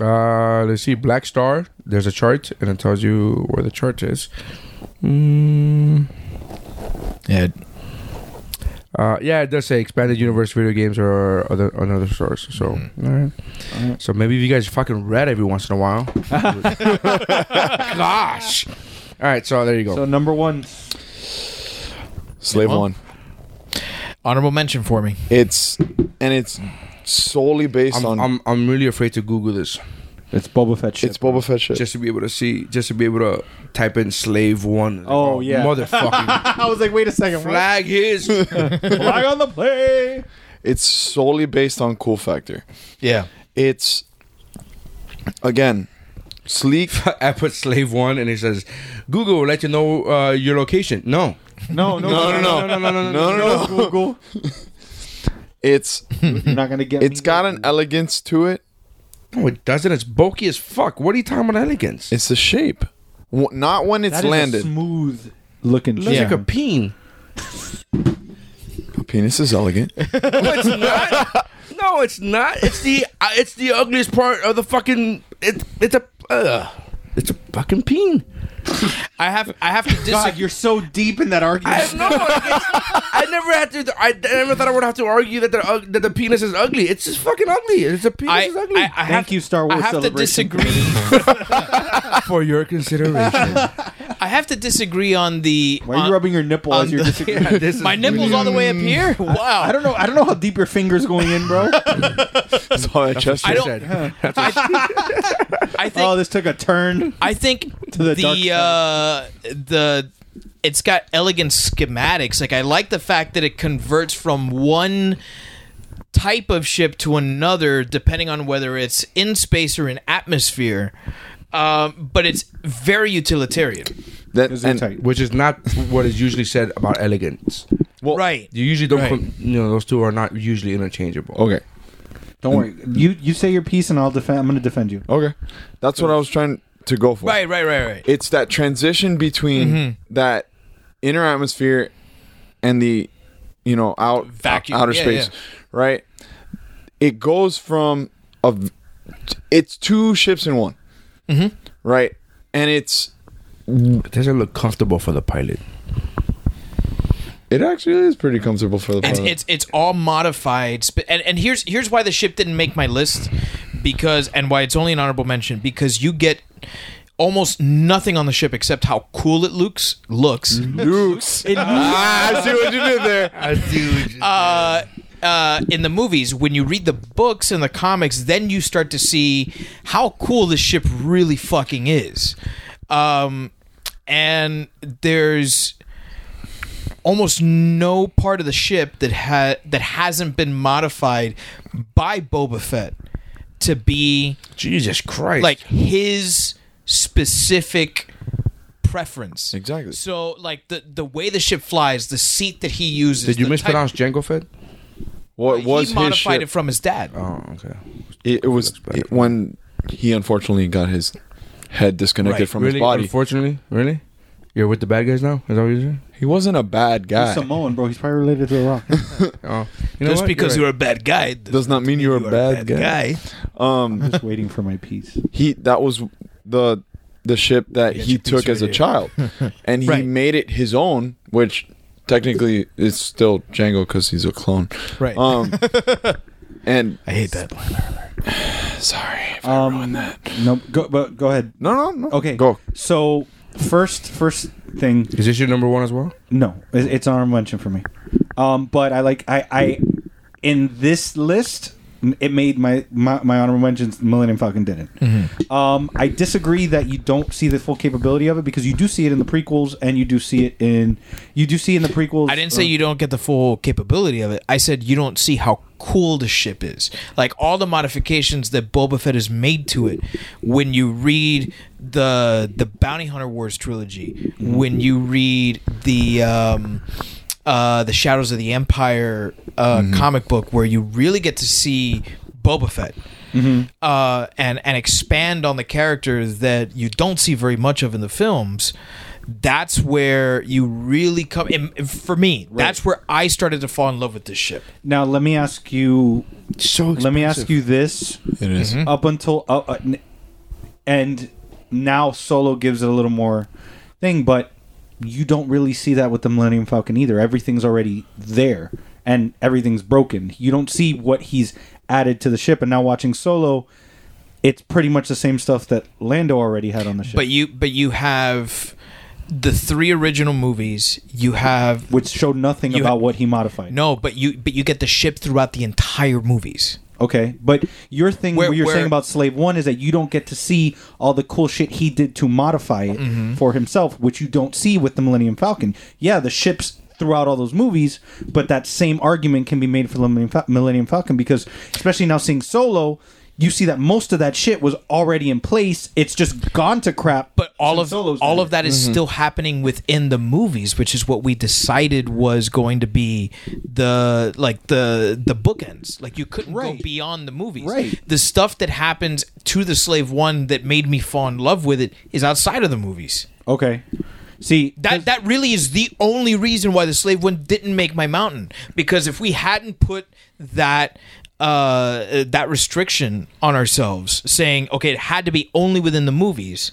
D: Uh, let's see. Black Star. There's a chart, and it tells you where the chart is. Mm,
C: Yeah.
D: uh, yeah, it does say expanded universe video games or other another source. So, all right. So maybe if you guys fucking read every once in a while. Gosh. All right. So there you go.
E: so number one.
B: Slave
C: Well-
B: one.
C: Honorable mention for me.
B: It's and it's solely based
D: I'm,
B: on
D: I'm I'm really afraid to Google this
E: It's Boba Fett ship.
B: it's Boba Fett shit.
D: just to be able to see just to be able to type in slave one.
E: Oh, yeah.
D: motherfucking
E: I was like, wait a second.
D: flag his.
E: Flag on the play.
B: it's solely based on cool factor.
C: Yeah.
B: It's again sleek.
D: I put slave one, and it says, "Google will let you know uh, your location." No,
E: No, no,
B: No, no, no,
D: no, no, no, no.
B: no, no, no.
E: Google.
B: It's
E: You're not gonna get.
B: it's
E: me.
B: got an elegance to it.
D: No, it doesn't. It's bulky as fuck. What are you talking about elegance? It
B: It's the shape. W- Not when it's
E: That is a
B: landed.
E: smooth looking.
D: looks
E: ship.
D: like a peen.
B: Penis is elegant.
D: No, it's not. no, it's not. It's the uh, it's the ugliest part of the fucking. It, it's a uh, it's a fucking peen.
C: I have I have to disagree.
E: God, you're so deep in that
D: I
E: argument.
D: have no. like, it's- I never had to. I never thought I would have to argue that the ug- that the penis is ugly. It's just fucking ugly. It's a penis
C: I,
D: is ugly.
C: I, I have,
E: Thank you, Star Wars
C: I have to
E: celebration.
C: disagree.
D: for your consideration.
C: I have to disagree on the.
E: Why are
C: on-
E: you rubbing your nipple
C: on
E: as you're
C: the-
E: disagreeing?
D: this
C: my nipples all the way up here? Wow.
E: I don't know. I don't know how deep your fingers going in, bro.
B: That's all that chest
C: I
B: is.
C: don't. I think.
E: oh, this took a turn.
C: I think
E: the
C: the
E: dark side.
C: uh, the it's got elegant schematics. Like I like the fact that it converts from one type of ship to another depending on whether it's in space or in atmosphere. Um, but it's very utilitarian.
B: That- and-
D: which is not what is usually said about elegance.
B: well,
C: right.
D: You usually don't.
C: Right.
D: com- you know, those two are not usually interchangeable.
B: Okay.
E: Don't worry. You you say your piece, and I'll defend. I'm going to defend you.
B: Okay. That's what I was trying to go for.
C: Right, right, right, right.
B: It's that transition between
C: Mm-hmm.
B: that inner atmosphere and the you know out
C: Vacuum.
B: outer
C: Yeah,
B: space,
C: yeah.
B: right? It goes from a v- it's two ships in one,
C: Mm-hmm.
B: right? And it's
D: It doesn't look comfortable for the pilot.
B: it actually is pretty comfortable for the
C: It's
B: pilot.
C: it's it's all modified. sp- And and here's here's why the ship didn't make my list because and why it's only an honorable mention because you get almost nothing on the ship except how cool it looks looks.
B: Dukes. ah, I see what you did there.
D: I do.
C: Uh, uh, in the movies, when you read the books and the comics, then you start to see how cool this ship really fucking is. Um, and there's almost no part of the ship that ha- that hasn't been modified by Boba Fett to be
D: Jesus Christ!
C: like his specific preference.
B: Exactly.
C: So like the the way the ship flies, the seat that he uses.
D: did you
C: the
D: mispronounce Jango Fett?
B: What
C: Type,
B: was his
C: he modified
B: ship?
C: it from his dad.
D: Oh, okay.
B: it, it was it- when he unfortunately got his head disconnected
C: Right.
B: from
D: really?
B: his body.
D: Unfortunately, really. You're with the bad guys now. Is that what you're saying?
B: he wasn't a bad guy.
E: He's Samoan, bro. He's probably related to The Rock.
D: Oh, you
C: Just because
D: you
C: you're a bad guy
B: Does not mean you're a bad, guy.
E: I'm just waiting for my piece.
B: He that was the the ship that he took as a child, and he
C: Right.
B: made it his own, which technically is still Django because he's a clone.
C: Right.
B: Um, and
C: I hate that.
B: sorry. if I-
E: Um, no, go, but go ahead.
B: no, no, no.
E: Okay,
B: go.
E: So first, first thing,
D: is this your number one as well?
E: no, it- it's an honorable mention for me. Um, but I like I I in this list, m- it made my my, my honorable mentions. Millennium Falcon didn't.
D: Mm-hmm.
E: Um, I disagree that you don't see the full capability of it because you do see it in the prequels and you do see it in you do see in the prequels. Uh,
C: I didn't say you don't get the full capability of it. I said you don't see how cool the ship is. Like all the modifications that Boba Fett has made to it. When you read the the Bounty Hunter Wars trilogy, when you read the um, uh, the Shadows of the Empire uh, comic book, where you really get to see Boba Fett. Uh, and and expand on the character that you don't see very much of in the films that's where you really come and- and for me that's where i started to fall in love with this ship
E: Now let me ask you.
D: So
E: Let me ask you this.
B: It is.
E: up until uh, uh, n- and now solo gives it a little more thing but you don't really see that with the millennium falcon either everything's already there and everything's broken you don't see what he's added to the ship and now watching solo it's pretty much the same stuff that lando already had on the ship
C: but you but you have the three original movies you have
E: which showed nothing
C: you
E: about
C: ha-
E: what he modified
C: no but you but you get the ship throughout the entire movies
E: okay but your thing
C: Where-
E: what you're
C: where-
E: saying about slave one is that you don't get to see all the cool shit he did to modify it
C: Mm-hmm.
E: for himself which you don't see with the millennium falcon yeah the ships throughout all those movies but that same argument can be made for the millennium, Fal- millennium falcon because especially now seeing solo you see that most of that shit was already in place it's just gone to crap
C: but all
E: since
C: of
E: Solo's
C: all
E: been
C: of that is still happening within the movies, which is what we decided was going to be the like the the bookends. Like you couldn't go
E: Right.
C: beyond the movies.
E: Right.
C: The stuff that happens to the slave one that made me fall in love with it is outside of the movies.
E: there. okay see
C: That that really is the only reason why the slave one didn't make my mountain. Because if we hadn't put that uh, uh, that restriction on ourselves, saying okay, it had to be only within the movies,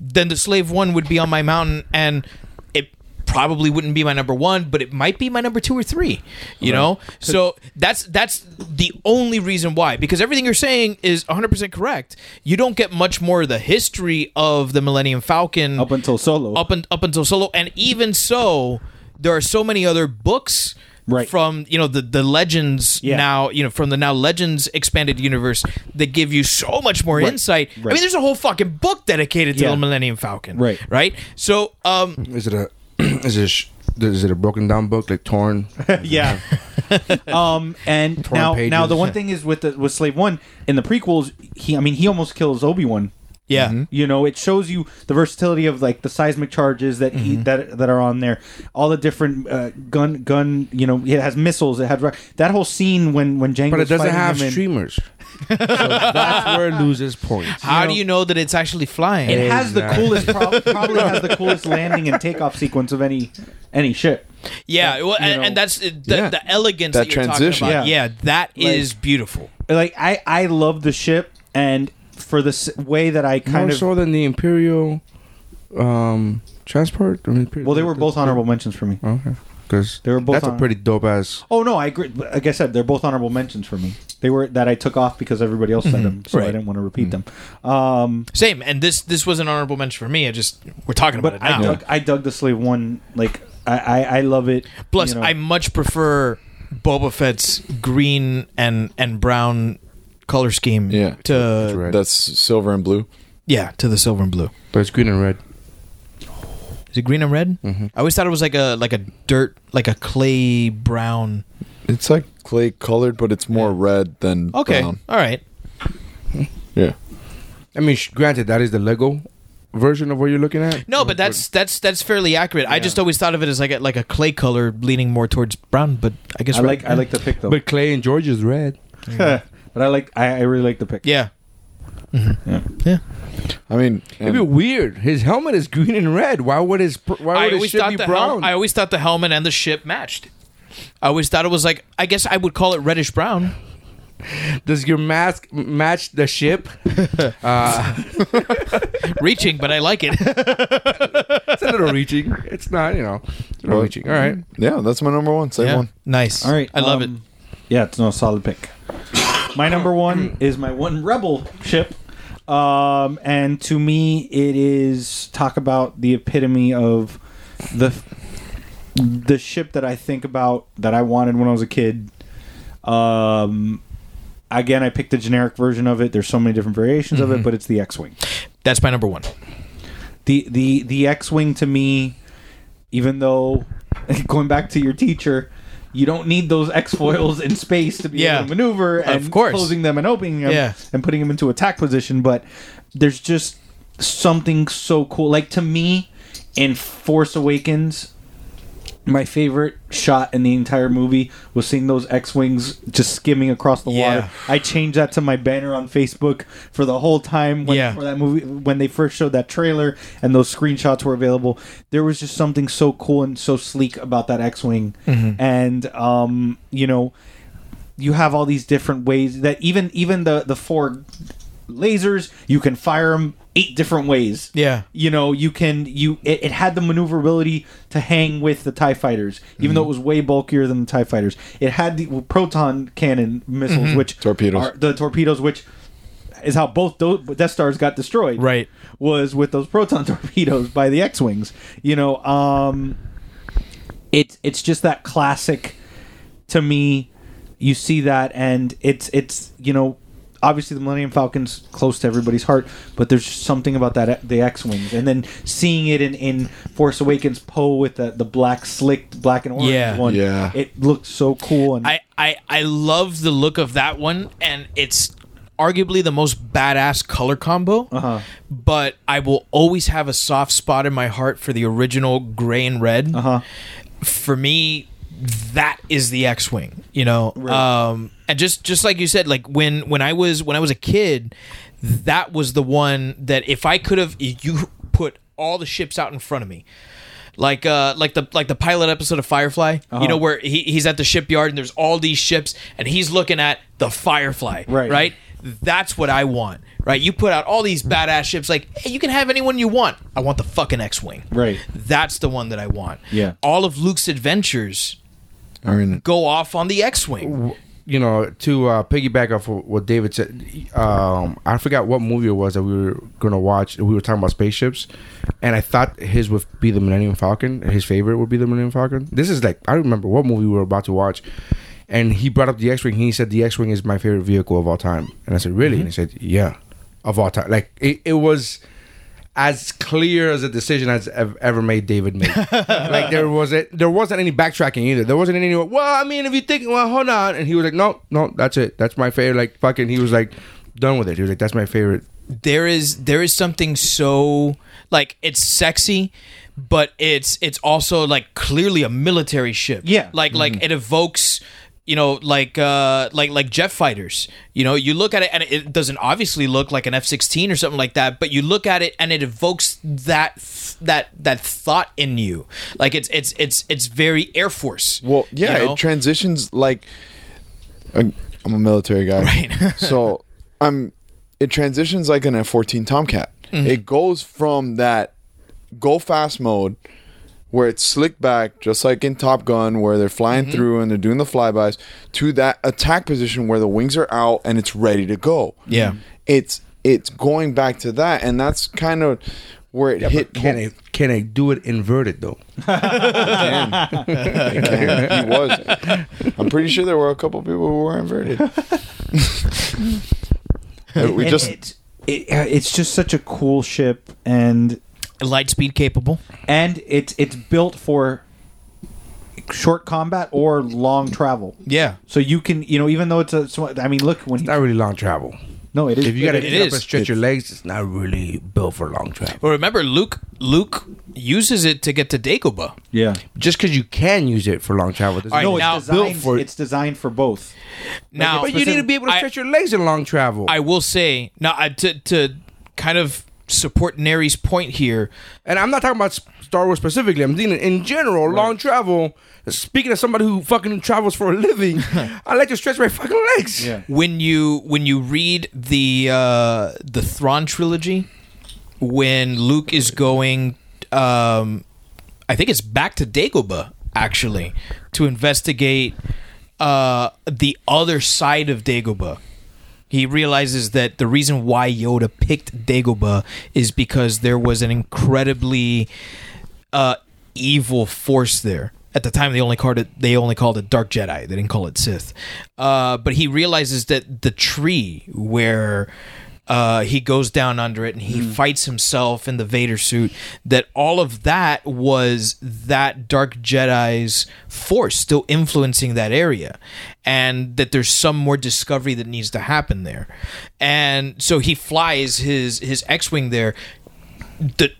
C: then the slave one would be on my mountain, and it probably wouldn't be my number one, but it might be my number two or three. You know, so that's that's the only reason why. Because everything you're saying is 100 percent correct. You don't get much more of the history of the Millennium Falcon
E: up until solo
C: up and up until solo and even so there are so many other books
E: Right.
C: from you know the the legends
E: Yeah.
C: now you know from the now legends expanded universe that give you so much more insight i
E: Right.
C: mean there's a whole fucking book dedicated to
E: Yeah.
C: the millennium falcon
E: Right.
C: right so um
D: Is it a is it a, sh- is it a broken down book like torn?
E: yeah. um, and
D: Torn
E: now,
D: pages.
E: now the one thing is with the, with Slave One in the prequels, he I mean he almost kills Obi Wan.
C: yeah
D: Mm-hmm.
E: You know, it shows you the versatility of like the seismic charges that he
D: Mm-hmm.
E: that that are on there, all the different uh, gun gun. You know, it has missiles. It had ra- that whole scene when when Jango.
D: But it doesn't have
E: him in-
D: streamers. so that's where it loses points.
C: how do you know that it's actually flying
E: It has the
D: Exactly.
E: coolest, prob- probably has the coolest landing and takeoff sequence of any any ship.
C: yeah well, and,
E: know.
C: and that's the,
B: Yeah.
C: the elegance that,
B: That
C: you're
B: transition.
C: talking about yeah,
E: Yeah.
C: that is beautiful
E: Like I, I love the ship, and for the s- way that I
D: More
E: kind of
D: so than the imperial um, transport. I mean,
E: well, they were both honorable mentions for me.
D: Okay, because
E: They were both
D: That's a
E: on-
D: pretty dope ass.
E: Oh no, I agree. Like I said, they're both honorable mentions for me. They were that I took off because everybody else said them, so
C: Mm-hmm. Right. Mm-hmm.
E: I didn't want to repeat them. Um,
C: same and this this was an honorable mention for me i just we're talking about
E: but
C: it now
E: I dug, I dug the slave one. Like I, I, I love it.
C: Plus,
E: you know.
C: I much prefer Boba Fett's green and and brown color scheme.
B: Yeah.
C: To
D: right.
B: That's silver and blue.
C: yeah to the silver and blue.
D: But it's green and red.
C: Is it green and red?
E: Mm-hmm.
C: I always thought it was like a like a dirt, like a clay brown.
B: It's like clay colored, but it's more red than
C: Okay,
B: brown.
C: all right.
B: Yeah.
D: I mean, sh- granted, that is the Lego version of what you're looking at.
C: No, but that's that's that's fairly accurate. I just always thought of it as like a, like a clay color leaning more towards brown, but I guess
E: I
C: red-
E: like I like the pick though.
D: But Clay and George is red.
E: but I like I, I really like the pick.
C: yeah.
B: I mean,
D: It'd be
B: and-
D: weird. His helmet is green and red. Why would his pr-
E: Oh,
D: why
C: I
D: would his
C: always
D: shit
C: thought
D: be
C: the
D: brown?
C: hel- I always thought the helmet and the ship matched. I always thought it was like I guess I would call it reddish brown.
D: Does your mask m- match the ship?
C: Reaching, but I like it.
D: It's a little reaching. It's not, you know, it's a little
B: Well,
D: reaching. All right.
B: yeah, that's my number one. Same one.
C: Nice.
E: All right.
C: I love
E: um, Yeah, it's no solid pick. My number one is my one rebel ship. Um, and to me, it is talk about the epitome of the the ship that I think about that I wanted when I was a kid. Um, again, I picked the generic version of it. There's so many different variations of
C: Mm-hmm.
E: it, but it's the X-wing.
C: it. That's my number one.
E: the the the X-wing to me, even though going back to your teacher, you don't need those X-foils in space to be
C: Yeah.
E: able to maneuver and
C: Of course.
E: closing them and opening them
C: Yeah.
E: and putting them into attack position. But there's just something so cool. Like to me, in Force Awakens. My favorite shot in the entire movie was seeing those X-wings just skimming across the
C: Yeah.
E: water. I changed that to my banner on Facebook for the whole time when,
C: Yeah.
E: for that movie when they first showed that trailer and those screenshots were available. There was just something so cool and so sleek about that X-wing,
C: Mm-hmm.
E: and um, you know, you have all these different ways that even even the the four lasers you can fire them eight different ways
C: Yeah.
E: you know you can you it, it had the maneuverability to hang with the tie fighters even
C: Mm-hmm.
E: though it was way bulkier than the tie fighters it had the proton cannon missiles
C: Mm-hmm.
E: which
B: Torpedoes.
E: are- the torpedoes which is how both those Death Stars got destroyed.
C: Right.
E: Was with those proton torpedoes by the X-wings. You know, um, it's it's just that classic. To me, you see that, and it's it's you know. Obviously, the Millennium Falcon's close to everybody's heart, but there's just something about that the X-wings, and then seeing it in, in Force Awakens Poe with the, the black slicked black and orange
C: Yeah.
E: one,
B: Yeah.
E: it looked so cool. And
C: I, I I love the look of that one, and it's arguably the most badass color combo. Uh-huh. But I will always have a soft spot in my heart for the original gray and red. Uh-huh. For me, that is the X-wing. You know, um, and just just like you said, like when when I was when I was a kid, that was the one that if I could have you put all the ships out in front of me like uh like the like the pilot episode of Firefly. You
E: Uh-huh.
C: know where he, he's at the shipyard and there's all these ships and he's looking at the Firefly.
E: Right.
C: Right. That's what I want. Right. You put out all these badass ships. Like hey, you can have anyone you want. I want the fucking X-wing.
E: Right.
C: That's the one that I want.
E: Yeah.
C: All of Luke's adventures
B: I mean,
C: go off on the X-wing.
D: You know, to uh, piggyback off of what David said, um, I forgot what movie it was that we were gonna watch. We were talking about spaceships, and I thought his would be the Millennium Falcon. His favorite would be the Millennium Falcon. This is like I don't remember what movie we were about to watch, and he brought up the X-wing. He said the X-wing is my favorite vehicle of all time, and I said really, and he said yeah, of all time. Like it, it was. as clear as a decision as I've ever made David make. like there wasn't there wasn't any backtracking either. There wasn't any. Well, I mean, if you think, well, hold on, and he was like, no, no, that's it. That's my favorite. Like fucking, he was like, done with it. He was like, that's my favorite.
C: there is there is something so like it's sexy but it's it's also like clearly a military ship
E: Yeah.
C: like like
B: Mm-hmm.
C: it evokes you know like uh like like jet fighters you know you look at it and it doesn't obviously look like an f-16 or something like that but you look at it and it evokes that that that thought in you like it's it's it's it's very air force
B: well, yeah,
C: you know?
B: it transitions like I'm I'm a military guy,
C: Right.
B: so I'm. It transitions like an F-14 Tomcat.
C: Mm-hmm.
B: It goes from that go fast mode where it's slick back, just like in Top Gun, where they're flying
C: Mm-hmm.
B: through and they're doing the flybys, to that attack position where the wings are out and it's ready to go.
C: Yeah.
B: it's it's going back to that, and that's kind of where it hit.
D: Can I can I do it inverted though?
B: he was. I'm pretty sure there were a couple people who were inverted. we
E: And
B: just
E: uh, it, it, it's just such a cool ship and
C: light speed capable.
E: and it's it's built for short combat or long travel.
C: Yeah.
E: So you can, you know, even though it's a, sw- I mean, look when he,
D: Not really long travel.
E: no, it is.
D: If you gotta
C: It
D: get
C: is.
D: up and stretch your legs, it's not really built for long travel.
C: But remember, Luke Luke uses it to get to Dagobah.
E: yeah,
D: Just because you can use it for long travel, doesn't
C: All right,
E: no,
D: mean
E: it's
C: now-
E: designed.
D: built for-
E: it's designed for both.
C: Now,
D: but you need to be able to
C: I-
D: stretch your legs in long travel.
C: I will say now I, to to kind of support Neri's point here.
D: and I'm not talking about S- Star Wars specifically. I'm thinking in general, long travel. Speaking of somebody who fucking travels for a living, I like to stretch my fucking legs.
E: Yeah.
C: When you when you read the uh, the Thrawn trilogy, when Luke is going, um, I think it's back to Dagobah actually to investigate uh, the other side of Dagobah. He realizes that the reason why Yoda picked Dagobah is because there was an incredibly uh, evil force there. At the time, they only called it they only called it Dark Jedi. They didn't call it Sith. Uh, but he realizes that the tree where uh, he goes down under it and he fights himself in the Vader suit. That all of that was that Dark Jedi's force still influencing that area, and that there's some more discovery that needs to happen there. And so he flies his his X-wing there. The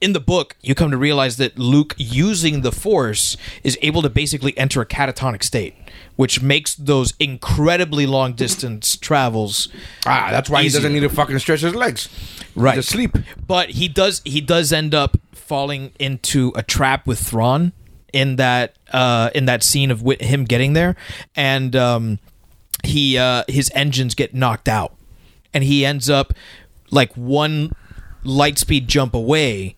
C: in the book, you come to realize that Luke, using the Force, is able to basically enter a catatonic state, which makes those incredibly long distance travels.
D: Ah, that's why he
C: easier.
D: doesn't need to fucking stretch his legs.
C: Right.
D: Just sleep.
C: But he does he does end up falling into a trap with Thrawn in that uh, in that scene of wi- him getting there, and um, he uh, his engines get knocked out, and he ends up like one light speed jump away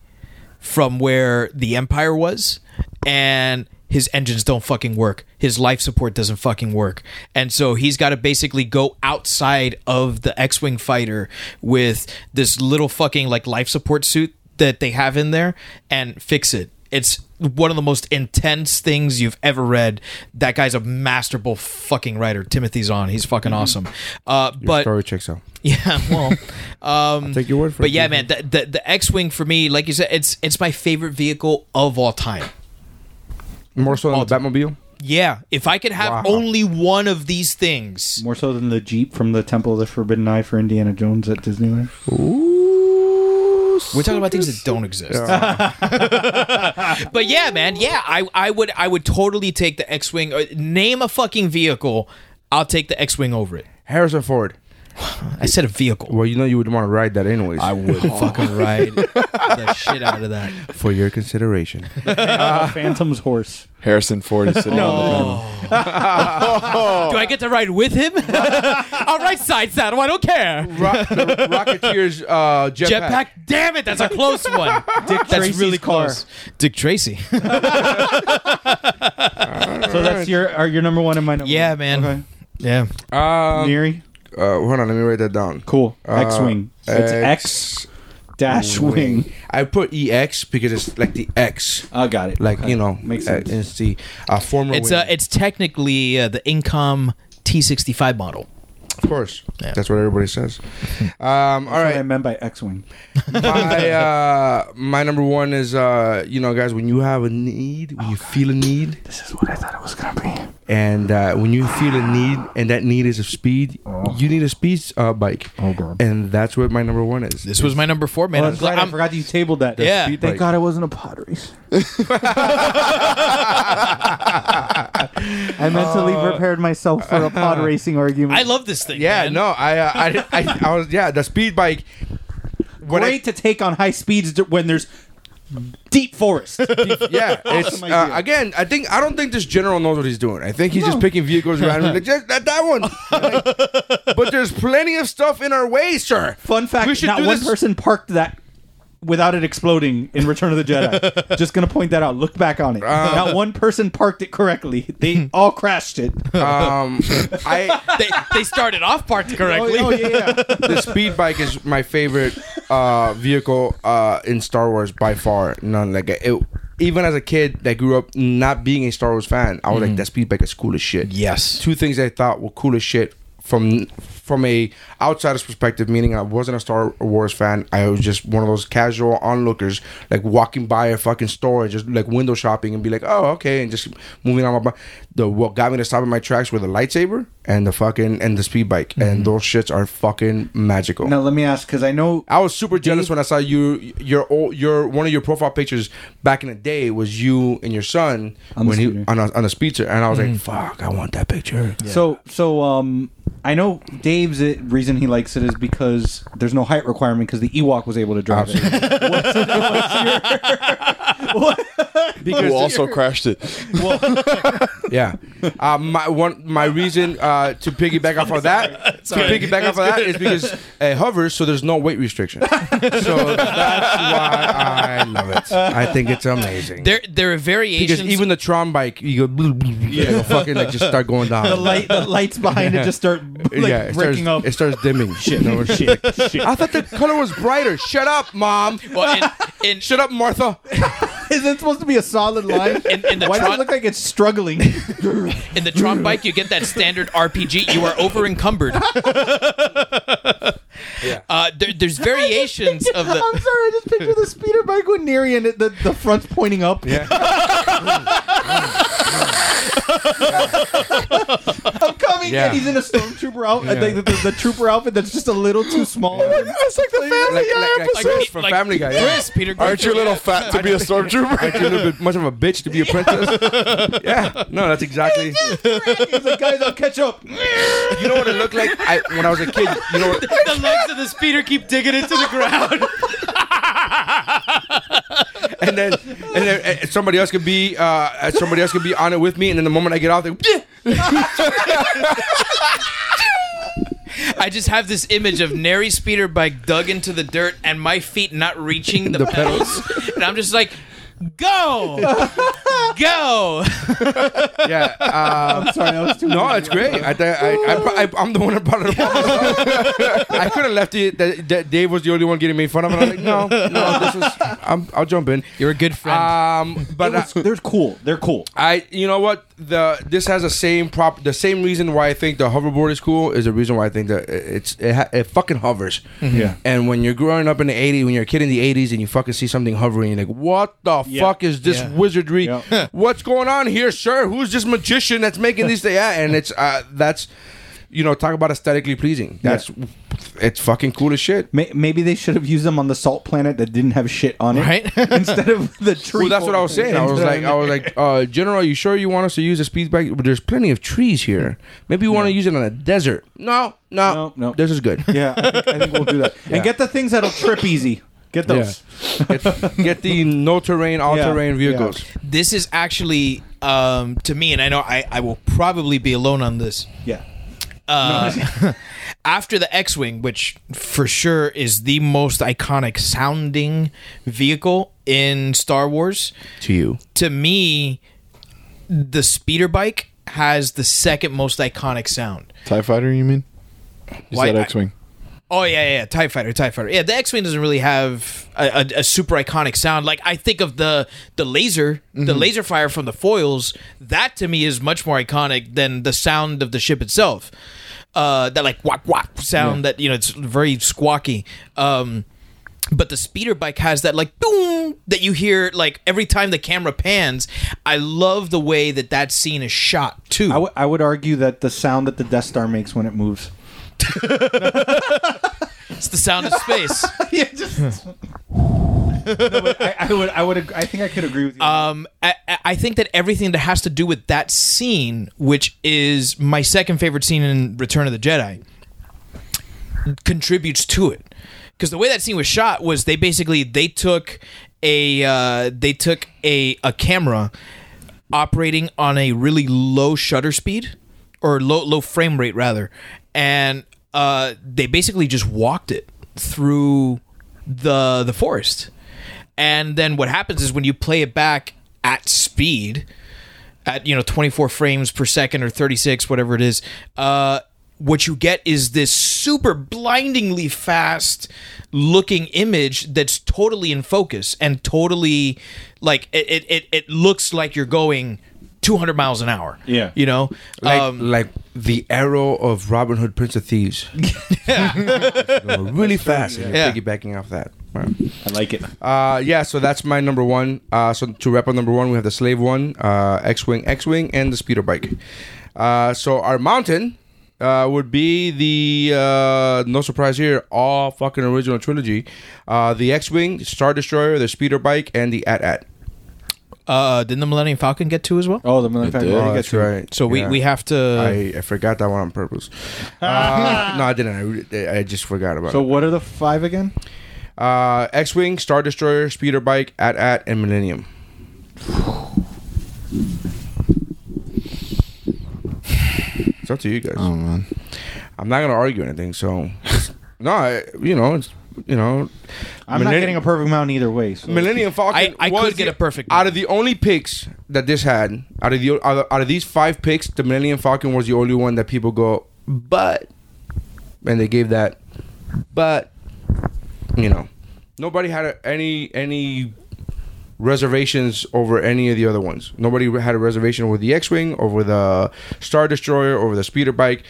C: from where the Empire was, and his engines don't fucking work. His life support doesn't fucking work. And so he's got to basically go outside of the X Wing fighter with this little fucking like life support suit that they have in there and fix it. It's one of the most intense things you've ever read. That guy's a masterful fucking writer. Timothy's on. He's fucking awesome. Uh, but
D: Story checks out.
C: yeah, well, um,
D: take your word for
C: but
D: it,
C: yeah,
D: Jason.
C: man, the, the the X-wing for me, like you said, it's it's my favorite vehicle of all time.
D: More so than the Batmobile.
C: Yeah, if I could have
D: Wow.
C: only one of these things,
E: More so than the Jeep from the Temple of the Forbidden Eye for Indiana Jones at Disneyland.
C: we're talking about things that don't exist. but yeah, man, yeah, I I would I would totally take the X-wing. Uh, Name a fucking vehicle, I'll take the X-wing over it.
D: Harrison Ford.
C: I said a vehicle.
D: Well, you know you would want to ride that anyways.
C: I would fucking ride the shit out of that.
D: for your consideration.
E: Phantom's horse.
B: Harrison Ford is sitting on
C: Do I get to ride with him? I'll ride side saddle. I don't care.
D: Rock, the Rocketeer's uh, jetpack.
C: Jetpack. Damn it, that's a close one. Dick that's
E: Tracy's car.
C: Dick Tracy.
E: So that's your are your number one and my number.
C: Yeah,
E: one.
C: man.
E: Okay.
C: yeah.
D: Um,
E: Neary.
D: uh, hold on, let me write that down. Uh,
E: Cool. X-wing. it's X
D: X
E: dash wing.
D: I put EX because it's like the X,
E: I got it.
D: like you know,
E: Makes
D: uh,
E: sense.
D: It's the uh, former.
C: It's
D: wing.
C: uh, it's technically uh, the Incom T65 model.
D: of course.
C: Yeah.
D: That's what everybody says. Um, all
E: That's what I
D: right,
E: meant by X-wing.
D: my uh, my number one is uh, you know, guys, when you have a need, when you feel a need,
E: Oh, This is what I thought it was gonna be.
D: and uh, when you feel a need, and that need is of speed, you need a speed uh, bike. Oh
E: Oh. God.
D: And that's what my number one is.
C: This was my number four, man.
E: Oh,
C: I'm
E: that's
C: glad-
E: right. i
C: I'm-
E: forgot you tabled that.
C: Yeah.
E: Thank
D: Right.
E: God it wasn't a potteries. I mentally
D: Uh,
E: prepared myself for a pod racing argument.
C: I love this thing.
D: Yeah,
C: man.
D: no, I, uh, I, I, I was, yeah, the speed bike. When I-
E: Great to take on high speeds d- when there's deep forest.
D: yeah, it's uh, again. I think I don't think this general knows what he's doing. I think he's just picking vehicles randomly. Like, just that, that one. Like, but there's plenty of stuff in our way, sir.
E: Fun fact:
D: We should
E: not
D: do
E: one
D: this-
E: person parked that without it exploding in Return of the Jedi. Just gonna point that out. Look back on it.
D: Uh.
E: not one person parked it correctly. They all crashed it.
D: Um, I Oh,
C: They, they started off parked correctly.
D: yeah, yeah. the speed bike is my favorite uh, vehicle uh, in Star Wars by far. None like it. Even as a kid that grew up not being a Star Wars fan, I was like, that speed bike is cool as shit.
C: Yes.
D: Two things I thought were cool as shit from from a outsider's perspective, meaning I wasn't a Star Wars fan. I was just one of those casual onlookers, like walking by a fucking store, just like window shopping, and be like, oh okay, and just moving on. My bu- the what got me to stop in my tracks were the lightsaber and the fucking and the speed bike,
E: Mm-hmm.
D: and those shits are fucking magical.
E: Now let me ask because I know
D: I was super jealous when I saw you. Your old, your one of your profile pictures back in the day was you and your son
E: On the Mm.
D: when he
E: scooter.
D: on a, on a speedster, and I was like, "Fuck, I want that picture."
E: So so um I know Dave's it, reason he likes it is because there's no height requirement because the Ewok was able to drive it.
B: Who also crashed it.
D: Yeah. Uh, my one, my reason uh, to piggyback off of that, to piggyback off of that, is because it hovers, so there's no weight restriction. so that's why I love it. I think it's amazing.
C: There, there are variations.
D: because even the Tron bike, you go, yeah. fucking like just start going down.
E: the light the lights behind it just start like
D: it
E: breaking up.
D: starts, It starts dimming. Shit, no, shit, I thought the color was brighter. Shut up, mom.
C: well, in, in,
D: Shut up, Martha.
E: Is it supposed to be a solid line?
C: In- in the
E: Why does
C: trot-
E: it look like it's struggling?
C: in the Tron bike, you get that standard RPG. You are over encumbered. uh, there, there's variations of the.
E: I'm sorry, I just picture the speeder bike with Neri and it, the the front's pointing up. Yeah. I'm coming
D: Yeah.
E: in. He's in a stormtrooper outfit, like the, the, the trooper outfit that's just a little too small.
B: That's like the family
D: Like, like, like,
C: Like,
D: Chris
C: Pe-
D: from
C: like
D: Family Guy. yeah.
C: Chris, Peter
B: Aren't you a little fat to be a stormtrooper?
D: Aren't you a little bit much of a bitch to be a princess? yeah. No, that's exactly.
E: He's like, guys, I'll catch up.
D: You know what it looked like I, when I was a kid. You know, what,
C: the legs of the speeder keep digging into the ground.
D: and then and then uh, somebody else could be uh, uh, somebody else could be on it with me, and then the moment I get off, they.
C: I just have this image of Neri speeder bike dug into the dirt and my feet not reaching the, pedals. and I'm just like, go, go.
D: Yeah. Uh,
E: I'm sorry, that was too.
D: no, it's great. I, th- I, I, I, I'm the one that brought it up. I could have left it that, that Dave was the only one getting made fun of, and I'm like, no, no, this is. I'm, I'll jump in.
C: You're a good friend.
B: Uh,
D: Um, but I-
E: they're cool. They're cool.
D: I, you know what, the this has the same prop, the same reason why I think the hoverboard is cool is the reason why I think that it's it, ha- it fucking hovers.
E: Yeah.
D: And when you're growing up in the '80s, when you're a kid in the '80s, and you fucking see something hovering, you're like, "What the
E: Yeah.
D: fuck is this
C: Yeah.
D: wizardry?
E: Yeah.
D: What's going on here, sir? Who's this magician that's making these?" things?" Yeah, and it's uh, that's, you know, talk about aesthetically pleasing. That's it's fucking cool as shit.
E: May- Maybe they should have used them on the salt planet that didn't have shit on it,
C: Right?
E: Instead of the tree.
D: Well, that's what I was saying. I was like, I was like, uh, General, you sure you want us to use a speed bike? But there's plenty of trees here. Maybe you want to use it on a desert. No, no,
E: No, no.
D: This is good.
E: yeah, I think, I think we'll do that. And get the things that'll trip easy. Get those.
D: Get, get the no terrain, all terrain
E: Yeah, yeah.
D: vehicles.
C: this is actually, um, to me, and I know I, I will probably be alone on this.
E: Yeah.
C: Uh, after the X-wing, which for sure is the most iconic sounding vehicle in Star Wars,
D: To you,
C: to me, the speeder bike has the second most iconic sound.
B: Tie fighter, you mean? Is
C: Why-
B: that X-wing?
C: Oh yeah, yeah, yeah, Tie Fighter, Tie Fighter. Yeah, the X Wing doesn't really have a, a, a super iconic sound. Like I think of the the laser,
E: Mm-hmm.
C: the laser fire from the foils. That to me is much more iconic than the sound of the ship itself. Uh, that like whack whack sound that you know it's very squawky. Um, but the speeder bike has that like boom that you hear like every time the camera pans. I love the way that that scene is shot too.
E: I, w- I would argue that the sound that the Death Star makes when it moves.
C: it's the sound of space.
E: yeah,
D: Hmm.
E: just. I, I would. I would. ag- I think I could agree with you.
D: Uh,
C: um, I, I- I think that everything that has to do with that scene, which is my second favorite scene in Return of the Jedi, contributes to it. Because the way that scene was shot was they basically they took a uh, they took a a camera operating on a really low shutter speed or low low frame rate rather, and uh, they basically just walked it through the the forest. And then what happens is when you play it back at speed, at you know 24 frames per second or 36, whatever it is, uh, what you get is this super blindingly fast looking image that's totally in focus and totally like it it, it, it looks like you're going 200 miles an hour.
E: Yeah.
C: you know,
D: Like,
C: um,
D: like the arrow of Robin Hood, Prince of Thieves. really fast. And
C: Yeah.
D: you're piggybacking off that. Right.
E: I like it.
D: Uh, yeah, so that's my number one. Uh, so to wrap up number one, we have the Slave One, uh, X Wing, X Wing, and the Speeder Bike. Uh, so our mountain uh, would be the, uh, no surprise here, all fucking original trilogy uh, the X Wing, Star Destroyer, the Speeder Bike, and the AT AT.
C: uh, didn't the Millennium Falcon get two as well?
E: Oh, the Millennium Falcon.
B: did.
E: I
D: Oh,
E: think
D: that's
E: it's-
D: right.
C: So we,
D: Yeah.
C: we have to.
D: I, I forgot that one on purpose. Uh, no, I didn't. I, re- I just forgot about
E: So
D: it.
E: what are the five again?
D: Uh, X Wing, Star Destroyer, Speeder Bike, AT AT, and Millennium. It's up to you guys.
E: Um.
B: Oh man.
D: I'm not gonna argue anything. So, no, I, you know, it's you know,
E: I'm not
D: Millennium-
E: getting a perfect mount either way. So.
D: Millennium Falcon.
C: I- I
D: was
C: could get
D: the-
C: a perfect
D: Out of the only picks that this had, out of the out of, out of these five picks, the Millennium Falcon was the only one that people go, but, and they gave that, but, you know, nobody had a, any any reservations over any of the other ones. Nobody had a reservation over the X-wing, over the Star Destroyer, over the speeder bike.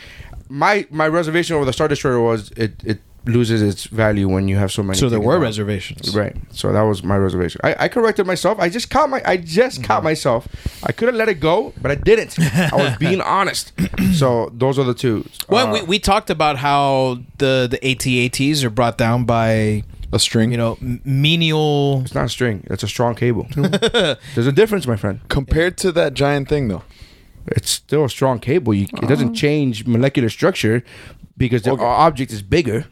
D: My my reservation over the Star Destroyer was it it loses its value when you have so many.
C: so there
D: things
C: were
D: out.
C: reservations.
D: Right. So that was my reservation. I, I corrected myself. I just caught my I just
C: Mm-hmm.
D: caught myself. I could have let it go, but I didn't. I was being honest. So those are the two.
C: Well,
D: Uh,
C: we, we talked about how the the ATATs are brought down by
B: A string.
C: you know m- menial.
D: it's not a string. It's a strong cable. There's a difference, my friend.
B: Compared to that giant thing though.
D: It's still a strong cable. You, it doesn't change molecular structure because the
B: Okay.
D: object is bigger.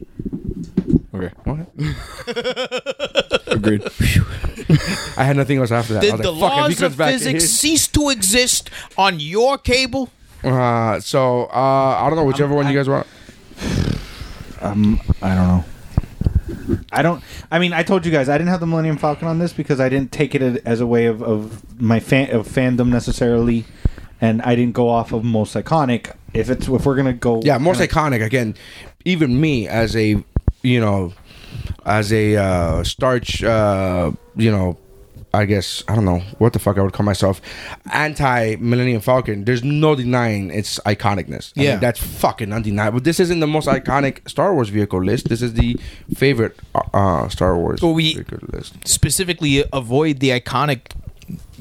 B: Okay.
D: What?
B: Agreed.
D: I had nothing else after that. I
C: Did
D: was
C: the
D: "Fuck it, we
C: laws
D: comes
C: of
D: back
C: physics
D: here."
C: cease to exist on your cable?
D: Uh, so uh, I don't know whichever one you guys want.
E: Um, I don't know. I don't. I mean, I told you guys I didn't have the Millennium Falcon on this because I didn't take it as a way of, of my fan of fandom necessarily, and I didn't go off of most iconic. If it's if we're gonna go,
D: Yeah, most
E: kinda-
D: iconic. Again, even me as a, you know, as a uh, starch, uh, you know, I guess I don't know what the fuck I would call myself, anti Millennium Falcon. There's no denying its iconicness. I mean,
C: Yeah.
D: that's fucking undeniable. This isn't the most iconic Star Wars vehicle list. This is the favorite uh, uh, Star Wars
C: Well, we-
D: vehicle list.
C: Specifically, avoid the iconic,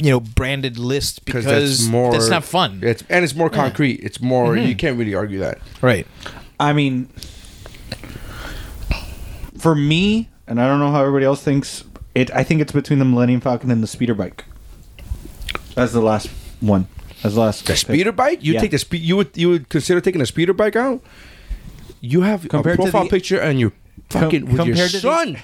C: you know, branded list because that's, not fun. Mm-hmm.
D: It's and it's more concrete. It's more. You can't really argue that.
C: right.
E: I mean, for me, and I don't know how everybody else thinks. It. I think it's between the Millennium Falcon and the speeder bike. As the last one. As the last
D: The speeder bike? You
E: Yeah.
D: take the speed? You would you would consider taking a speeder bike out? You have
E: Compared
D: a
E: to
D: profile
E: the-
D: picture and you're
E: Com-
D: fucking with your
E: compared to the-
D: son.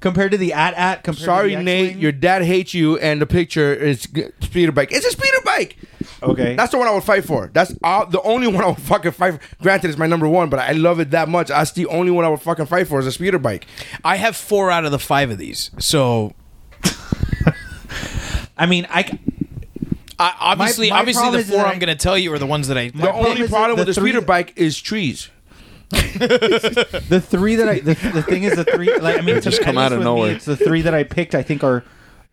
E: compared to the at at. compared to
D: Sorry,
E: the
D: Nate,
E: X-Wing.
D: your dad hates you, and the picture is g- speeder bike. It's a speeder bike.
E: okay.
D: That's the one I would fight for. That's all, the only one I would fucking fight. for. Granted, it's my number one, but I love it that much. That's the only one I would fucking fight for is a speeder bike.
C: I have four out of the five of these. So
E: I mean, I. c-
C: I, obviously,
E: my
C: obviously,
E: problem
C: the
E: is that
C: four
E: I-
C: I'm going to tell you are the ones that I.
D: The
E: problem
D: only
E: is that
D: problem
E: the
D: with the
E: three-
D: speeder bike is trees.
E: The three that I the, the thing is the three like I mean to-
B: just come out
E: at least
B: of
E: with
B: nowhere.
E: Me, it's the three that I picked. I think are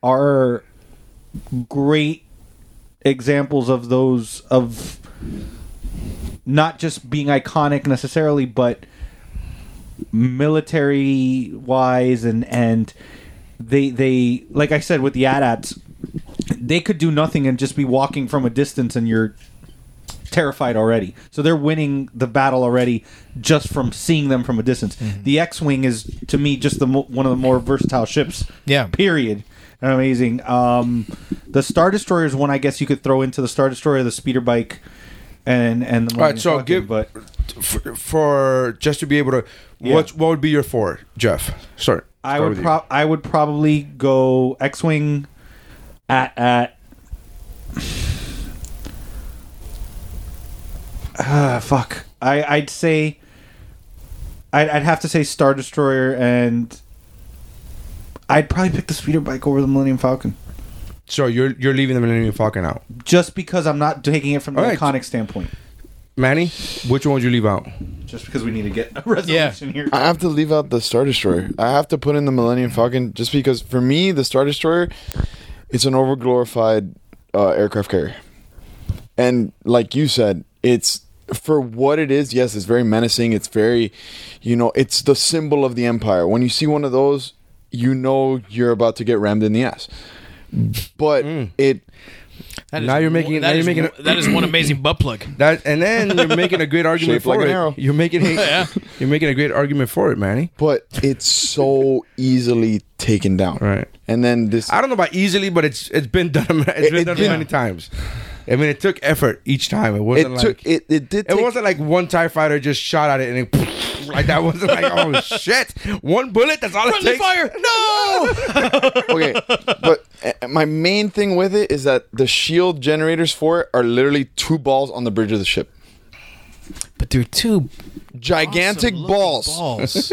E: are great examples of those of not just being iconic necessarily, but military wise and and they they like I said with the AT-ATs, they could do nothing and just be walking from a distance and you're terrified already. So they're winning the battle already just from seeing them from a distance. The X-wing is to me just the mo- one of the more versatile ships.
C: Yeah.
E: Period. And amazing. Um, the Star Destroyer is one I guess you could throw into the Star Destroyer, the speeder bike, and and the.
D: All right,
E: Millennium
D: so
E: Falcon,
D: give-
E: but
D: For, for just to be able to,
E: Yeah.
D: what what would be your four, Jeff? Sorry,
E: I would pro- I would probably go X-wing, at at. Ah, fuck. I I'd say. I'd, I'd have to say Star Destroyer, and I'd probably pick the speeder bike over the Millennium Falcon,
D: So you're you're leaving the Millennium Falcon out,
E: just because I'm not taking it from the
D: All right.
E: iconic standpoint.
D: Manny. Which one would you leave out?
E: Just because we need to get a resolution here.
B: I have to leave out the Star Destroyer. I have to put in the Millennium Falcon just because for me the Star Destroyer it's an overglorified uh, aircraft carrier. And like you said, it's for what it is. Yes, it's very menacing. It's very, you know, it's the symbol of the empire. When you see one of those, you know you're about to get rammed in the ass. But
D: Hmm.
B: it
C: That
D: Now you're making-
C: one-
D: now
C: that
D: you're
C: is
D: making
C: one- that is one amazing butt plug.
D: That and then you're making a great argument
B: Shaped like
D: for
B: an
D: it.
B: arrow.
D: You're making a, you're making a great argument for it, Manny.
B: but it's so easily taken down.
D: Right.
B: And then this
D: I don't know about easily, but it's it's been done. It's been
B: it
D: done
B: did-
D: many times. I mean, it took effort each time. It
B: it
D: wasn't like
B: took it, it did
D: It
B: take-
D: wasn't like one TIE fighter just shot at it and it, like that wasn't like oh shit one bullet that's all it
C: Friendly
D: takes.
C: fire! No!
B: okay, but uh, my main thing with it is that the shield generators for it are literally two balls on the bridge of the ship.
C: but they're two
B: Gigantic
C: awesome-looking
B: balls.
C: balls.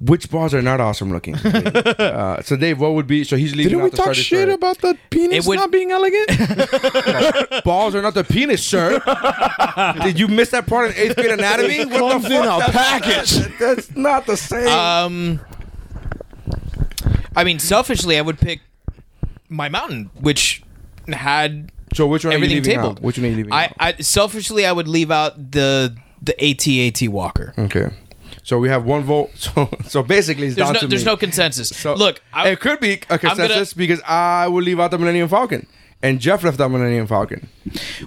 D: Which balls are not awesome looking? uh, so Dave, what would be? So he's leaving.
B: Didn't
D: out
B: we
D: the
B: talk
D: Star
B: shit
D: Destroyer.
B: about the penis
C: It would-
B: not being elegant?
D: balls? Are not the penis, sir? Did you miss that part in eighth grade anatomy? What the fuck? That-
B: package.
D: that- that's not the same.
C: um, I mean, selfishly, I would pick my mountain, which had
D: so which one are you
C: everything
D: leaving
C: tabled.
D: out? Which one are you leaving?
C: I,
D: out?
C: I selfishly, I would leave out the the ATAT Walker.
D: okay. So we have one vote. So so basically, it's
C: There's
D: down
C: no
D: to
C: there's
D: me.
C: no consensus.
D: So
C: Look, I,
D: it could be a
C: gonna-
D: consensus because I will leave out the Millennium Falcon, and Jeff left out Millennium Falcon.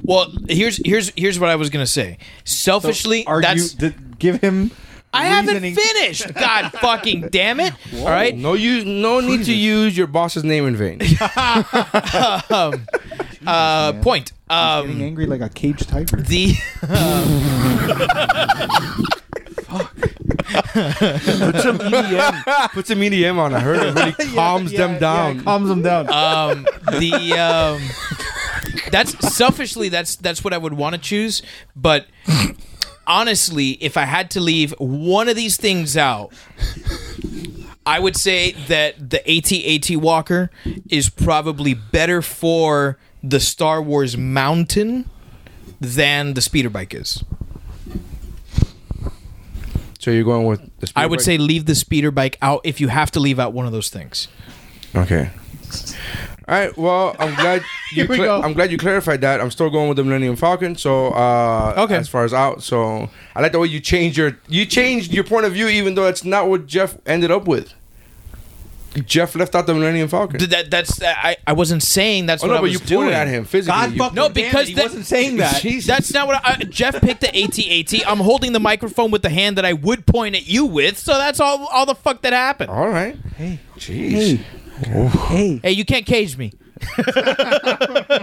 C: well, here's here's here's what I was gonna say. Selfishly,
E: Are
C: that's
E: you did, give him?
C: I haven't
E: reasoning-
C: finished. God fucking damn it! All right,
D: No use. No need to use your boss's name in vain.
C: uh, point. Um,
E: Getting angry like a caged tiger.
C: the
D: Put some EDM. Put some EDM E on. I heard it really calms them down.
E: calms him down.
C: um, the um, that's selfishly that's that's what I would want to choose, but honestly, if I had to leave one of these things out, I would say that the AT-AT Walker is probably better for the Star Wars Mountain than the speeder bike is.
D: so you're going with the speed
C: I would say
D: break?
C: leave the speeder bike out if you have to leave out one of those things.
D: Okay. All right. Well, I'm glad you.
E: we
D: cla-
E: go.
D: I'm glad you clarified that. I'm still going with the Millennium Falcon. So uh,
C: Okay.
D: as far as out. So I like the way you changed your you changed your point of view, even though that's not what Jeff ended up with. Jeff left out the Millennium Falcon.
C: Th- That that's I I wasn't saying that's
D: oh
C: what
D: no,
C: I
D: but
C: was
D: you
C: doing
D: pointed at him physically.
E: God
D: You-
E: fucking
C: No,
E: damn it,
C: because
E: he
C: that-
E: wasn't saying that.
D: Jesus.
C: That's not what I, I- Jeff picked the AT-AT. I'm holding the microphone with the hand that I would point at you with, so that's all all the fuck that happened.
D: All right. Hey. Jeez.
E: hey,
C: Hey, you can't cage me.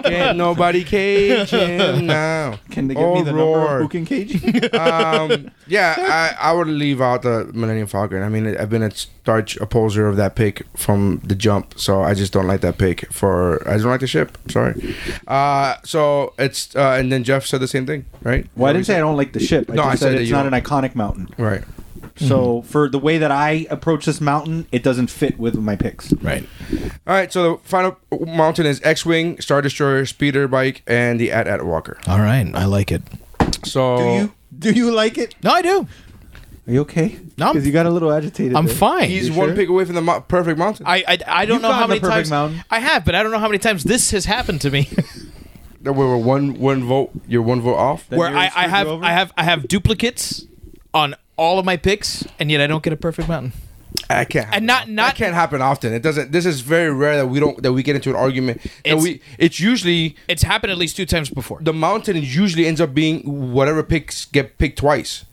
D: Can't nobody cage him now.
E: can they give me the number of who can cage? you?
D: um, yeah, I, I would leave out the Millennium Falcon. I mean, I've been a starch opposer of that pick from the jump, so I just don't like that pick. For I don't like the ship. Sorry. Uh, so it's uh, and then Jeff said the same thing, right?
E: well, I didn't say I don't like the ship. I
D: No,
E: just
D: I
E: said,
D: said that
E: it's
D: you
E: not
D: don't-
E: an iconic mountain.
D: Right.
E: So for the way that I approach this mountain, it doesn't fit with my picks.
C: Right.
D: All right. So the final mountain is X-wing, Star Destroyer, Speeder Bike, and the At At Walker.
C: All right, I like it.
D: So
E: Do you do you like it?
C: No, I do.
E: Are you okay?
C: No, I'm-
E: because you got a little agitated.
C: I'm
E: there.
C: fine.
D: he's
E: You
D: one
E: sure?
D: pick away from the mo- perfect mountain.
C: I, I, I don't
E: You've
C: know how
E: gotten the
C: many
E: perfect
C: times
E: mountain.
C: I have, but I don't know how many times this has happened to me,
D: That we were one one vote. You're one vote off.
C: where
E: yours
C: I, I
E: screwed
C: have
E: you over?
C: I have I have duplicates on all of my picks, and yet I don't get a perfect mountain.
D: I can't. happen
C: And not-
D: often.
C: not-
D: that can't happen often. It doesn't. This is very rare that we don't that we get into an argument. And
C: It's-
D: we it's usually
C: It's happened at least two times before.
D: the mountain usually ends up being whatever picks get picked twice.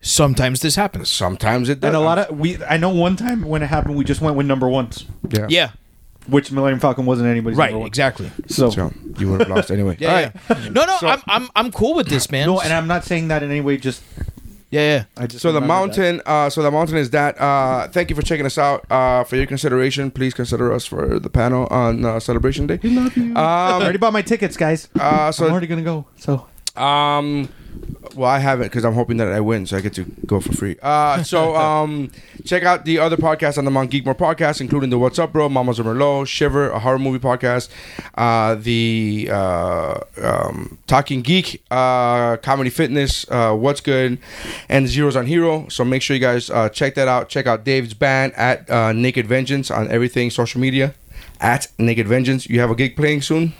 C: Sometimes this happens.
D: Sometimes it does.
E: And a lot of we. I know one time when it happened, we just went with number ones,
D: yeah.
C: Yeah.
E: which Millennium Falcon wasn't anybody's
C: Right.
E: number one.
C: Exactly.
E: So,
D: So you would have lost anyway.
C: Yeah, yeah. No, no, I'm, I'm I'm cool with this, man.
E: no, and I'm not saying that in any way. Just
C: yeah, yeah.
E: I just
D: So the
E: remembered that.
D: mountain, uh, so the mountain is that. Uh, thank you for checking us out. Uh, for your consideration, please consider us for the panel on uh, Celebration Day.
E: We love you. I
D: Um,
E: already bought my tickets, guys.
D: uh,
E: I'm
D: so
E: already gonna go. So
D: Um, well, I haven't because I'm hoping that I win, so I get to go for free. Uh, so um, check out the other podcasts on the Mount Geekmore podcast, including the What's Up Bro, Mamas of Merlot, Shiver, a horror movie podcast, uh, the uh, um, Talking Geek, uh, Comedy Fitness, uh, What's Good, and Zeros on Hero. So make sure you guys uh, check that out. Check out Dave's band at uh, Naked Vengeance on everything social media. At Naked Vengeance, you have a gig playing soon.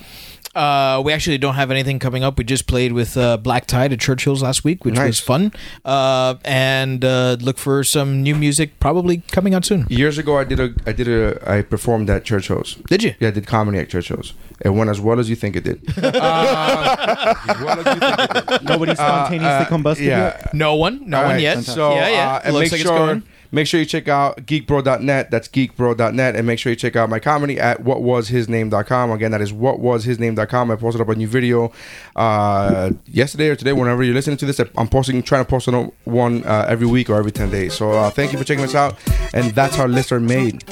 C: Uh, we actually don't have anything coming up. We just played with uh, Black Tide at Churchill's last week, which was
D: Nice.
C: fun. Uh, and uh, look for some new music probably coming out soon.
D: Years ago, I did a, I did a, I performed at church shows.
C: Did you?
D: Yeah, I did comedy at church shows. It went as well as you think it did. Uh, as well as you think it did.
E: Nobody spontaneously
D: uh,
E: combusted yet.
C: No one, no
D: All
C: one
D: right,
C: yet.
D: So
C: yeah, yeah.
D: Uh, and
C: Looks
D: make
C: like it's
D: sure
C: going.
D: make sure you check out geekbro.net. That's geekbro.net, and make sure you check out my comedy at whatwashisname.com. Again, that is whatwashisname.com. I posted up a new video uh, yesterday or today, whenever you're listening to this. I'm posting, trying to post another one uh, every week or every ten days. So uh, thank you for checking us out, and that's how lists are made.